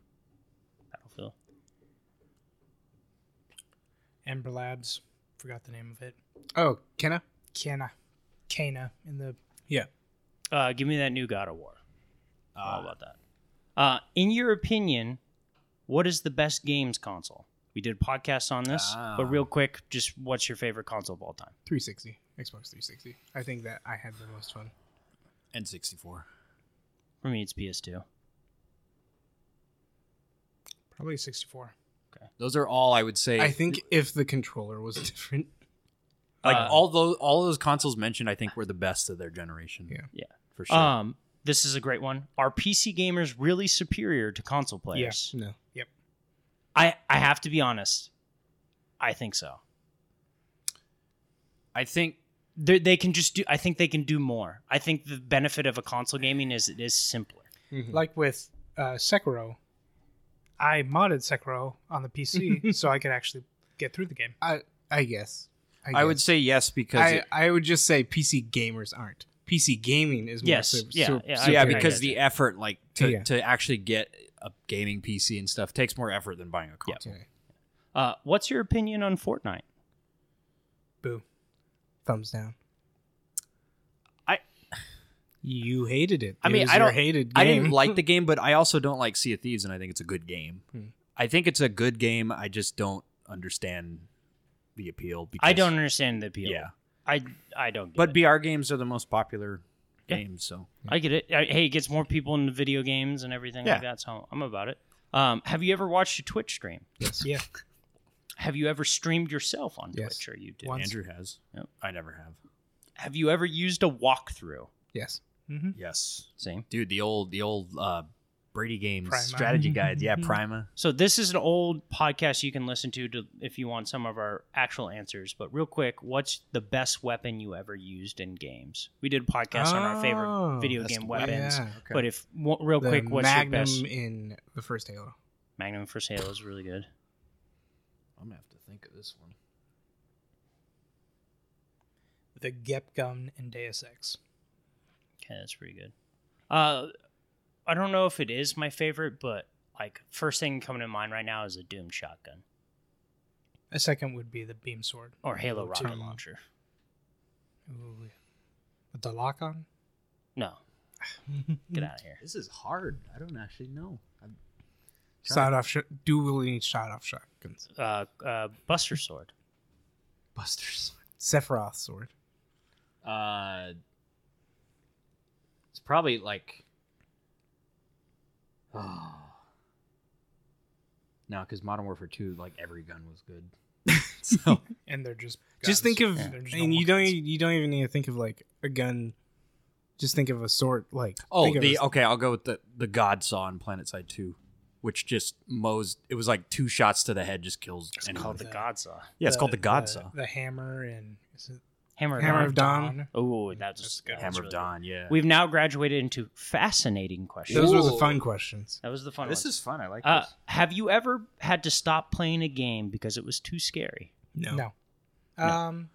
S2: Battlefield.
S1: Ember Labs, forgot the name of it.
S4: Oh, Kenna.
S1: Kena, Kena in the
S2: Uh, give me that new God of War. All
S3: Uh,
S2: about that. Uh, in your opinion, what is the best games console? We did podcasts on this,
S3: Ah.
S2: but real quick, just what's your favorite console of all time?
S4: 360. Xbox 360. I think that I had the most fun.
S3: N64.
S2: For me, it's PS2.
S1: probably 64.
S3: Those are all I would say.
S4: I think if the controller was different,
S3: like
S2: Uh,
S3: all those all those consoles mentioned, I think were the best of their generation.
S4: Yeah.
S2: Yeah.
S3: for sure.
S2: Um, this is a great one. Are PC gamers really superior to console players?
S4: no.
S2: I, I have to be honest. I think so.
S3: I think
S2: they they can just do. I think they can do more. I think the benefit of a console gaming is it is simpler.
S3: Mm-hmm.
S1: Like with uh, Sekiro, I modded Sekiro on the PC so I could actually get through the game.
S4: I I guess.
S3: I, would
S4: guess.
S3: say yes because
S4: I,
S3: it-
S4: I would just say PC gamers aren't. PC gaming is more
S2: Yes,
S4: su-
S2: yeah,
S4: su-
S2: yeah,
S4: su-
S3: yeah
S2: I
S3: because
S2: get
S3: the effort like to,
S4: Yeah.
S3: to actually get a gaming PC and stuff takes more effort than buying a console.
S4: Okay.
S2: Uh, what's your opinion on Fortnite?
S1: Boo.
S4: thumbs down.
S3: I-
S4: you hated it.
S3: I
S4: It
S3: mean,
S4: was
S3: I
S4: your
S3: don't-
S4: hated game.
S3: I didn't like the game, but I also don't like Sea of Thieves, and I think it's a good game.
S2: Hmm.
S3: I think it's a good game. I just don't understand the appeal. Because,
S2: I don't understand the appeal.
S3: Yeah,
S2: I I don't. Get
S3: but
S2: it.
S3: BR games are the most popular
S2: Yeah.
S3: games, so
S2: I get it. I, hey, it gets more people into video games and everything like
S3: Yeah.
S2: that. So I'm about it. Um, have you ever watched a Twitch stream?
S1: Yeah.
S2: Have you ever streamed yourself on
S4: Yes.
S2: Twitch or YouTube?
S1: Once.
S3: Andrew has.
S2: Yep.
S3: I never have.
S2: Have you ever used a walkthrough?
S4: Yes.
S1: Mm-hmm.
S3: Yes,
S2: Same.
S3: dude. The old the old uh, Brady games
S1: Prima.
S3: strategy guide. Yeah, Prima.
S2: So this is an old podcast you can listen to, to if you want some of our actual answers. But real quick, what's the best weapon you ever used in games? We did a podcast on our favorite
S4: Oh,
S2: video
S3: that's
S2: game
S3: good.
S2: weapons.
S4: Yeah.
S2: But if w- real
S4: The
S2: quick, what's
S4: Magnum
S2: your best
S4: in the first Halo.
S2: Magnum for sale is really good.
S3: I'm gonna have to think of this one.
S1: The Gep Gun and Deus Ex.
S2: Okay, that's pretty good. Uh, I don't know if it is my favorite, but like first thing coming to mind right now is a Doom shotgun
S1: A second would be the Beam Sword.
S2: or Halo
S1: Two.
S2: rocket launcher.
S1: Ooh, yeah. With the lock on?
S2: No, get out of here.
S3: This is hard. I don't actually know. I'm
S4: Shot off, sh- dueling shot off shotguns.
S2: Uh, uh, Buster sword.
S3: Buster's.
S4: Sephiroth sword.
S3: Uh, it's probably like. Oh. No, because Modern Warfare Two, like every gun was good. so
S1: And they're just.
S4: Just
S1: guns.
S4: think of,
S1: They're just
S4: and
S1: normal
S4: you don't e,
S1: guns.
S4: you don't even need to think of like a gun. Just think of a sword, like
S3: oh,
S4: think of
S3: the
S4: a-
S3: okay, I'll go with the the God Saw in Planet Side Two, which just mows. It was like two shots to the head just kills.
S2: It's
S3: anyone.
S2: called the uh, Godsaw.
S3: yeah, it's called the God
S1: the,
S3: Saw.
S1: The hammer and. Is it
S2: Hammer.
S4: Hammer
S2: of
S4: of Dawn.
S2: Oh, that's
S1: That's
S2: just
S1: good.
S2: good.
S3: Hammer of Dawn. Yeah,
S2: We've now graduated into fascinating questions.
S4: Those were the
S3: Ooh.
S4: fun questions.
S2: that was the fun.
S3: this
S2: one.
S3: is fun. I like
S2: Uh,
S3: this.
S2: have you ever had to stop playing a game because it was too scary?
S4: No.
S1: No. Um.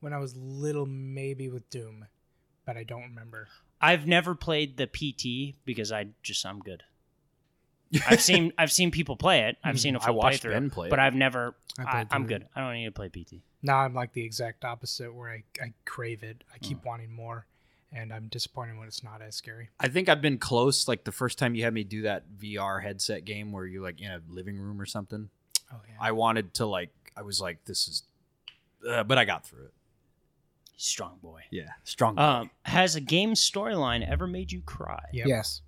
S1: when I was little, maybe with Doom, but I don't remember.
S2: I've never played the PT because I just I'm good. I've seen I've seen people play it. I've seen a
S3: Mm-hmm. I
S2: full
S3: watched
S2: playthrough,
S3: Ben play it.
S2: but I've never.
S4: I
S2: I
S4: played
S2: I, am
S4: through
S2: good. I don't need to play PT.
S1: Now I'm like the exact opposite, where I, I crave it. I keep
S3: Hmm.
S1: wanting more, and I'm disappointed when it's not as scary.
S3: I think I've been close. Like the first time you had me do that VR headset game where you're like in a living room or something.
S1: Oh yeah.
S3: I wanted to like. I was like, this is, uh, but I got through it. Uh,
S2: Strong boy.
S3: Yeah, strong.
S2: Um, has a game storyline ever made you cry?
S1: Yeah.
S4: Yes.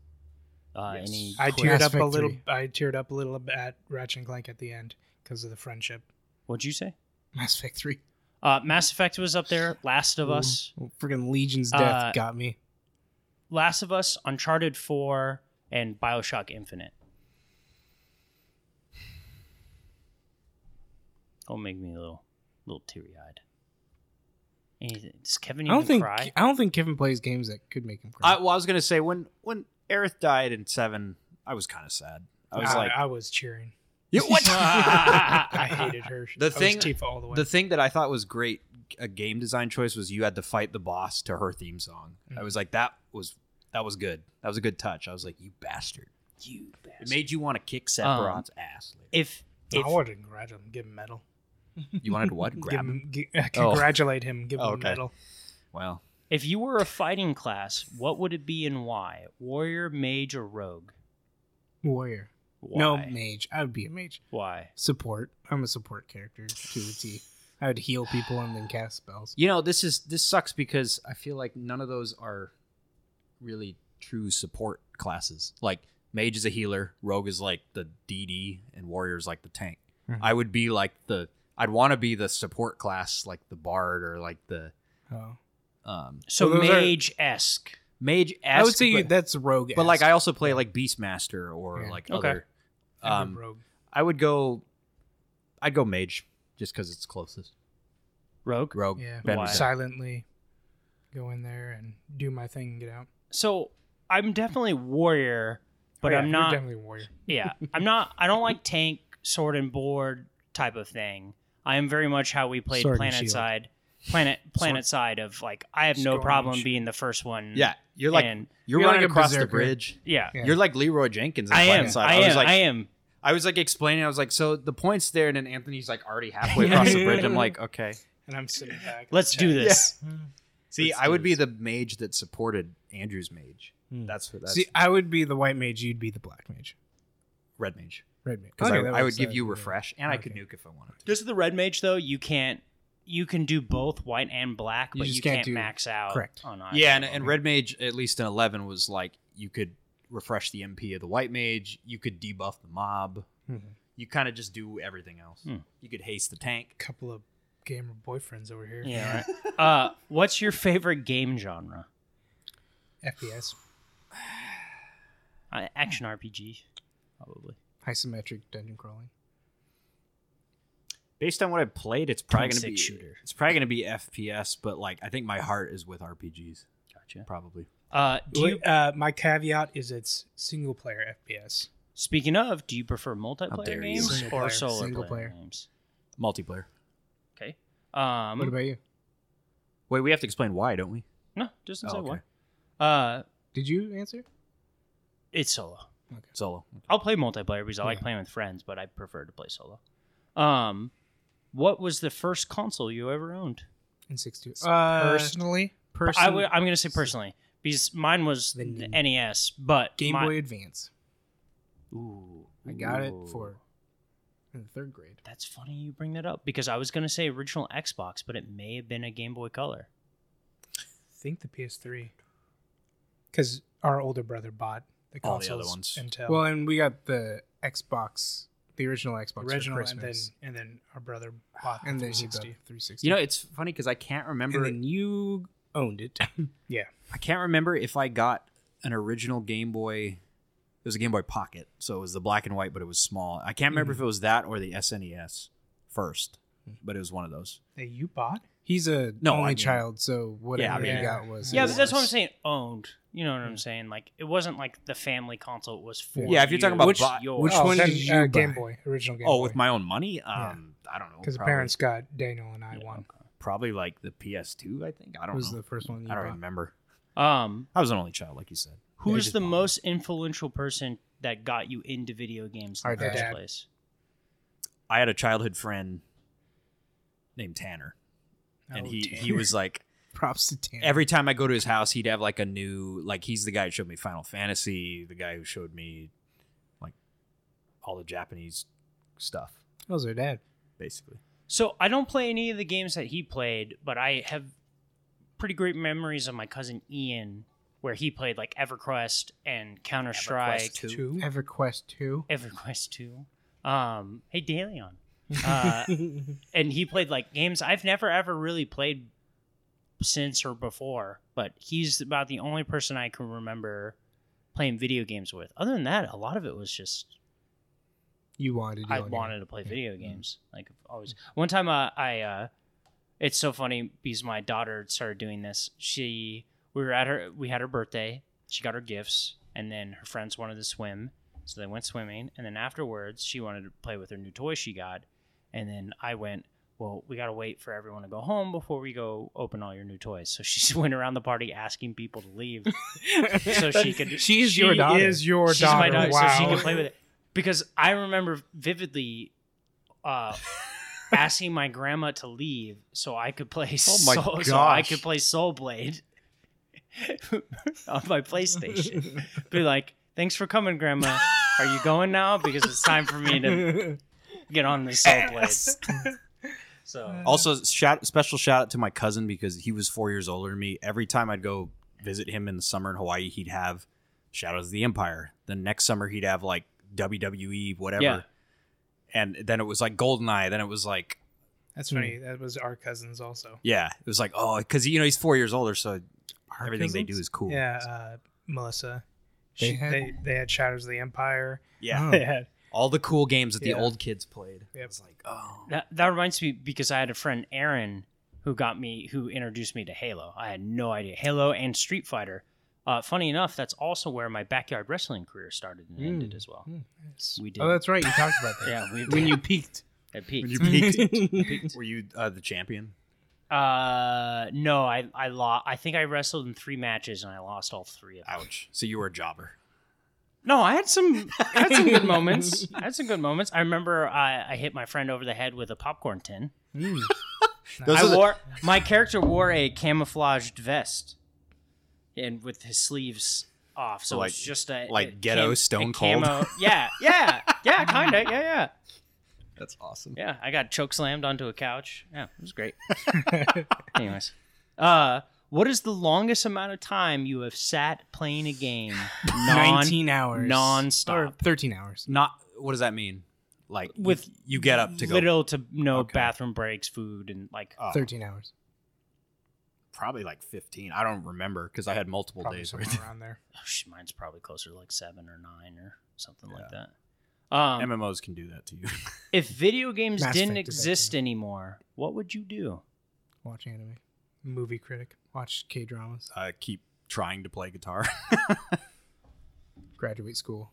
S2: Uh,
S3: Yes.
S2: Any?
S1: I
S2: quick-
S1: teared
S4: Mass
S1: up a
S4: Effect
S1: little.
S4: 3.
S1: I teared up a little at Ratchet and Clank at the end because of the friendship.
S2: What'd you say?
S4: Mass Effect Three.
S2: Uh, Mass Effect was up there. Last of Us.
S4: Freaking Legion's death
S2: Uh,
S4: got me.
S2: Last of Us. Uncharted Four and Bioshock Infinite. Don't make me a little, little teary eyed. Does Kevin
S4: I
S2: even
S4: don't think
S2: cry?
S4: I don't think Kevin plays games that could make him
S3: I,
S4: cry.
S3: well, I was gonna say when when Aerith died in seven, I was kind of sad. I was like,
S1: I was cheering.
S3: "You- what?
S1: I hated her.
S3: The
S1: I was
S3: thing-
S1: Tifa all the way.
S3: The thing that I thought was great, Mm. a game design choice was you had to fight the boss to her theme song. I was like, that was that was good. That was a good touch. I was like, you bastard. Um,
S2: You bastard.
S3: It made you want to kick Sephiroth's ass. Later.
S2: if if
S1: I wanted to congratulate him, give him medal.
S3: You wanted to what?
S1: Give
S3: Grab him?
S1: him, gi- congratulate him, give him
S3: Oh,
S1: a
S3: okay.
S1: medal.
S3: Well,
S2: if you were a fighting class, what would it be and why? Warrior, mage, or rogue?
S4: Warrior.
S2: Why?
S4: No mage. I would be a mage.
S2: Why?
S4: Support. I'm a support character to a T. I would heal people and then cast spells.
S3: you know this is this sucks because I feel like none of those are really true support classes. Like mage is a healer, rogue is like the DD, and warrior is like the tank.
S4: Mhm.
S3: I would be like the I'd want to be the support class, like the bard or like the
S4: Oh.
S3: um
S2: So
S4: those are-
S2: mage esque.
S3: mage.
S4: I would say you,
S3: but,
S4: that's rogue.
S3: but like I also play like beastmaster or
S4: Yeah.
S3: like
S2: Okay.
S3: other.
S1: Every
S3: Um,
S1: rogue.
S3: I would go. I'd go mage just because it's closest.
S2: Rogue.
S4: Oh,
S3: Rogue.
S1: Yeah.
S3: Ben
S2: Why?
S3: was-
S1: Silently go in there and do my thing and get out.
S2: So I'm definitely warrior,
S1: Oh,
S2: but
S1: yeah,
S2: I'm
S1: you're
S2: not.
S1: definitely a warrior.
S2: yeah, I'm not. I don't like tank, sword and board type of thing. I am very much how we played
S4: Sword and
S2: Planet
S4: shield.
S2: Side. Planet Planet Side of like I have no
S1: Storm
S2: problem
S1: and
S2: being the first one.
S3: Yeah, you're like
S2: and
S3: you're,
S4: You're
S3: running
S4: like a
S3: across the
S4: berserker.
S3: bridge.
S2: yeah.
S4: Yeah.
S3: You're like Leroy Jenkins. in
S2: I am.
S3: Planet Side.
S2: I am. I,
S3: was like,
S2: am.
S3: I was like explaining. I was like, so the point's there, and then Anthony's like already halfway
S2: Yeah.
S3: across the bridge. I'm like, okay.
S1: And I'm sitting back.
S2: Let's do this.
S3: See,
S2: Let's
S3: I
S2: do
S3: would be
S2: this.
S3: the mage that supported Andrew's mage.
S4: Hmm.
S3: That's what. That's
S4: See, I would be the white mage. You'd be the black mage.
S3: red mage.
S4: Red mage.
S3: Because
S4: Okay, that
S3: I, I would
S4: makes
S3: give
S4: sense.
S3: you
S4: Yeah.
S3: refresh, and I could
S4: Okay.
S3: nuke if I wanted. to.
S2: This is the red mage though. You can't. You can do both white and black,
S4: You
S2: but you,
S4: just
S2: can't,
S4: can't do-
S2: max out.
S4: correct.
S2: On either
S3: Yeah, and,
S2: of
S3: and
S2: them.
S3: red mage at least in eleven was like you could refresh the MP of the white mage. You could debuff the mob.
S4: Mhm.
S3: You kind of just do everything else.
S2: Hmm.
S3: You could haste the tank.
S1: couple of gamer boyfriends over here.
S2: Yeah. right. uh, what's your favorite game genre?
S1: FPS.
S2: Uh, action RPG, probably.
S4: Isometric dungeon crawling.
S3: Based on what I've played, it's probably going to
S2: Twin-stick
S3: be
S2: shooter.
S3: It's probably going to be FPS, but like I think my heart is with RPGs.
S2: Gotcha.
S3: Probably.
S2: Uh, do you,
S1: uh, my caveat is it's single player FPS.
S2: Speaking of, do you prefer
S3: dare
S2: multiplayer
S3: you.
S2: games
S1: Single
S2: or
S1: player,
S2: solo
S4: single
S2: player,
S4: player.
S2: games?
S3: Multiplayer.
S2: Okay. Um,
S4: what about you?
S3: Wait, we have to explain why, don't we?
S2: no, just
S3: Oh,
S2: say
S3: okay.
S2: one. Uh,
S4: Did you answer?
S2: it's solo.
S3: Solo.
S2: I'll play multiplayer because I like
S4: Yeah.
S2: playing with friends, but I prefer to play solo. Um, what was the first console you ever owned?
S4: In six two.
S1: Personally,
S4: person.
S2: I would, I'm going to say personally because mine was the
S4: The Game-
S2: NES, but
S4: Game
S2: my-
S4: Boy Advance.
S2: Ooh,
S4: I got it
S2: ooh.
S4: for in the third grade.
S2: That's funny you bring that up because I was going to say original Xbox, but it may have been a Game Boy Color.
S1: I think the PS3, because our older brother bought the
S3: All the
S1: consoles
S3: other ones.
S1: until
S4: Well, and we got the Xbox, the original Xbox
S1: original,
S4: for
S1: and then
S4: Christmas,
S1: and then our brother bought the
S4: and then you got
S1: 360.
S4: the 360.
S3: You know, it's funny because I can't remember.
S4: and then you owned it.
S3: I can't remember if I got an original Game Boy. It was a Game Boy Pocket, so it was the black and white, but it was small. I can't
S4: Mm.
S3: remember if it was that or the SNES first, but it was one of those.
S1: That you bought?
S4: He's a
S3: No, I
S4: only
S3: mean-
S4: child, so whatever
S3: I mean-
S4: you got was
S2: Yeah, but that's what I'm
S4: yours.
S2: saying. Owned. You know what I'm saying? Like it wasn't like the family console. It was for
S3: Yeah, if you're talking about
S2: which,
S3: bo-
S2: yours.
S4: Which
S1: one
S4: one did you
S1: uh,
S4: buy?
S1: Game Boy, original Game Boy.
S3: oh, with my own money? Um, I don't know.
S1: because the
S3: probably-
S1: parents got Daniel and I
S2: Yeah,
S1: one.
S3: probably like the PS2, I think. I don't
S4: was
S3: know.
S4: the first one you
S3: I don't
S4: bought.
S3: remember.
S2: Um,
S3: I was an only child, like you said.
S2: who's
S3: just
S2: the
S3: bought
S2: most influential person that got you into video games in
S4: Our
S2: the first
S1: dad.
S2: place?
S3: I had a childhood friend named Tanner, and
S1: Oh,
S3: he
S1: damn.
S3: he was like
S4: Props to Tanner.
S3: every time I go to his house, he'd have like a new like he's the guy who showed me Final Fantasy, the guy who showed me like all the Japanese stuff,
S4: that was her dad.
S3: basically.
S2: So I don't play any of the games that he played, but I have pretty great memories of my cousin Ian, where he played like EverQuest and Counter Strike,
S3: two.
S1: Two.
S4: EverQuest two.
S2: EverQuest Two. Um, hey Dalion. Uh, and he played like games I've never ever really played since or before, but he's about the only person I can remember playing video games with. Other than that, a lot of it was just
S4: you wanted. to
S2: I
S4: own it.
S2: wanted to play
S4: Yeah.
S2: video games. Like I've always. One time uh, I uh it's so funny because my daughter started doing this. She we were at her we had her birthday. She got her gifts and then her friends wanted to swim, so they went swimming and then afterwards she wanted to play with her new toy she got and then I went well, we got to wait for everyone to go home before we go open all your new toys. So she went around the party asking people to leave so she could.
S4: She's
S2: she
S4: your daughter.
S1: Is your
S2: she's
S1: daughter?
S2: my daughter,
S1: wow.
S2: so she can play with it. Because I remember vividly uh, asking my grandma to leave so I could play.
S3: Oh my
S2: Soul, so I
S3: gosh.
S2: could play Soul Blade on my PlayStation. Be like, "Thanks for coming, Grandma. Are you going now? Because it's time for me to get on this Soul Blade." So
S3: Also, shout special shout out to my cousin because he was four years older than me. Every time I'd go visit him in the summer in Hawaii, he'd have Shadows of the Empire. The next summer, he'd have like WWE, whatever.
S2: Yeah.
S3: And then it was like Goldeneye. Then it was like,
S1: That's
S3: Hmm.
S1: funny. That was our cousins also.
S3: yeah, it was like, oh, because you know he's four years older, so
S4: Our
S3: everything they do
S4: cousins?
S3: is cool.
S1: Yeah, uh, Melissa.
S4: They
S1: She,
S4: had-
S1: they, they had Shadows of the Empire.
S3: yeah.
S1: They had
S3: All the cool games that
S1: Yeah.
S3: the old kids played.
S1: Yep.
S3: It was like, oh,
S2: that that reminds me because I had a friend Aaron who got me who introduced me to Halo. I had no idea Halo and Street Fighter. Uh, funny enough, that's also where my backyard wrestling career started and ended as well. We did,
S4: Hmm. Oh, that's right. You talked about that.
S2: yeah, we
S4: When you peaked.
S2: at peak.
S3: were you uh, the champion?
S2: Uh, no, I I lost. I think I wrestled in three matches and I lost all three of them.
S3: Ouch. So you were a jobber.
S2: No, I had some I had some good moments. I had some good moments. I remember I, I hit my friend over the head with a popcorn tin.
S4: Mm.
S3: Those are
S2: I
S3: the-
S2: wore my character wore a camouflaged vest, and with his sleeves off, so
S3: Like-
S2: it's just a
S3: like
S2: a
S3: ghetto Stone
S2: a
S3: Cold?
S2: camo- Yeah, yeah, yeah, kind of. Yeah, yeah,
S3: That's awesome.
S2: yeah. I got choke slammed onto a couch. Yeah, it was great. Anyways, uh, what is the longest amount of time you have sat playing a game? Non-
S4: 19 hours.
S2: non-stop.
S4: Or 13 hours.
S3: Not what does that mean? Like
S2: With
S3: with you get up to go
S2: little to no
S3: Okay.
S2: bathroom breaks, food, and like
S3: Oh,
S4: 13 hours.
S3: probably like 15. I don't remember because I had multiple
S1: probably
S3: days.
S1: somewhere around there.
S2: oh, shit, mine's probably closer to like seven or nine or something like that. Um,
S3: MMOs can do that to you.
S2: If video games
S4: Mass
S2: didn't
S4: Effect is
S2: exist anymore, what would you do?
S4: Watch anime.
S1: Movie critic.
S4: Watch K dramas.
S3: uh, keep trying to play guitar.
S4: Graduate school.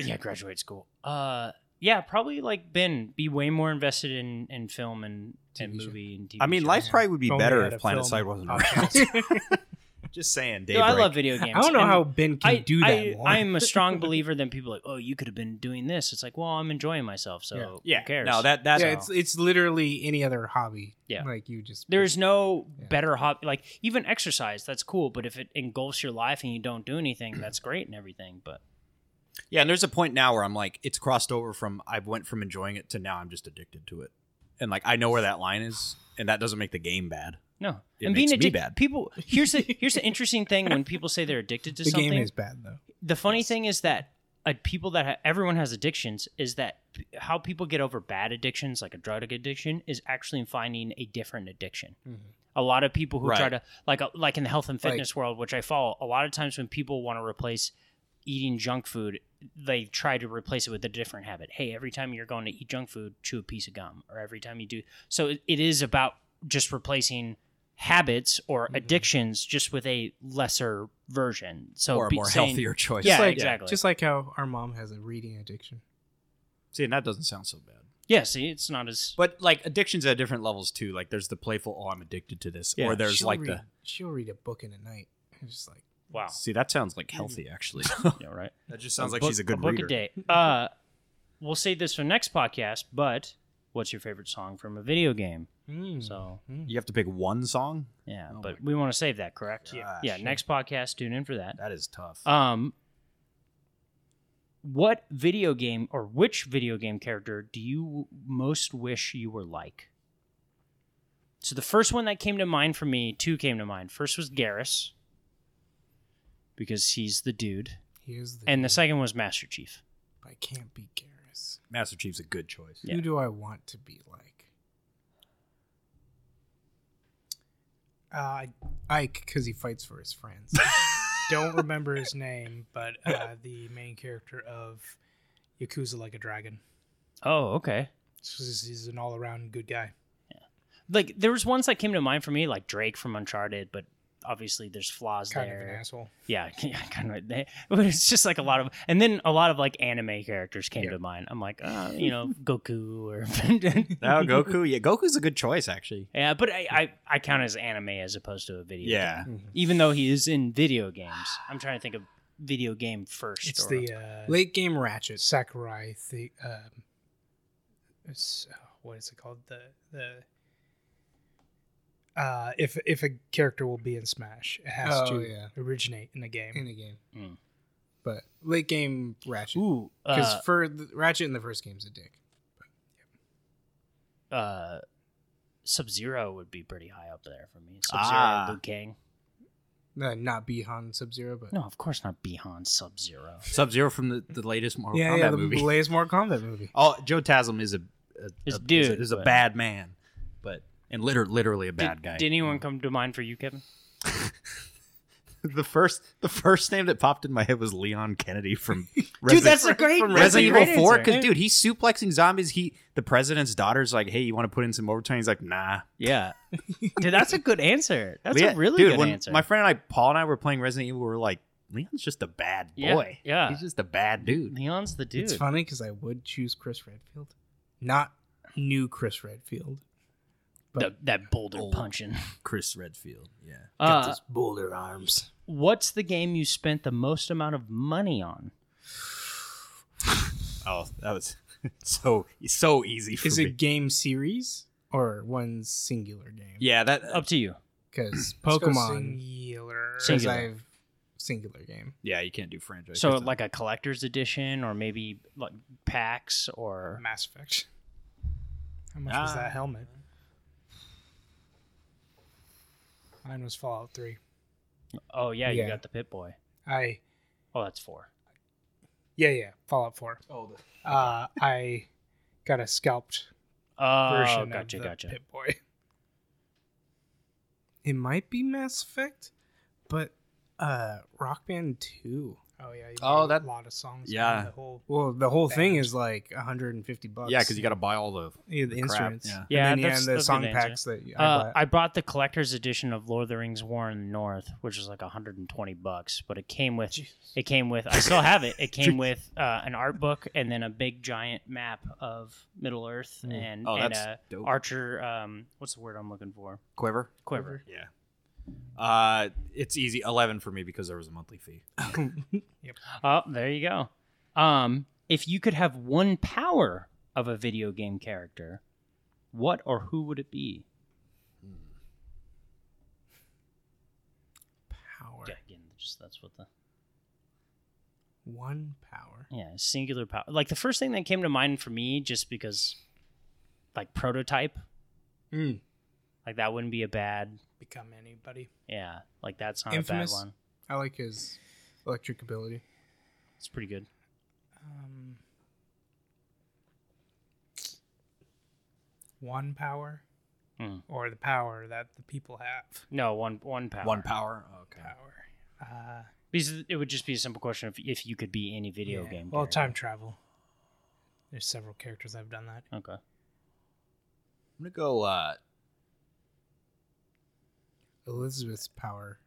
S2: Yeah, graduate school. Uh, yeah, probably like Ben, be way more invested in, in film and, and
S4: TV show.
S2: movie and TV.
S3: I mean,
S2: shows.
S3: life probably would be
S1: If only
S3: better
S1: I had
S3: if
S1: a
S3: Planet
S1: film
S3: Side wasn't around.
S1: podcast.
S3: Just saying,
S2: Dude,
S3: Daybreak.
S2: I love video games.
S4: I don't know
S2: and
S4: how Ben can
S2: I
S4: do that.
S2: I,
S4: long.
S2: I'm a strong believer that people are like, oh, you could have been doing this. It's like, well, I'm enjoying myself, so
S3: Yeah,
S2: who cares?
S3: no, that that's
S4: yeah, it's it's literally any other hobby.
S2: Yeah.
S4: like you just
S2: There's no
S4: Yeah.
S2: better hobby. Like even exercise, that's cool. But if it engulfs your life and you don't do anything, that's great and everything. But
S3: yeah. And there's a point now where I'm like, it's crossed over from I went from enjoying it to now I'm just addicted to it, and like I know where that line is, and that doesn't make the game bad.
S2: no,
S3: It makes me
S2: addicted.
S3: bad.
S2: People here's the here's the interesting thing when people say they're addicted to
S4: the
S2: something.
S4: game is bad though.
S2: the funny thing is that uh, people that ha- everyone has addictions is that p- how people get over bad addictions like a drug addiction is actually in finding a different addiction a lot of people who try
S3: Mm-hmm. Right.
S2: to like uh, like in the health and fitness world which i follow a lot of times when people want to replace eating junk food they try to replace it with a different habit hey every time you're going to eat junk food chew a piece of gum or every time you do so it, it is about just replacing habits or
S3: Mm-hmm.
S2: addictions just with a lesser version so
S3: or a
S2: be-
S3: more
S2: saying-
S3: healthier choice.
S2: yeah
S4: like-
S2: exactly
S4: Just like how our mom has a reading addiction.
S3: See, and that doesn't sound so bad.
S2: Yeah, see, it's not as
S3: But like addictions at different levels too. Like there's the playful, oh, I'm addicted to this,
S2: Yeah.
S3: or there's
S4: she'll
S3: like
S4: read,
S3: the
S4: she'll read a book in a night. It's just like
S2: wow.
S3: see that sounds like healthy actually.
S2: Yeah, right.
S3: that just sounds like
S2: book-
S3: she's a good
S2: book
S3: reader.
S2: a day. Uh, we'll save this for next podcast. But what's your favorite song from a video game?
S4: hmm,
S2: So
S3: You have to pick one song.
S2: yeah,
S3: Hmm. Oh
S2: but we want to save that, correct?
S3: Yeah.
S2: Yeah. Next podcast, tune in for that.
S3: That is tough.
S2: Um, what video game or which video game character do you most wish you were like? So the first one that came to mind for me, two came to mind. First was Garrus because he's the dude.
S4: here's the
S2: and the second was Master Chief.
S4: I can't be Garrus.
S3: Master Chief's a good choice.
S2: Yeah.
S4: Who do I want to be like?
S1: Uh, I
S4: Ike, because he fights for his friends.
S1: don't remember his name, but uh, the main character of Yakuza Like a Dragon.
S2: Oh, okay.
S1: This is- He's an all-around good guy.
S2: Like there was ones that came to mind for me, like Drake from Uncharted, but obviously there's flaws
S1: Kind
S2: there.
S1: of an asshole.
S2: Yeah, yeah, kind of. They, but it's just like a lot of, and then a lot of like anime characters came
S1: Yeah.
S2: to mind. I'm like, uh, you know, Goku or
S3: Oh, Goku. Yeah, Goku's a good choice actually.
S2: Yeah, but I, I I count as anime as opposed to a video. game.
S3: Yeah.
S2: even though he is in video games, I'm trying to think of video game first.
S1: It's
S2: or-
S1: the uh,
S4: Late game ratchet.
S1: Sakurai. The um, it's, uh, what is it called? The the uh, if if a character will be in Smash, it has
S4: Oh,
S1: to
S4: yeah.
S1: originate in the game.
S4: in the game.
S2: Mm.
S4: But late game ratchet.
S2: ooh
S4: Because
S2: uh,
S4: for the, ratchet in the first game's a dick.
S2: uh, Sub Zero would be pretty high up there for me. Sub Zero,
S3: Ah.
S2: and Liu Kang.
S4: Uh, not Bihan Sub Zero, but
S2: No, of course not. Beyond Sub Zero.
S3: Sub Zero from the, the latest Mortal
S4: yeah,
S3: Kombat
S4: yeah, the
S3: movie.
S4: latest Mortal Kombat movie.
S3: oh, Joe Taslim is a, a,
S2: Is
S3: a-
S2: dude,
S3: Is a, is a
S2: but-
S3: bad man, but and liter- literally a bad
S2: did,
S3: guy.
S2: Did anyone come to mind for you, Kevin?
S3: the first the first name that popped in my head was Leon Kennedy from
S2: Dude, that's a great.
S4: from
S2: that's a
S3: Resident
S2: great
S3: Evil Four
S2: answer.
S3: because dude, he's suplexing zombies. He the president's daughter's like, hey, you want to put in some overtime? He's like, nah. Yeah,
S2: Dude, that's a good answer. That's
S3: Leon-
S2: a really
S3: dude,
S2: good
S3: when
S2: answer.
S3: My friend and I, Paul and I, were playing Resident Evil. We were like, Leon's just a bad
S2: Yeah,
S3: boy.
S2: yeah.
S3: he's just a bad dude.
S2: Leon's the dude.
S4: It's funny because I would choose Chris Redfield, not new Chris Redfield.
S2: The- that boulder
S3: Old.
S2: punching.
S3: Chris Redfield. Yeah.
S4: Got
S2: Uh,
S4: those boulder arms.
S2: what's the game you spent the most amount of money on?
S3: Oh, that was so so easy for
S4: Is
S3: me.
S4: it game series or one singular game?
S3: yeah, that
S2: Up to you.
S4: because
S1: Let's go
S4: Pokemon.
S1: Singular.
S2: Sing-
S4: Because
S2: Singular.
S4: I've singular game.
S3: yeah, you can't do franchise.
S2: So like a collector's edition, or maybe like packs, or
S1: Mass Effect. How much was
S3: Ah.
S1: that helmet? Mine was Fallout Three.
S2: oh yeah, you
S4: Yeah.
S2: got the Pit Boy.
S1: I
S2: Oh, that's four.
S1: yeah yeah Fallout Four.
S4: Oh,
S1: Uh, I got a scalped version
S2: Oh,
S1: of
S2: gotcha,
S1: the
S2: gotcha.
S1: Pit Boy.
S4: it might be Mass Effect, but uh, Rock Band Two.
S1: Oh yeah. you
S3: Oh,
S1: made
S3: that-
S1: a lot of songs.
S3: yeah.
S1: man, The whole
S4: Well, the whole thing
S1: Band.
S4: is like 150 bucks.
S3: yeah, because you got to buy all the
S4: yeah, the,
S3: crap,
S4: instruments.
S3: yeah.
S2: Yeah,
S4: and then,
S2: that's-
S4: yeah, and the
S2: that's a
S4: song
S2: good answer.
S4: packs that you- I
S2: Uh,
S4: bought.
S2: I bought the collector's edition of Lord of the Rings: War in the North, which was like 120 bucks, but it came with it came with I still have it. It came with uh, an art book and then a big giant map of Middle Earth
S4: Mm.
S2: and,
S3: Oh,
S2: and
S3: that's
S2: a
S3: dope.
S2: archer. Um, what's the word I'm looking for?
S3: quiver.
S2: Quiver.
S3: Yeah. Uh, it's easy. Eleven for me because there was a monthly fee.
S2: Oh, there you go. Um, if you could have one power of a video game character, what or who would it be?
S4: power.
S2: Yeah, again, just that's what the
S4: One power.
S2: yeah singular power. Like the first thing that came to mind for me, just because, like prototype,
S4: Mm.
S2: like that wouldn't be a bad
S1: become anybody.
S2: yeah. Like that's not
S4: Infamous?
S2: a bad one.
S4: I like his electric ability.
S2: It's pretty good.
S1: Um, one power,
S2: Mm.
S1: or the power that the people have.
S2: No one one power.
S3: One power. Okay.
S1: Power. Uh,
S2: Because it would just be a simple question if if you could be any video
S1: yeah.
S2: game.
S1: Well,
S2: character.
S1: time travel. There's several characters that have done that.
S2: Okay.
S3: I'm gonna go. Uh,
S4: Elizabeth's power.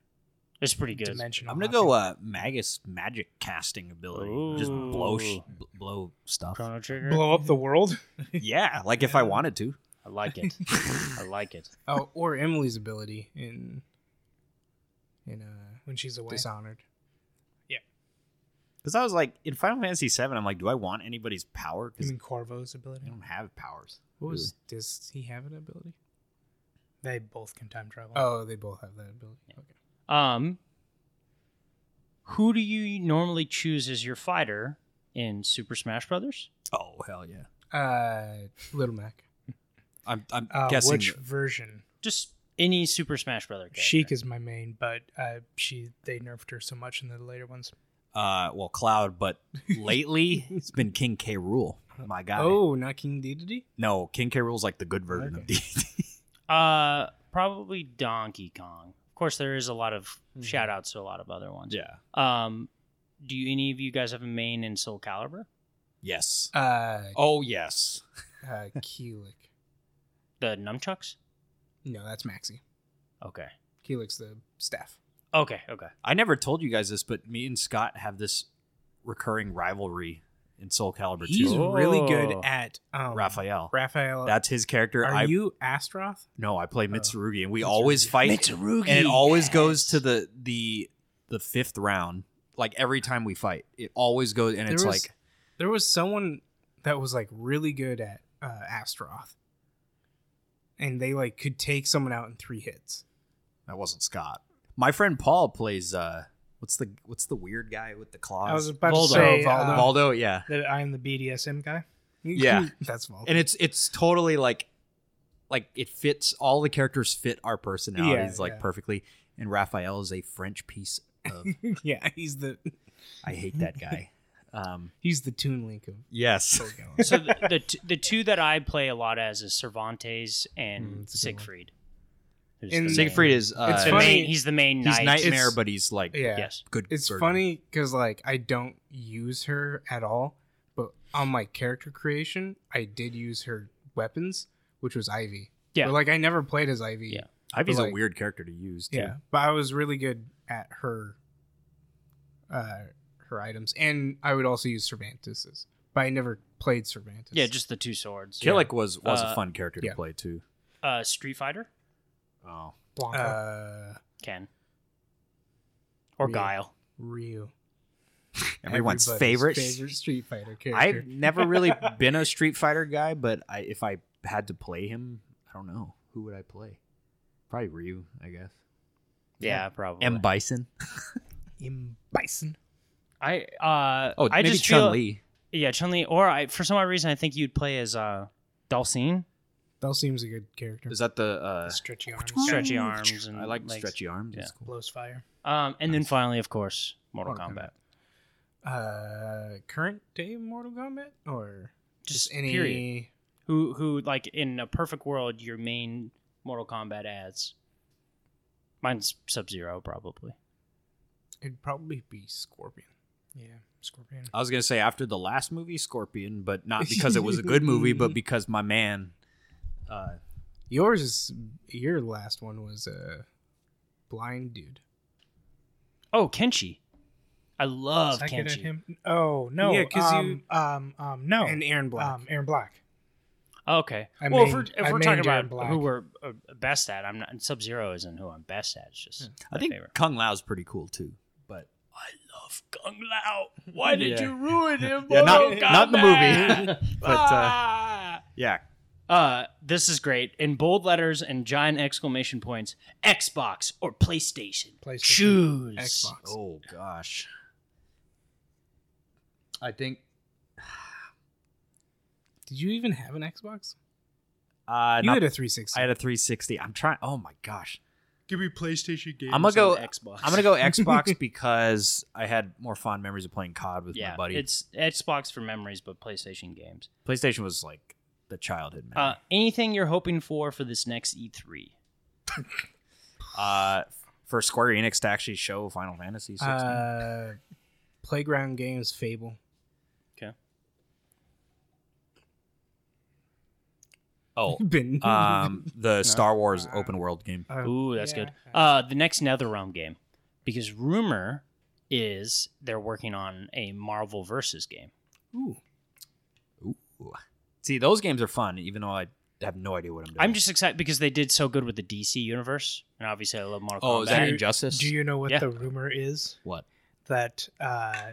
S2: It's pretty good.
S1: Dimensional.
S3: I'm gonna go. Uh, Magus magic casting ability. Just blow sh-
S2: Ooh.
S3: bl- blow stuff.
S2: Chrono Trigger.
S1: blow up the world.
S3: yeah, like if I wanted to.
S2: I like it. I like it.
S4: Oh, or Emily's ability in in uh
S1: when she's away.
S4: Dishonored.
S3: Because I was like in Final Fantasy VII, I'm like, do I want anybody's power?
S1: You
S3: Because
S1: mean Corvo's ability?
S3: I don't have powers.
S4: What was does he have an ability?
S1: They both can time travel.
S4: Oh, they both have that ability. Okay.
S2: Um, who do you normally choose as your fighter in Super Smash Brothers?
S3: Oh hell yeah!
S4: Uh, Little Mac.
S3: I'm I'm
S1: uh,
S3: guessing.
S1: which version?
S2: Just any Super Smash Brother. Character.
S1: Sheik is my main, but uh, she they nerfed her so much in the later ones.
S3: Uh, well, Cloud, but lately it's been King K. Rule. My guy.
S4: Oh, not King Dedede.
S3: No, King K. Rule's like the good version of D.
S2: uh probably Donkey Kong. Of course, there is a lot of
S4: Mm-hmm.
S2: shout outs to a lot of other ones.
S3: yeah.
S2: Um, do you, any of you guys have a main in Soul Calibur?
S3: Yes.
S4: Uh,
S3: Oh yes.
S4: uh Keelik.
S2: The nunchucks.
S4: No, that's Maxie.
S2: Okay.
S4: Keelik's the staff.
S2: Okay, okay.
S3: I never told you guys this, but me and Scott have this recurring rivalry in Soul Calibur
S4: He's
S3: 2.
S2: Ooh.
S4: really good
S2: Oh.
S4: at um,
S3: Raphael.
S4: Raphael.
S3: That's his character.
S4: are
S3: I
S4: you Oh. Astroth?
S3: no, I play Mitsurugi, and we always fight.
S2: Mitsurugi.
S3: and it always goes to the the the fifth round. Like every time we fight, it always goes, and it's
S4: There was-
S3: like
S4: There was someone that was like really good at uh, Astroth, and they like could take someone out in three hits.
S3: that wasn't Scott. My friend Paul plays. uh What's the what's the weird guy with the claws?
S4: I was about
S2: Voldo.
S4: to say
S1: Oh, Voldo.
S4: uh,
S3: Valdo, yeah.
S1: That I am the BDSM guy.
S3: Yeah.
S4: that's Voldo.
S3: And it's it's totally like like it fits all the characters fit our personalities
S4: Yeah,
S3: like
S4: yeah.
S3: perfectly. And Raphael is a French piece of
S4: yeah, he's the
S3: I hate that guy. Um
S4: he's the Toon Link of
S3: Yes.
S4: Pokemon.
S2: so the, the t- the two that I play a lot as is Cervantes
S4: Mm,
S2: and
S4: that's a good one.
S2: Siegfried. Who's the
S4: And-
S3: Siegfried is uh,
S2: main-
S4: It's
S2: the
S4: funny-
S2: main- he's the main
S3: he's
S2: knight.
S3: nightmare,
S4: It's-
S3: but he's like
S4: yeah,
S2: Yes.
S3: good.
S4: it's
S3: version.
S4: funny because like I don't use her at all, but on my character creation, I did use her weapons, which was Ivy.
S2: Yeah.
S4: but, like I never played as Ivy.
S2: Yeah.
S3: Ivy's a
S4: like-
S3: weird character to use too.
S4: Yeah, but I was really good at her, uh, her items, and I would also use Cervantes's, but I never played Cervantes.
S2: Yeah, just the two swords.
S3: Killick was was a
S2: Uh,
S3: fun character to
S4: yeah.
S3: play too.
S2: Uh, Street Fighter,
S3: Oh.
S1: Blanca.
S4: uh,
S2: Ken, or
S4: Yeah.
S2: Guile.
S4: Ryu.
S3: Everyone's
S4: Everybody's
S3: favorite.
S4: favorite Street Fighter character.
S3: I've never really been a Street Fighter guy, but I if I had to play him, I don't know. Who would I play? Probably Ryu, I guess.
S2: Yeah, probably.
S3: M Bison.
S1: Im Bison.
S2: I uh,
S3: Oh,
S2: I
S3: maybe
S2: just
S3: Chun
S2: feel-
S3: Li.
S2: Yeah, Chun Li. Or I, for some odd reason, I think you'd play as uh, Dalcine,
S4: That seems a good character.
S3: Is that the uh
S1: Stretchy arms.
S2: stretchy arms, and
S3: I like
S2: legs.
S3: stretchy arms.
S2: Yeah.
S3: It's cool.
S1: Blows fire.
S2: Um, and then finally, of course, Mortal,
S4: Mortal
S2: Kombat.
S4: Kombat. Uh, current day Mortal Kombat or
S2: Just
S4: any?
S2: period. Who who like in a perfect world your main Mortal Kombat ads? Mine's Sub Zero probably.
S4: It'd probably be Scorpion.
S1: Yeah, scorpion.
S3: I was gonna say after the last movie, Scorpion, but not because it was a good movie, but because my man uh
S4: Yours is your last one was a uh, blind dude.
S2: Oh, Kenshi. I love
S1: Did I get at
S2: Kenshi.
S1: him. Oh no.
S4: Yeah, 'cause
S1: um,
S4: you-
S1: um um no.
S4: and Aaron Black.
S1: Um, Aaron Black.
S2: Oh, Okay.
S1: I
S2: well, if we're,
S1: mained-
S2: if
S1: I
S2: we're
S1: mained
S2: talking
S1: Aaron
S2: about
S1: Black.
S2: who we're uh, best at, I'm not Sub Zero isn't who I'm best at. It's just
S3: I
S1: Hmm.
S2: my
S3: think
S2: favorite.
S3: Kung Lao's pretty cool too. But
S2: I love "Oh, Kung Lao. Why did
S3: Yeah.
S2: you ruin him?
S3: Yeah, not-
S2: Mortal
S3: not the
S2: Kombat?
S3: but, uh,
S2: Ah!
S3: yeah.
S2: Uh, this is great. In bold letters and giant exclamation points, Xbox or PlayStation.
S1: PlayStation.
S2: Choose.
S4: Xbox.
S3: Oh gosh. I think
S4: Did you even have an Xbox?
S3: uh
S4: you
S3: not
S4: had a 360.
S3: I had a 360. I'm trying. Oh my gosh.
S1: Give me PlayStation games.
S3: I'm gonna go.
S2: Xbox.
S3: I'm gonna go Xbox because I had more fond memories of playing COD with
S2: Yeah,
S3: my buddy.
S2: it's Xbox for memories, but PlayStation games.
S3: PlayStation was like the childhood
S2: Uh,
S3: memory.
S2: anything you're hoping for for this next E E3?
S3: Uh, for Square Enix to actually show Final Fantasy 16.
S4: uh, Playground Games Fable.
S3: oh,
S4: Been
S3: um, the Star Wars open world game.
S4: Uh,
S2: Ooh, that's
S1: yeah.
S2: good. Uh, the next NetherRealm game, because rumor is they're working on a Marvel versus game.
S4: ooh.
S3: Ooh. See, those games are fun, even though I have no idea what I'm doing.
S2: I'm just excited because they did so good with the DC universe, and obviously I love Mortal
S3: Oh,
S2: Kombat.
S3: is that
S1: Do-
S3: Injustice?
S1: Do you know what
S2: Yeah.
S1: the rumor is?
S3: what?
S1: That uh,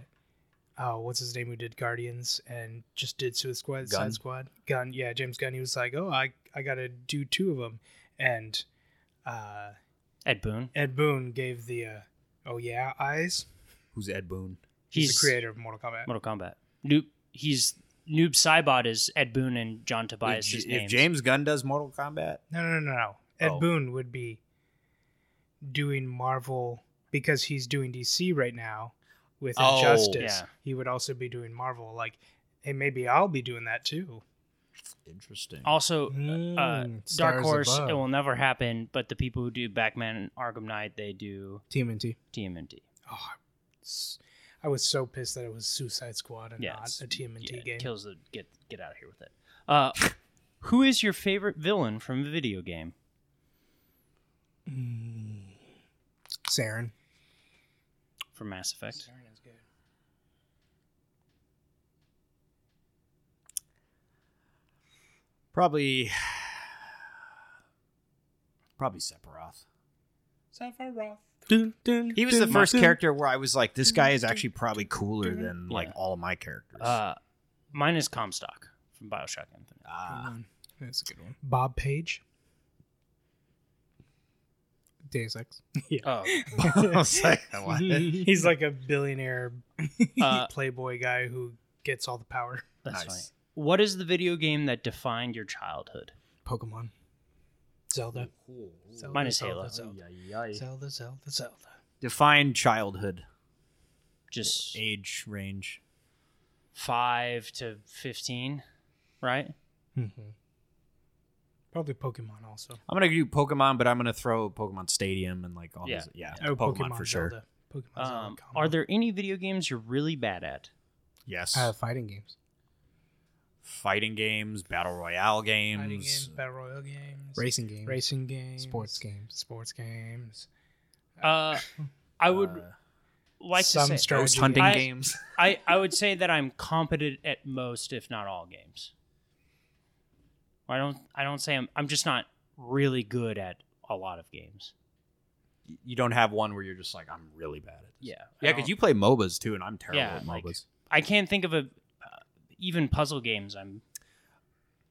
S1: oh, what's his name? Who did Guardians and just did Suicide Squad?
S3: Gunn?
S1: Side Squad. Gun. Yeah, James Gunn. He was like, oh, I I gotta do two of them, and uh,
S2: Ed Boon.
S1: Ed Boon gave the uh, oh yeah eyes.
S3: Who's Ed Boon?
S1: He's, the creator of Mortal Kombat.
S2: Mortal Kombat. Noob. He's Noob Saibot is Ed Boon and John
S3: If,
S2: Tobias.
S3: J-
S2: His
S3: if
S2: names.
S3: James Gunn does Mortal Kombat,
S1: No, no, no, no. Ed
S3: Oh.
S1: Boon would be doing Marvel because he's doing DC right now with
S3: Oh,
S1: Injustice.
S2: yeah.
S1: He would also be doing Marvel. Like, hey, maybe I'll be doing that too.
S3: interesting.
S2: also uh,
S4: Mm,
S2: Dark
S4: Stars
S2: Horse.
S4: Above.
S2: It will never happen. But the people who do Batman and Arkham Knight, they do
S4: TMNT.
S2: TMNT.
S1: Oh, s- I was so pissed that it was Suicide Squad and
S2: Yeah,
S1: not
S2: it's-
S1: a TMNT
S2: Yeah, it
S1: game.
S2: kills the get get out of here with it. Uh, who is your favorite villain from a video game?
S4: Saren.
S2: for Mass Effect.
S1: is good.
S3: Probably, probably Sephiroth.
S1: Sephiroth.
S4: Dun, dun,
S3: He was the
S4: dun,
S3: first
S4: dun.
S3: character where I was like, this guy is actually probably cooler than like all of my characters.
S2: Uh, mine is Comstock from Bioshock Infinite.
S3: Ah.
S4: That's a good one.
S1: Bob Page.
S4: Deus Ex.
S2: Oh,
S3: I was like, what?
S1: He's like a billionaire
S2: uh,
S1: playboy guy who gets all the power.
S2: that's
S3: Nice.
S2: funny. What is the video game that defined your childhood?
S4: Pokemon.
S1: Zelda. Zelda,
S2: Mine is
S1: Zelda,
S2: Halo.
S1: Zelda, Zelda, Zelda, Zelda.
S3: Define childhood,
S2: Just
S3: age range.
S2: five to fifteen, right? Mm-hmm.
S1: Probably Pokemon also.
S3: I'm gonna do Pokemon, but I'm gonna throw Pokemon Stadium and like all
S2: Yeah.
S3: those. Yeah,
S1: Oh,
S3: Pokemon, for sure.
S1: Zelda. Pokemon
S2: Um,
S1: Zelda combo.
S2: are there any video games you're really bad at?
S3: Yes.
S4: Uh, fighting games.
S3: Fighting games, battle royale games.
S1: fighting games, battle royale games,
S4: Racing games.
S1: racing games,
S4: Sports games.
S1: sports games,
S2: Uh, I would
S3: Uh,
S2: like to
S1: some
S2: say
S1: strategy
S3: ghost hunting
S2: I-
S3: games.
S2: I, I would say that I'm competent at most, if not all games. I don't I don't say I'm I'm just not really good at a lot of games.
S3: You don't have one where you're just like, I'm really bad at this.
S2: Yeah,
S3: Yeah,
S2: I
S3: because
S2: don't-
S3: you play MOBAs too, and I'm terrible
S2: Yeah,
S3: at MOBAs.
S2: like- I can't think of a uh, even puzzle games. I'm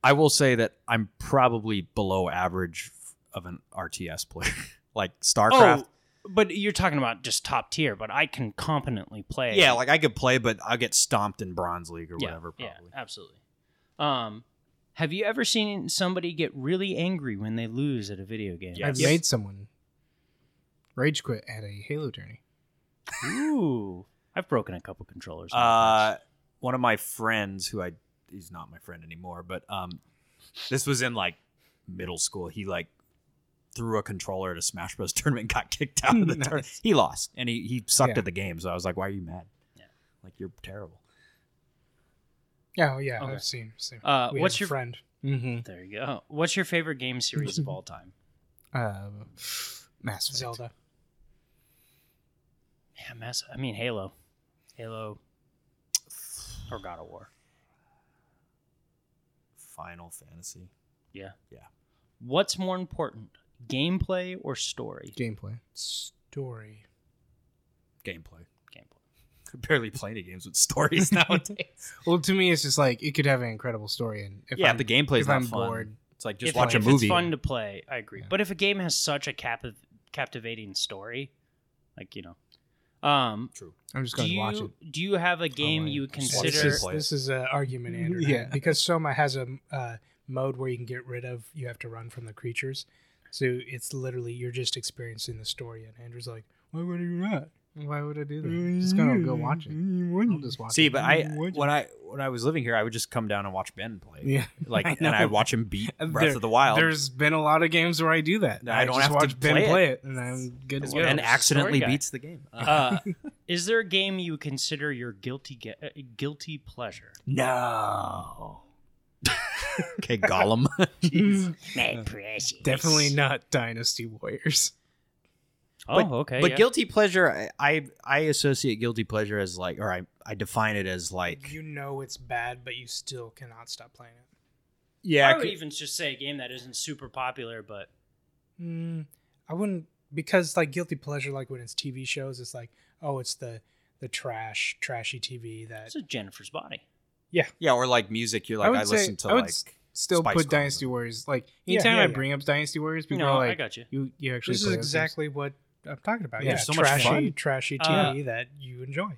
S3: I will say that I'm probably below average f- of an RTS player, like StarCraft.
S2: oh, but you're talking about just top tier. But I can competently play.
S3: Oh, yeah, like I could play, but I'll get stomped in Bronze League or
S2: Yeah,
S3: whatever.
S2: yeah,
S3: Probably.
S2: absolutely. Um, have you ever seen somebody get really angry when they lose at a video game?
S3: Yes.
S4: I've made someone rage quit at a Halo tourney.
S2: Ooh, I've broken a couple controllers. in my
S3: Uh, one of my friends who I he's not my friend anymore, but um, this was in like middle school. He like threw a controller at a Smash Bros tournament, and got kicked out of the tournament. He lost, and he he sucked
S4: Yeah.
S3: at the game. So I was like, "Why are you mad?
S2: Yeah.
S3: Like you're terrible."
S1: Yeah, oh, yeah,
S2: Okay.
S1: I've seen. seen.
S2: Uh,
S1: We
S2: what's
S1: have a
S2: your-
S1: friend?
S4: Mm-hmm.
S2: There you go. What's your favorite game series of all time?
S4: Uh, Mass Effect.
S1: Zelda.
S2: Yeah, Mass. I mean, Halo, Halo, or God of War.
S3: Final Fantasy.
S2: Yeah.
S3: Yeah.
S2: What's more important, gameplay or story?
S4: Gameplay.
S1: Story.
S3: gameplay.
S2: Gameplay.
S3: I barely play any games with stories nowadays.
S4: Well, to me, it's just like it could have an incredible story, and if
S3: yeah,
S4: I'm,
S3: the gameplay's
S4: if
S3: not
S4: I'm
S3: fun.
S4: bored,
S3: It's like just
S2: If-
S3: watch a
S2: if
S3: movie.
S2: It's fun to play. I agree.
S4: Yeah.
S2: But if a game has such a cap- captivating story, like you know, um,
S3: True.
S4: I'm just
S2: do
S4: going to
S2: you
S4: watch it.
S2: do you have a game
S4: I-
S2: you would
S4: Just watch
S2: consider?
S1: This is, this is an argument, Andrew.
S4: Mm, Yeah.
S1: Because Soma has a uh, mode where you can get rid of, you have to run from the creatures. So it's literally, you're just experiencing the story. And Andrew's like, why would I do that?
S4: Why would I do that? Mm-hmm. I'm just going to go watch it. I'll just watch
S3: See,
S4: it.
S3: but I
S4: Mm-hmm.
S1: Would you?
S3: when I when I was living here, I would just come down and watch Ben play.
S4: yeah,
S3: Like,
S4: I
S3: and I'd
S4: know.
S3: watch him beat
S4: There-
S3: Breath of the Wild.
S4: There's been a lot of games where I do that.
S3: No,
S4: I,
S3: I don't
S4: just
S3: have to
S4: watch Ben
S3: play
S4: play
S3: it.
S4: it. and I'm good to
S2: It's
S4: go.
S2: good.
S3: Ben
S2: Yeah.
S3: accidentally
S2: Story guy.
S3: beats the game. Uh,
S2: uh, is there a game you would consider your guilty ge- uh, guilty pleasure?
S3: no. okay, Gollum. Jeez.
S2: My precious.
S4: Definitely not Dynasty Warriors.
S2: Oh,
S3: But-
S2: okay.
S3: But
S2: yeah.
S3: guilty pleasure, I, I I associate guilty pleasure as like, or I I define it as like,
S1: you know it's bad, but you still cannot stop playing it.
S3: yeah,
S2: I would
S3: c-
S2: even just say a game that isn't super popular, but
S1: Mm, I wouldn't because like guilty pleasure, like when it's TV shows, it's like oh, it's the the trash, trashy TV that
S2: it's a Jennifer's Body.
S3: yeah, or like music. You're like,
S4: would
S3: I,
S4: say-
S3: listen to
S4: I would
S3: like,
S4: s- still
S3: Spice
S4: put
S3: Girls.
S4: Dynasty Warriors. Like
S1: Yeah,
S4: anytime
S1: yeah,
S4: I
S1: yeah.
S4: bring up Dynasty Warriors, people
S2: no,
S4: are
S2: I
S4: like,
S2: got you.
S4: "You you actually
S1: this is
S4: play those games?"
S1: exactly what I'm talking about.
S4: Yeah,
S1: Yeah,
S4: they're
S3: so much
S1: trashy,
S3: fun.
S1: trashy
S2: Uh,
S1: TV that you enjoy.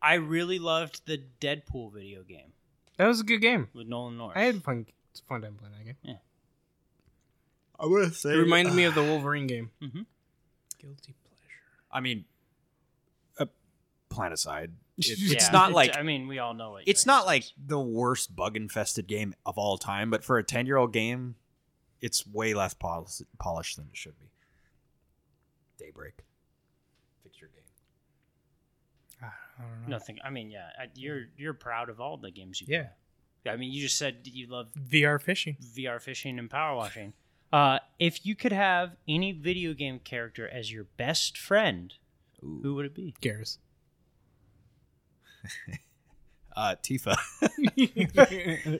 S2: I really loved the Deadpool video game
S4: That was a good game.
S2: with Nolan North.
S4: I had fun fun time playing that game.
S3: I would say uh,
S4: It reminded me of the Wolverine game.
S2: Mm-hmm.
S1: Guilty pleasure.
S3: I mean, a planicide. It-
S2: Yeah,
S3: it's not like
S2: I mean, we all know it.
S3: it's not like the worst bug infested game of all time, but for a ten year old game, it's way less polis- polished than it should be. Daybreak, picture game.
S1: I I don't know.
S2: nothing. I mean, yeah, I- you're you're proud of all the games you.
S1: Yeah,
S2: play. I mean, you just said that you love
S1: VR fishing.
S2: VR fishing and power washing. Uh, if you could have any video game character as your best friend, who would it be?
S4: Garrus.
S3: Uh, Tifa.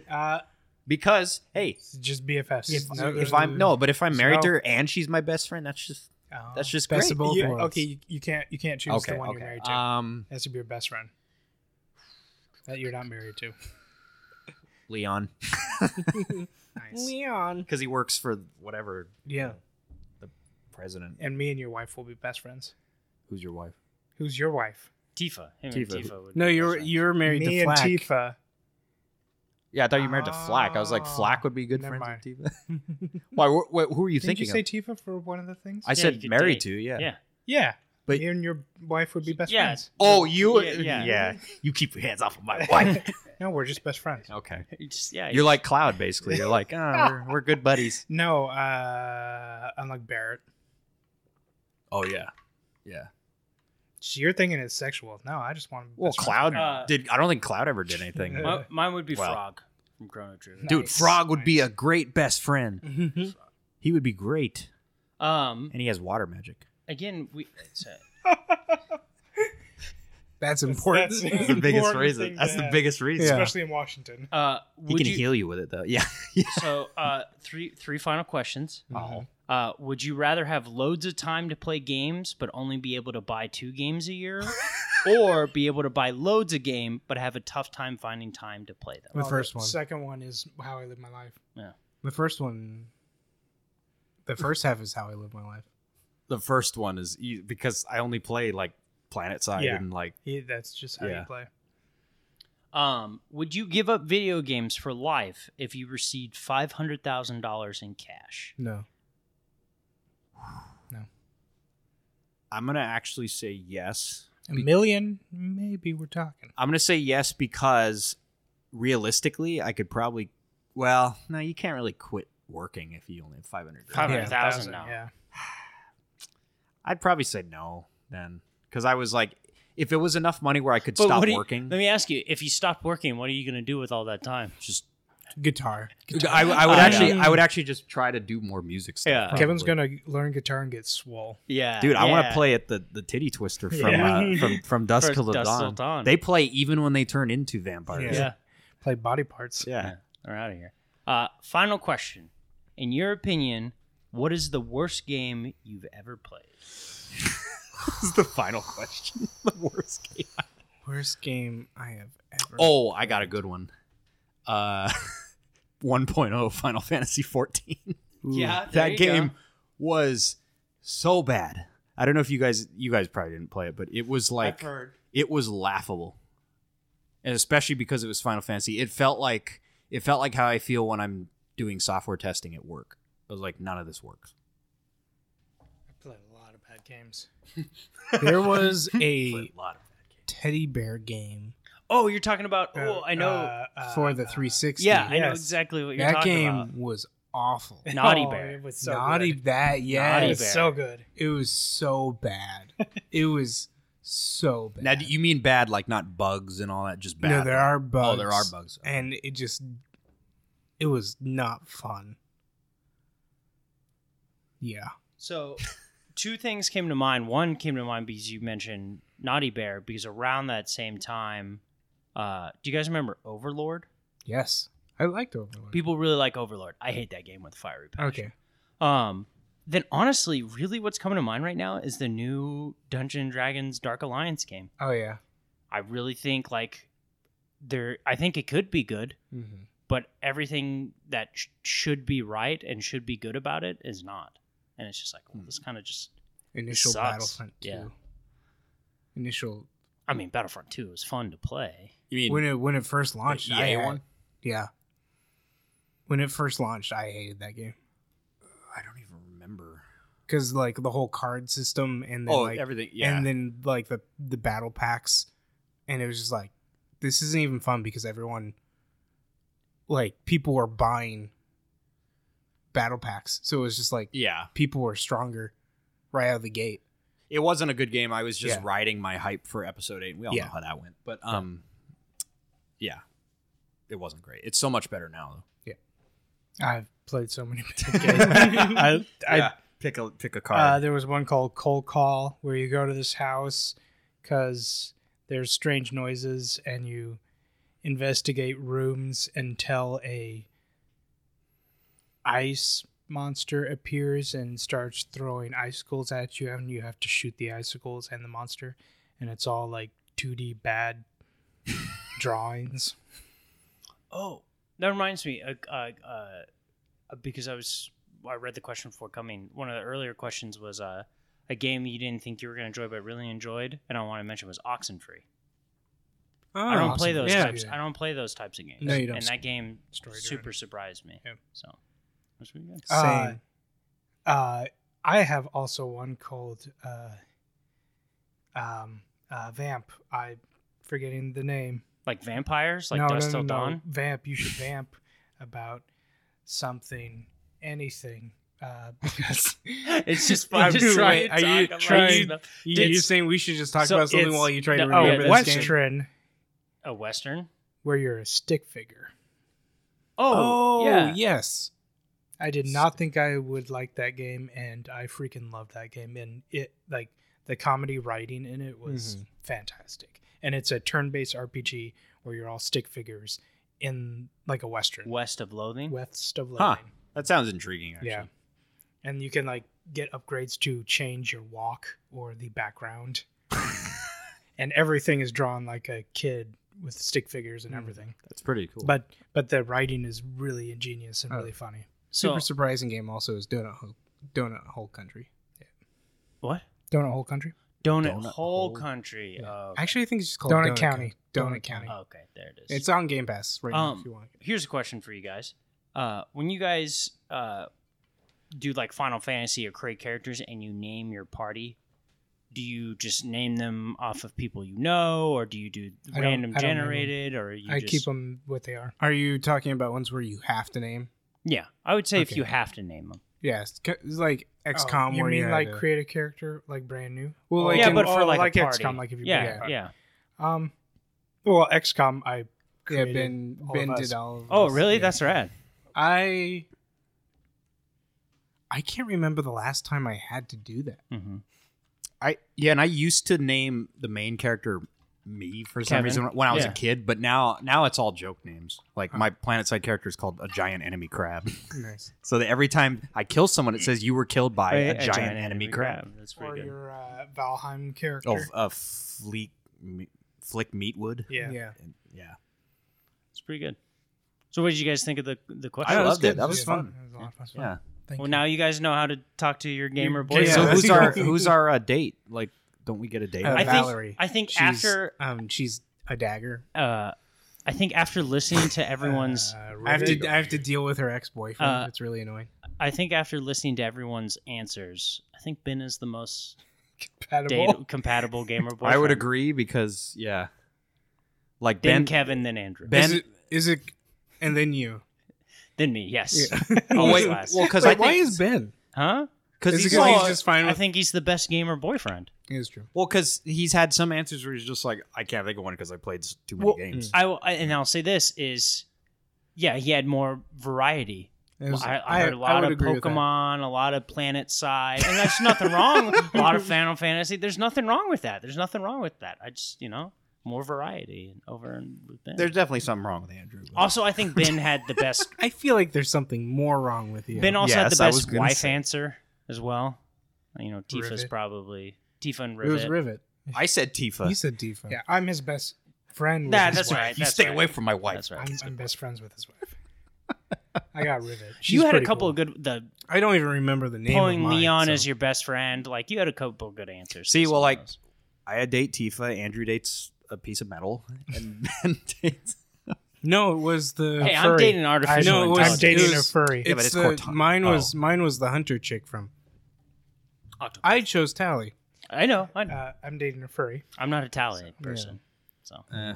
S1: uh,
S3: because hey,
S1: it's just BFFs.
S3: if,
S1: No-
S3: if I'm no, but if I'm
S1: So-
S3: married to her and she's my best friend, that's just
S1: Oh.
S3: that's just
S4: Best
S3: great.
S4: of both
S1: You-
S4: worlds.
S1: okay, you, you can't you can't choose
S3: okay.
S1: the one
S3: okay.
S1: you're married to.
S3: Um,
S1: That's to be your best friend that you're not married to.
S3: Leon,
S1: Nice.
S4: Leon.
S3: because he works for whatever
S1: Yeah,
S3: president.
S1: and me and your wife will be best friends.
S3: Who's your wife?
S1: Who's your wife?
S2: Tifa. Him
S3: Tifa.
S2: And Tifa would
S4: No,
S2: be
S4: you're
S2: best friends.
S4: you're married
S1: me
S4: to
S1: and
S4: Flack.
S1: Tifa.
S3: Yeah, I thought you were married to Flack. I was like,
S1: Ah,
S3: Flack would be good
S1: never
S3: friends with Tifa. Why? Wh- wh- who are you
S1: Did
S3: thinking
S1: you say
S3: of?
S1: Tifa for one of the things?
S3: I
S2: Yeah, you
S3: said
S2: could
S3: married
S2: date.
S3: to. Yeah.
S2: yeah.
S1: yeah,
S3: But-
S1: you and your wife would be best
S2: Yeah.
S1: friends.
S3: Oh, you?
S2: Yeah, yeah.
S3: You keep your hands off of my wife.
S1: No, we're just best friends.
S3: okay.
S2: You just- yeah.
S3: You're like Cloud, basically. You're like, ah, we're, we're good buddies.
S1: No, uh, unlike Barrett,
S3: Oh yeah, yeah.
S1: So you're thinking it's sexual. No, I just want.
S3: Well,
S1: best friends.
S3: Cloud
S2: Uh,
S3: did. I don't think Cloud ever did anything.
S1: Yeah.
S2: Mi- mine would be
S3: Well.
S2: Frog from Chrono Trigger.
S3: Dude,
S1: Nice,
S3: Frog would be
S1: nice.
S3: a great best friend. He would be great,
S2: Um,
S3: and he has water magic.
S2: again, we it's, uh,
S4: That's important.
S1: That's the biggest Important reason. thing That's to the have.
S3: biggest reason.
S4: Yeah.
S1: especially in Washington.
S2: uh,
S3: He
S2: would
S3: can
S2: you,
S3: heal you with it though. Yeah.
S2: So, uh, three three final questions.
S3: Oh.
S2: Uh, would you rather have loads of time to play games but only be able to buy two games a year, or be able to buy loads of game but have a tough time finding time to play
S1: Oh,
S2: them?
S4: The first one.
S1: Second one is how I live my life.
S4: The first one. The first half is how I live my life.
S3: The first one is e- because I only play like Planet Side
S1: Yeah.
S3: and like
S1: He, that's just how
S3: Yeah.
S1: you play.
S2: Um, would you give up video games for life if you received five hundred thousand dollars in cash?
S4: No.
S3: I'm gonna actually say yes.
S1: A million, maybe we're talking.
S3: I'm gonna say yes because realistically, I could probably. Well, no, you can't really quit working if you only have 500.
S2: Five hundred thousand
S1: Thousand,
S2: now.
S1: Yeah.
S3: I'd probably say no then because I was like, if it was enough money where I could
S2: But
S3: stop
S2: what do you-
S3: working,
S2: Let me ask you: If you stopped working, what are you going to do with all that time?
S3: just
S4: Guitar.
S3: I, I would
S2: Uh,
S3: actually
S1: yeah.
S3: I would actually just try to do more music stuff.
S2: Yeah.
S1: Kevin's
S3: probably.
S1: gonna learn guitar and get swole.
S2: Yeah,
S3: Dude, I want to
S2: yeah.
S3: play at the, the Titty Twister from
S1: Yeah.
S3: uh, from from dusk
S2: For
S3: till the
S2: Dusk Till
S3: dawn.
S2: Dawn.
S3: They play even when they turn into vampires.
S2: Yeah,
S1: Play body parts.
S3: Yeah.
S2: Yeah, we're out of here. Uh, final question: In your opinion, what is the worst game you've ever played?
S3: this is the final question. the worst game.
S4: Worst game I have ever.
S3: Oh, I got a good one. Uh 1.0 Final Fantasy 14.
S2: Yeah, there
S3: that
S2: you
S3: game
S2: go.
S3: was so bad. I don't know if you guys you guys probably didn't play it, but it was like it was laughable. And especially because it was Final Fantasy, it felt like it felt like how I feel when I'm doing software testing at work. I was like none of this works.
S1: I played a lot of bad games.
S4: There was a
S3: Played a lot of
S4: teddy bear game
S2: Oh, you're talking about. Oh, I know.
S1: Uh, uh,
S4: for the
S1: uh,
S4: 360.
S2: yeah, I know
S1: yes.
S2: exactly what you're
S4: that
S2: talking
S4: game
S2: about.
S4: was awful.
S2: Naughty
S1: oh,
S2: Bear.
S1: It was so
S4: Naughty
S1: Good.
S4: that
S1: It
S4: yeah,
S2: Naughty
S1: was
S2: Bear.
S1: so good.
S4: it was so bad. it was so bad.
S3: Now, do you mean bad like not bugs and all that? Just bad.
S4: No, there are bugs.
S3: Oh, there are bugs.
S4: and it just it was not fun. Yeah,
S2: So, two things came to mind. One came to mind because you mentioned Naughty Bear, because around that same time, uh, do you guys remember Overlord?
S4: yes, I liked Overlord.
S2: People really like Overlord. I hate that game with a fiery passion.
S4: okay,
S2: Um, then honestly, really, what's coming to mind right now is the new Dungeon and Dragons Dark Alliance game.
S4: oh yeah,
S2: I really think like there. I think it could be good,
S4: Mhm.
S2: but everything that sh- should be right and should be good about it is not. And it's just like well, this kind of just.
S4: initial
S2: sucks.
S4: Battlefront two.
S2: Yeah.
S4: Initial
S2: I mean, Battlefront Two was fun to play.
S3: You mean
S4: when it when it first launched,
S3: the
S4: I
S3: EA
S4: had-
S3: one?
S4: Yeah, when it first launched, I hated that game
S3: I don't even remember.
S4: because like the whole card system and then
S3: oh,
S4: like
S3: everything. Yeah.
S4: and then like the the battle packs and it was just like this isn't even fun because everyone like people were buying battle packs so it was just like
S3: yeah.
S4: people were stronger right out of the gate
S3: It wasn't a good game. I was just
S4: Yeah.
S3: riding my hype for episode eight. We all
S4: Yeah.
S3: know how that went. But um, yeah, it wasn't great. It's so much better now.
S1: I've played so many
S3: I,
S1: games. I-
S3: yeah, pick a pick a
S1: uh,
S3: card.
S1: there was one called Cold Call where you go to this house because there's strange noises and you investigate rooms until a ice monster appears and starts throwing icicles at you and you have to shoot the icicles and the monster and it's all like 2D bad drawings.
S2: Oh, that reminds me. Uh, uh, uh, because I was, I read the question before coming. One of the earlier questions was uh, a game you didn't think you were going to enjoy, but really enjoyed, and I want to mention was Oxenfree.
S4: Oh,
S2: I don't
S1: Oxenfree.
S2: play those
S4: Yeah.
S2: types. I don't play those types of games.
S1: No, you don't.
S2: And that game
S1: Story driven.
S2: super surprised me.
S1: Yeah.
S2: So, that's pretty good.
S4: Same.
S1: Uh, uh, I have also one called uh, um, uh, Vamp. I'm forgetting the name.
S2: like vampires, like Dust Till Dawn.
S1: Vamp. You should vamp about something, anything. Uh, because
S2: It's just
S4: I'm
S2: fun. Just
S4: doing-
S2: trying
S4: are
S2: to
S4: you
S2: talk about
S4: trying-
S2: stuff.
S4: You-
S2: Did-
S4: You're saying we should just talk
S2: so
S4: about something
S2: it's-
S4: whill you try to
S2: no, oh,
S4: remember
S2: yeah,
S4: this
S2: that's
S4: game?
S1: Western,
S2: a western?
S1: where you're a stick figure.
S4: Oh,
S2: yeah.
S4: yes.
S1: I did not think I would like that game, and I freaking loved that game. And it, like, the comedy writing in it was fantastic. And it's a turn based RPG where you're all stick figures in, like, a Western.
S2: West of Loathing.
S1: West of
S3: Huh.
S1: London.
S3: that sounds intriguing. Actually.
S1: Yeah. And you can, like, get upgrades to change your walk or the background. and everything is drawn like a kid with stick figures and everything.
S3: that's pretty cool.
S1: But but the writing is really ingenious and
S4: Oh.
S1: really funny.
S2: So
S4: Super surprising game also is Donut Hole, Donut Hole Country.
S2: what?
S1: Donut Hole Country?
S2: Donut,
S3: Donut
S2: Hole
S3: Hole.
S2: Country. Oh,
S4: Actually, I think it's just called
S1: Donut, County.
S4: Co-
S1: Donut County.
S2: okay, there it is.
S4: It's on Game Pass right now
S2: Oh, Um,
S4: if you want.
S2: Here's a question for you guys. Uh, when you guys uh, do like Final Fantasy or create characters and you name your party, do you just name them off of people you know, or do you do
S1: I don't-
S2: random
S1: I don't name 'em.
S2: generated, or you
S1: I
S2: just...
S1: keep them what they are.
S4: Are you talking about ones where you have to name?
S2: Yeah, I would say if
S4: Okay.
S2: you have to name them.
S4: Yes, c- it's like
S1: Oh,
S4: XCOM.
S1: you
S4: where
S1: mean
S4: had
S1: like
S4: to-
S1: create a character like brand new?
S4: Well, like
S2: yeah,
S4: in-
S2: but
S1: oh,
S2: for like,
S1: like
S2: a party.
S1: XCOM, like if you
S2: yeah,
S1: play-
S2: yeah.
S1: Um, well, XCOM I
S4: yeah,
S1: created.
S4: Ben,
S1: all
S4: ben
S1: of
S4: did
S1: us.
S4: all. Of
S2: Oh,
S4: this.
S2: really?
S4: Yeah.
S2: That's rad.
S4: I. I can't remember the last time I had to do that.
S2: hmm
S3: I yeah, and I used to name the main character me for some
S2: Kevin?
S3: reason when I was
S2: Yeah.
S3: a kid, but now now it's all joke names. Like my planet side character is called a giant enemy crab.
S4: Nice.
S3: so that every time I kill someone, it says you were killed by a, giant, enemy, crab.
S2: That's
S1: or
S2: pretty good.
S1: your uh, Valheim character.
S3: Oh, a fleek me- flick meatwood.
S1: yeah.
S4: yeah.
S3: And- yeah.
S2: It's pretty good. So, what did you guys think of the the
S3: I
S2: question?
S4: Oh, that's
S3: loved it.
S4: good.
S3: That was
S4: Yeah.
S3: fun.
S1: That was a lot of fun.
S3: Yeah.
S1: Thank
S2: well,
S1: you.
S2: now you guys know how to talk to your gamer boy.
S4: Yeah,
S3: so
S4: that's
S3: who's our
S4: cool.
S3: who's our uh, date? Like, don't we get a date?
S4: Uh,
S2: I think
S4: Valerie,
S2: I think
S4: She's,
S2: after
S4: um, she's a dagger.
S2: uh, I think after listening to everyone's,
S1: Uh,
S4: I have
S1: Rivet?
S4: to. I have to deal with her ex boyfriend.
S2: Uh,
S4: it's really annoying.
S2: I think after listening to everyone's answers, I think Ben is the most
S1: compatible.
S2: date- compatible gamer boy.
S3: I would agree because yeah, like
S2: Then
S3: Ben.
S2: Kevin, then Andrew,
S3: Ben-
S4: is it, is it? And then you.
S2: then me. Yes.
S3: oh,
S2: Always
S3: wait,
S2: last.
S3: well, because
S4: Wait,
S3: I think
S4: why is Ben?
S2: huh?
S3: because
S4: Is it
S3: he's,
S4: 'cause he's
S3: well,
S4: just fine
S2: I
S4: with?
S2: think he's the best gamer boyfriend.
S4: it is true.
S3: Well, because he's had some answers where he's just like, I can't think of one because I played s- too many
S2: Well,
S3: games.
S2: I will, I- and I'll say this is, yeah, he had more variety.
S4: It was-
S2: I, I heard a lot
S4: would
S2: of
S4: agree with that.
S2: Pokemon, a lot of Planet Side, and there's nothing wrong. a lot of Final Fantasy. There's nothing wrong with that. There's nothing wrong with that. I just you know more variety and over and with Ben.
S3: mm. There's definitely something wrong with Andrew. but-
S2: also, I think Ben had the best.
S4: I feel like there's something more wrong with you.
S2: Ben also had
S3: Yes,
S2: the
S3: I was
S2: best
S3: gonna
S2: wife
S3: say.
S2: answer as well. You know, Tifa's
S1: Rivet.
S2: probably Tifa and
S4: it was
S2: Rivet.
S4: Rivet.
S3: I said Tifa.
S4: You said Tifa.
S1: Yeah, I'm his best friend. With
S2: Nah,
S1: his
S2: that's
S1: wife.
S2: right.
S3: you
S2: that's
S3: stay
S2: right.
S3: away from my wife.
S2: That's right.
S1: I'm, I'm best friends with his wife. I got Rivet. She's
S2: you had a
S1: pretty
S2: couple
S1: cool.
S2: of good. The
S4: I don't even remember the name.
S2: pulling
S4: of mine,
S2: Leon
S4: so.
S2: as your best friend. Like you had a couple of good answers.
S3: See,
S2: to
S3: well,
S2: some of
S3: like-
S2: those.
S3: I date Tifa. Andrew dates a piece of metal, and Ben dates.
S4: No, it was the.
S2: hey, I'm
S1: furry.
S2: dating an
S1: I
S2: artificial
S4: know, it was-
S1: I'm
S2: intelligence.
S1: dating
S4: it
S1: a
S4: was-
S1: furry.
S3: Yeah, but
S4: it's
S3: it's
S4: the,
S3: Cortana. Oh.
S4: mine was mine was the hunter chick from.
S2: Octo-
S4: I chose Tally.
S2: I know. I know.
S1: Uh, I'm dating a furry.
S2: I'm not Italian person. So
S3: Eh.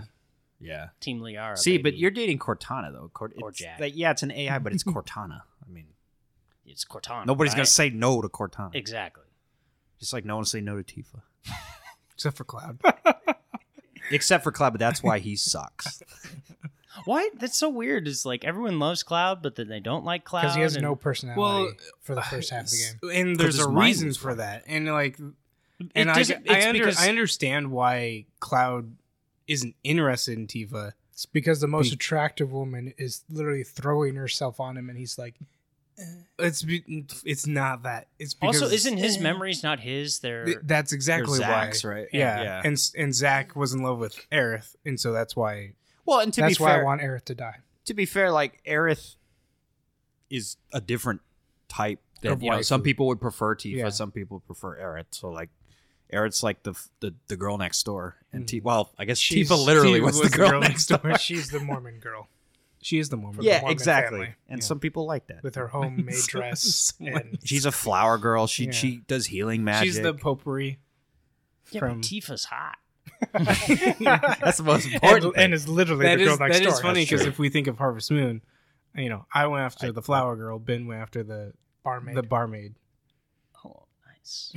S3: yeah.
S2: Team Liara.
S3: See, but
S2: baby.
S3: you're dating Cortana though. Cort-
S2: Or
S3: it's-
S2: Jack.
S3: like, yeah, it's an AI, but it's Cortana. I mean,
S2: it's Cortana.
S3: nobody's
S2: right?
S3: gonna say no to Cortana.
S2: exactly.
S3: Just like no one say no to Tifa,
S4: Except for Cloud.
S3: except for Cloud. But that's why he sucks.
S2: Why? That's so weird. Is like everyone loves Cloud, but then they don't like Cloud.
S1: because he has
S2: and-
S1: no personality
S4: Um, Well,
S1: for the first half of the game.
S4: And there's
S3: his
S4: a
S3: mind
S4: reason
S3: was
S4: for that. And like
S2: It
S4: and I,
S2: doesn't-
S4: I,
S2: it's
S4: under,
S2: because-
S4: I understand why Cloud isn't interested in Tifa.
S1: It's because the most
S4: Be-
S1: attractive woman is literally throwing herself on him, and he's like,
S4: It's be, it's not that. It's because Eh,
S2: also, isn't his memories not his? They're
S4: Th- that's exactly
S3: They're
S4: why.
S3: Zack's, right?
S4: Yeah.
S3: Yeah.
S4: and s- and Zach was in love with Aerith, and so that's why.
S3: Well, and to
S1: "That's
S3: be
S1: why
S3: fair,
S1: I want Aerith to die."
S3: to be fair, like Aerith is a different type than
S4: Of
S3: you know, some
S4: waifu.
S3: people would prefer Tifa,
S4: Yeah.
S3: some people prefer Aerith. So like Aerith's like the f- the, the girl next door, and T- well, I guess
S1: She's-
S3: Tifa literally
S4: Tifa
S3: was, the girl, next door.
S1: She's the Mormon girl
S4: She is the Mormon.
S1: Yeah.
S4: Yeah,
S1: Mormon
S3: exactly.
S1: family.
S3: And
S4: Yeah.
S3: some people like that.
S1: with her homemade dress, and
S3: She's a flower girl. She
S1: Yeah.
S3: she does healing magic.
S4: she's the potpourri.
S2: yeah,
S4: from-
S2: but Tifa's hot.
S3: That's the most important.
S1: and,
S3: thing.
S1: and is literally
S4: That
S1: the girl
S4: is
S1: next
S4: that
S1: door.
S4: is funny
S3: That's true.
S4: because if we think of Harvest Moon, you know, I went after the flower girl. Ben went after the
S1: barmaid.
S4: the barmaid.
S2: Oh, nice.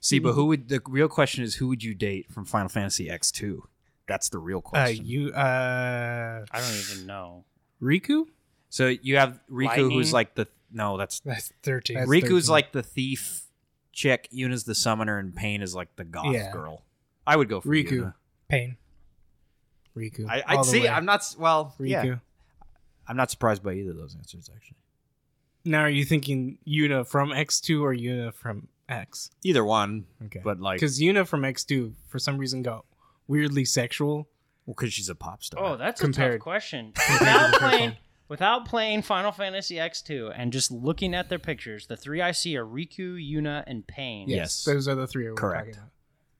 S3: See, but who would the real question is who would you date from Final Fantasy X two? That's the real
S4: Uh,
S3: question.
S4: you uh,
S2: I don't even know.
S4: Riku.
S3: so you have Riku,
S2: Lightning?
S3: who's like the no, that's
S1: That's thirteen.
S4: That's-
S3: Riku's
S4: 13.
S3: like the thief chick, Yuna's the summoner, and Pain is like the goth
S4: Yeah.
S3: girl. I would go for
S4: Riku.
S3: Yuna.
S1: Pain.
S4: Riku.
S3: I,
S4: all
S3: I'd
S4: the
S3: see.
S4: way.
S3: I'm not. s- Well,
S4: Riku.
S3: yeah, I'm not surprised by either of those answers actually.
S4: Now, are you thinking Yuna from X two or Yuna from X?
S3: Either one,
S4: Okay,
S3: but like because
S4: because Yuna from X two for some reason got weirdly sexual.
S3: she's a pop star.
S2: Oh, that's a
S4: Compared-
S2: tough question.
S4: to
S2: Without
S4: the first
S2: playing,
S4: one.
S2: without playing Final Fantasy X two and just looking at their pictures, the three I see are Riku, Yuna, and Pain.
S3: Yeah. Yes.
S4: those are the three we're
S3: Correct.
S4: talking about.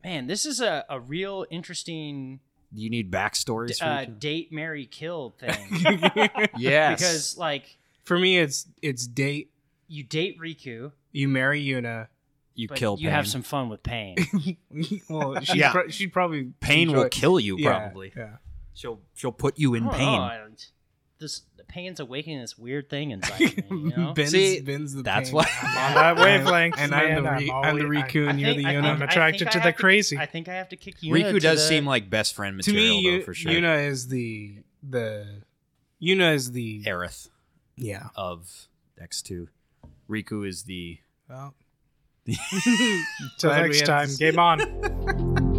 S2: Man, this is a, a real interesting
S3: you need backstories. for
S2: uh,
S3: Riku?
S2: date, marry, kill thing.
S3: yes,
S2: Because like
S4: For me, it's it's date.
S2: you date Riku,
S4: You marry Yuna.
S3: you
S2: but
S3: kill.
S2: you
S3: Pain.
S2: have some fun with Pain.
S4: well, she
S3: Yeah.
S4: pro- she probably
S3: Pain
S4: enjoy-
S3: will kill you
S4: Yeah,
S3: probably.
S4: Yeah.
S3: She'll she'll put you in
S2: I don't
S3: pain.
S2: know, I don't- This the pain's awakening this weird thing inside of me. You know?
S4: Ben's,
S3: See,
S4: Ben's the
S3: That's
S4: pain.
S3: why
S1: On that wavelength,
S4: and
S1: man,
S4: I'm the, re-
S1: I'm
S4: I'm
S1: always-
S4: the Riku
S2: I
S4: and you're the
S2: think- I
S4: Yuna.
S1: I'm
S2: think-
S1: attracted
S2: I
S1: to the
S2: have
S1: crazy.
S2: I think I have to kick Yuna.
S3: Riku
S2: to
S3: does
S2: the-
S3: seem like best friend
S4: to
S3: material
S4: me,
S3: though,
S4: Yu-
S3: for sure.
S4: Yuna is the the Yuna is the
S3: Aerith
S4: yeah.
S3: of X two. Riku is the
S1: Well,
S4: Till
S1: till next time, game on.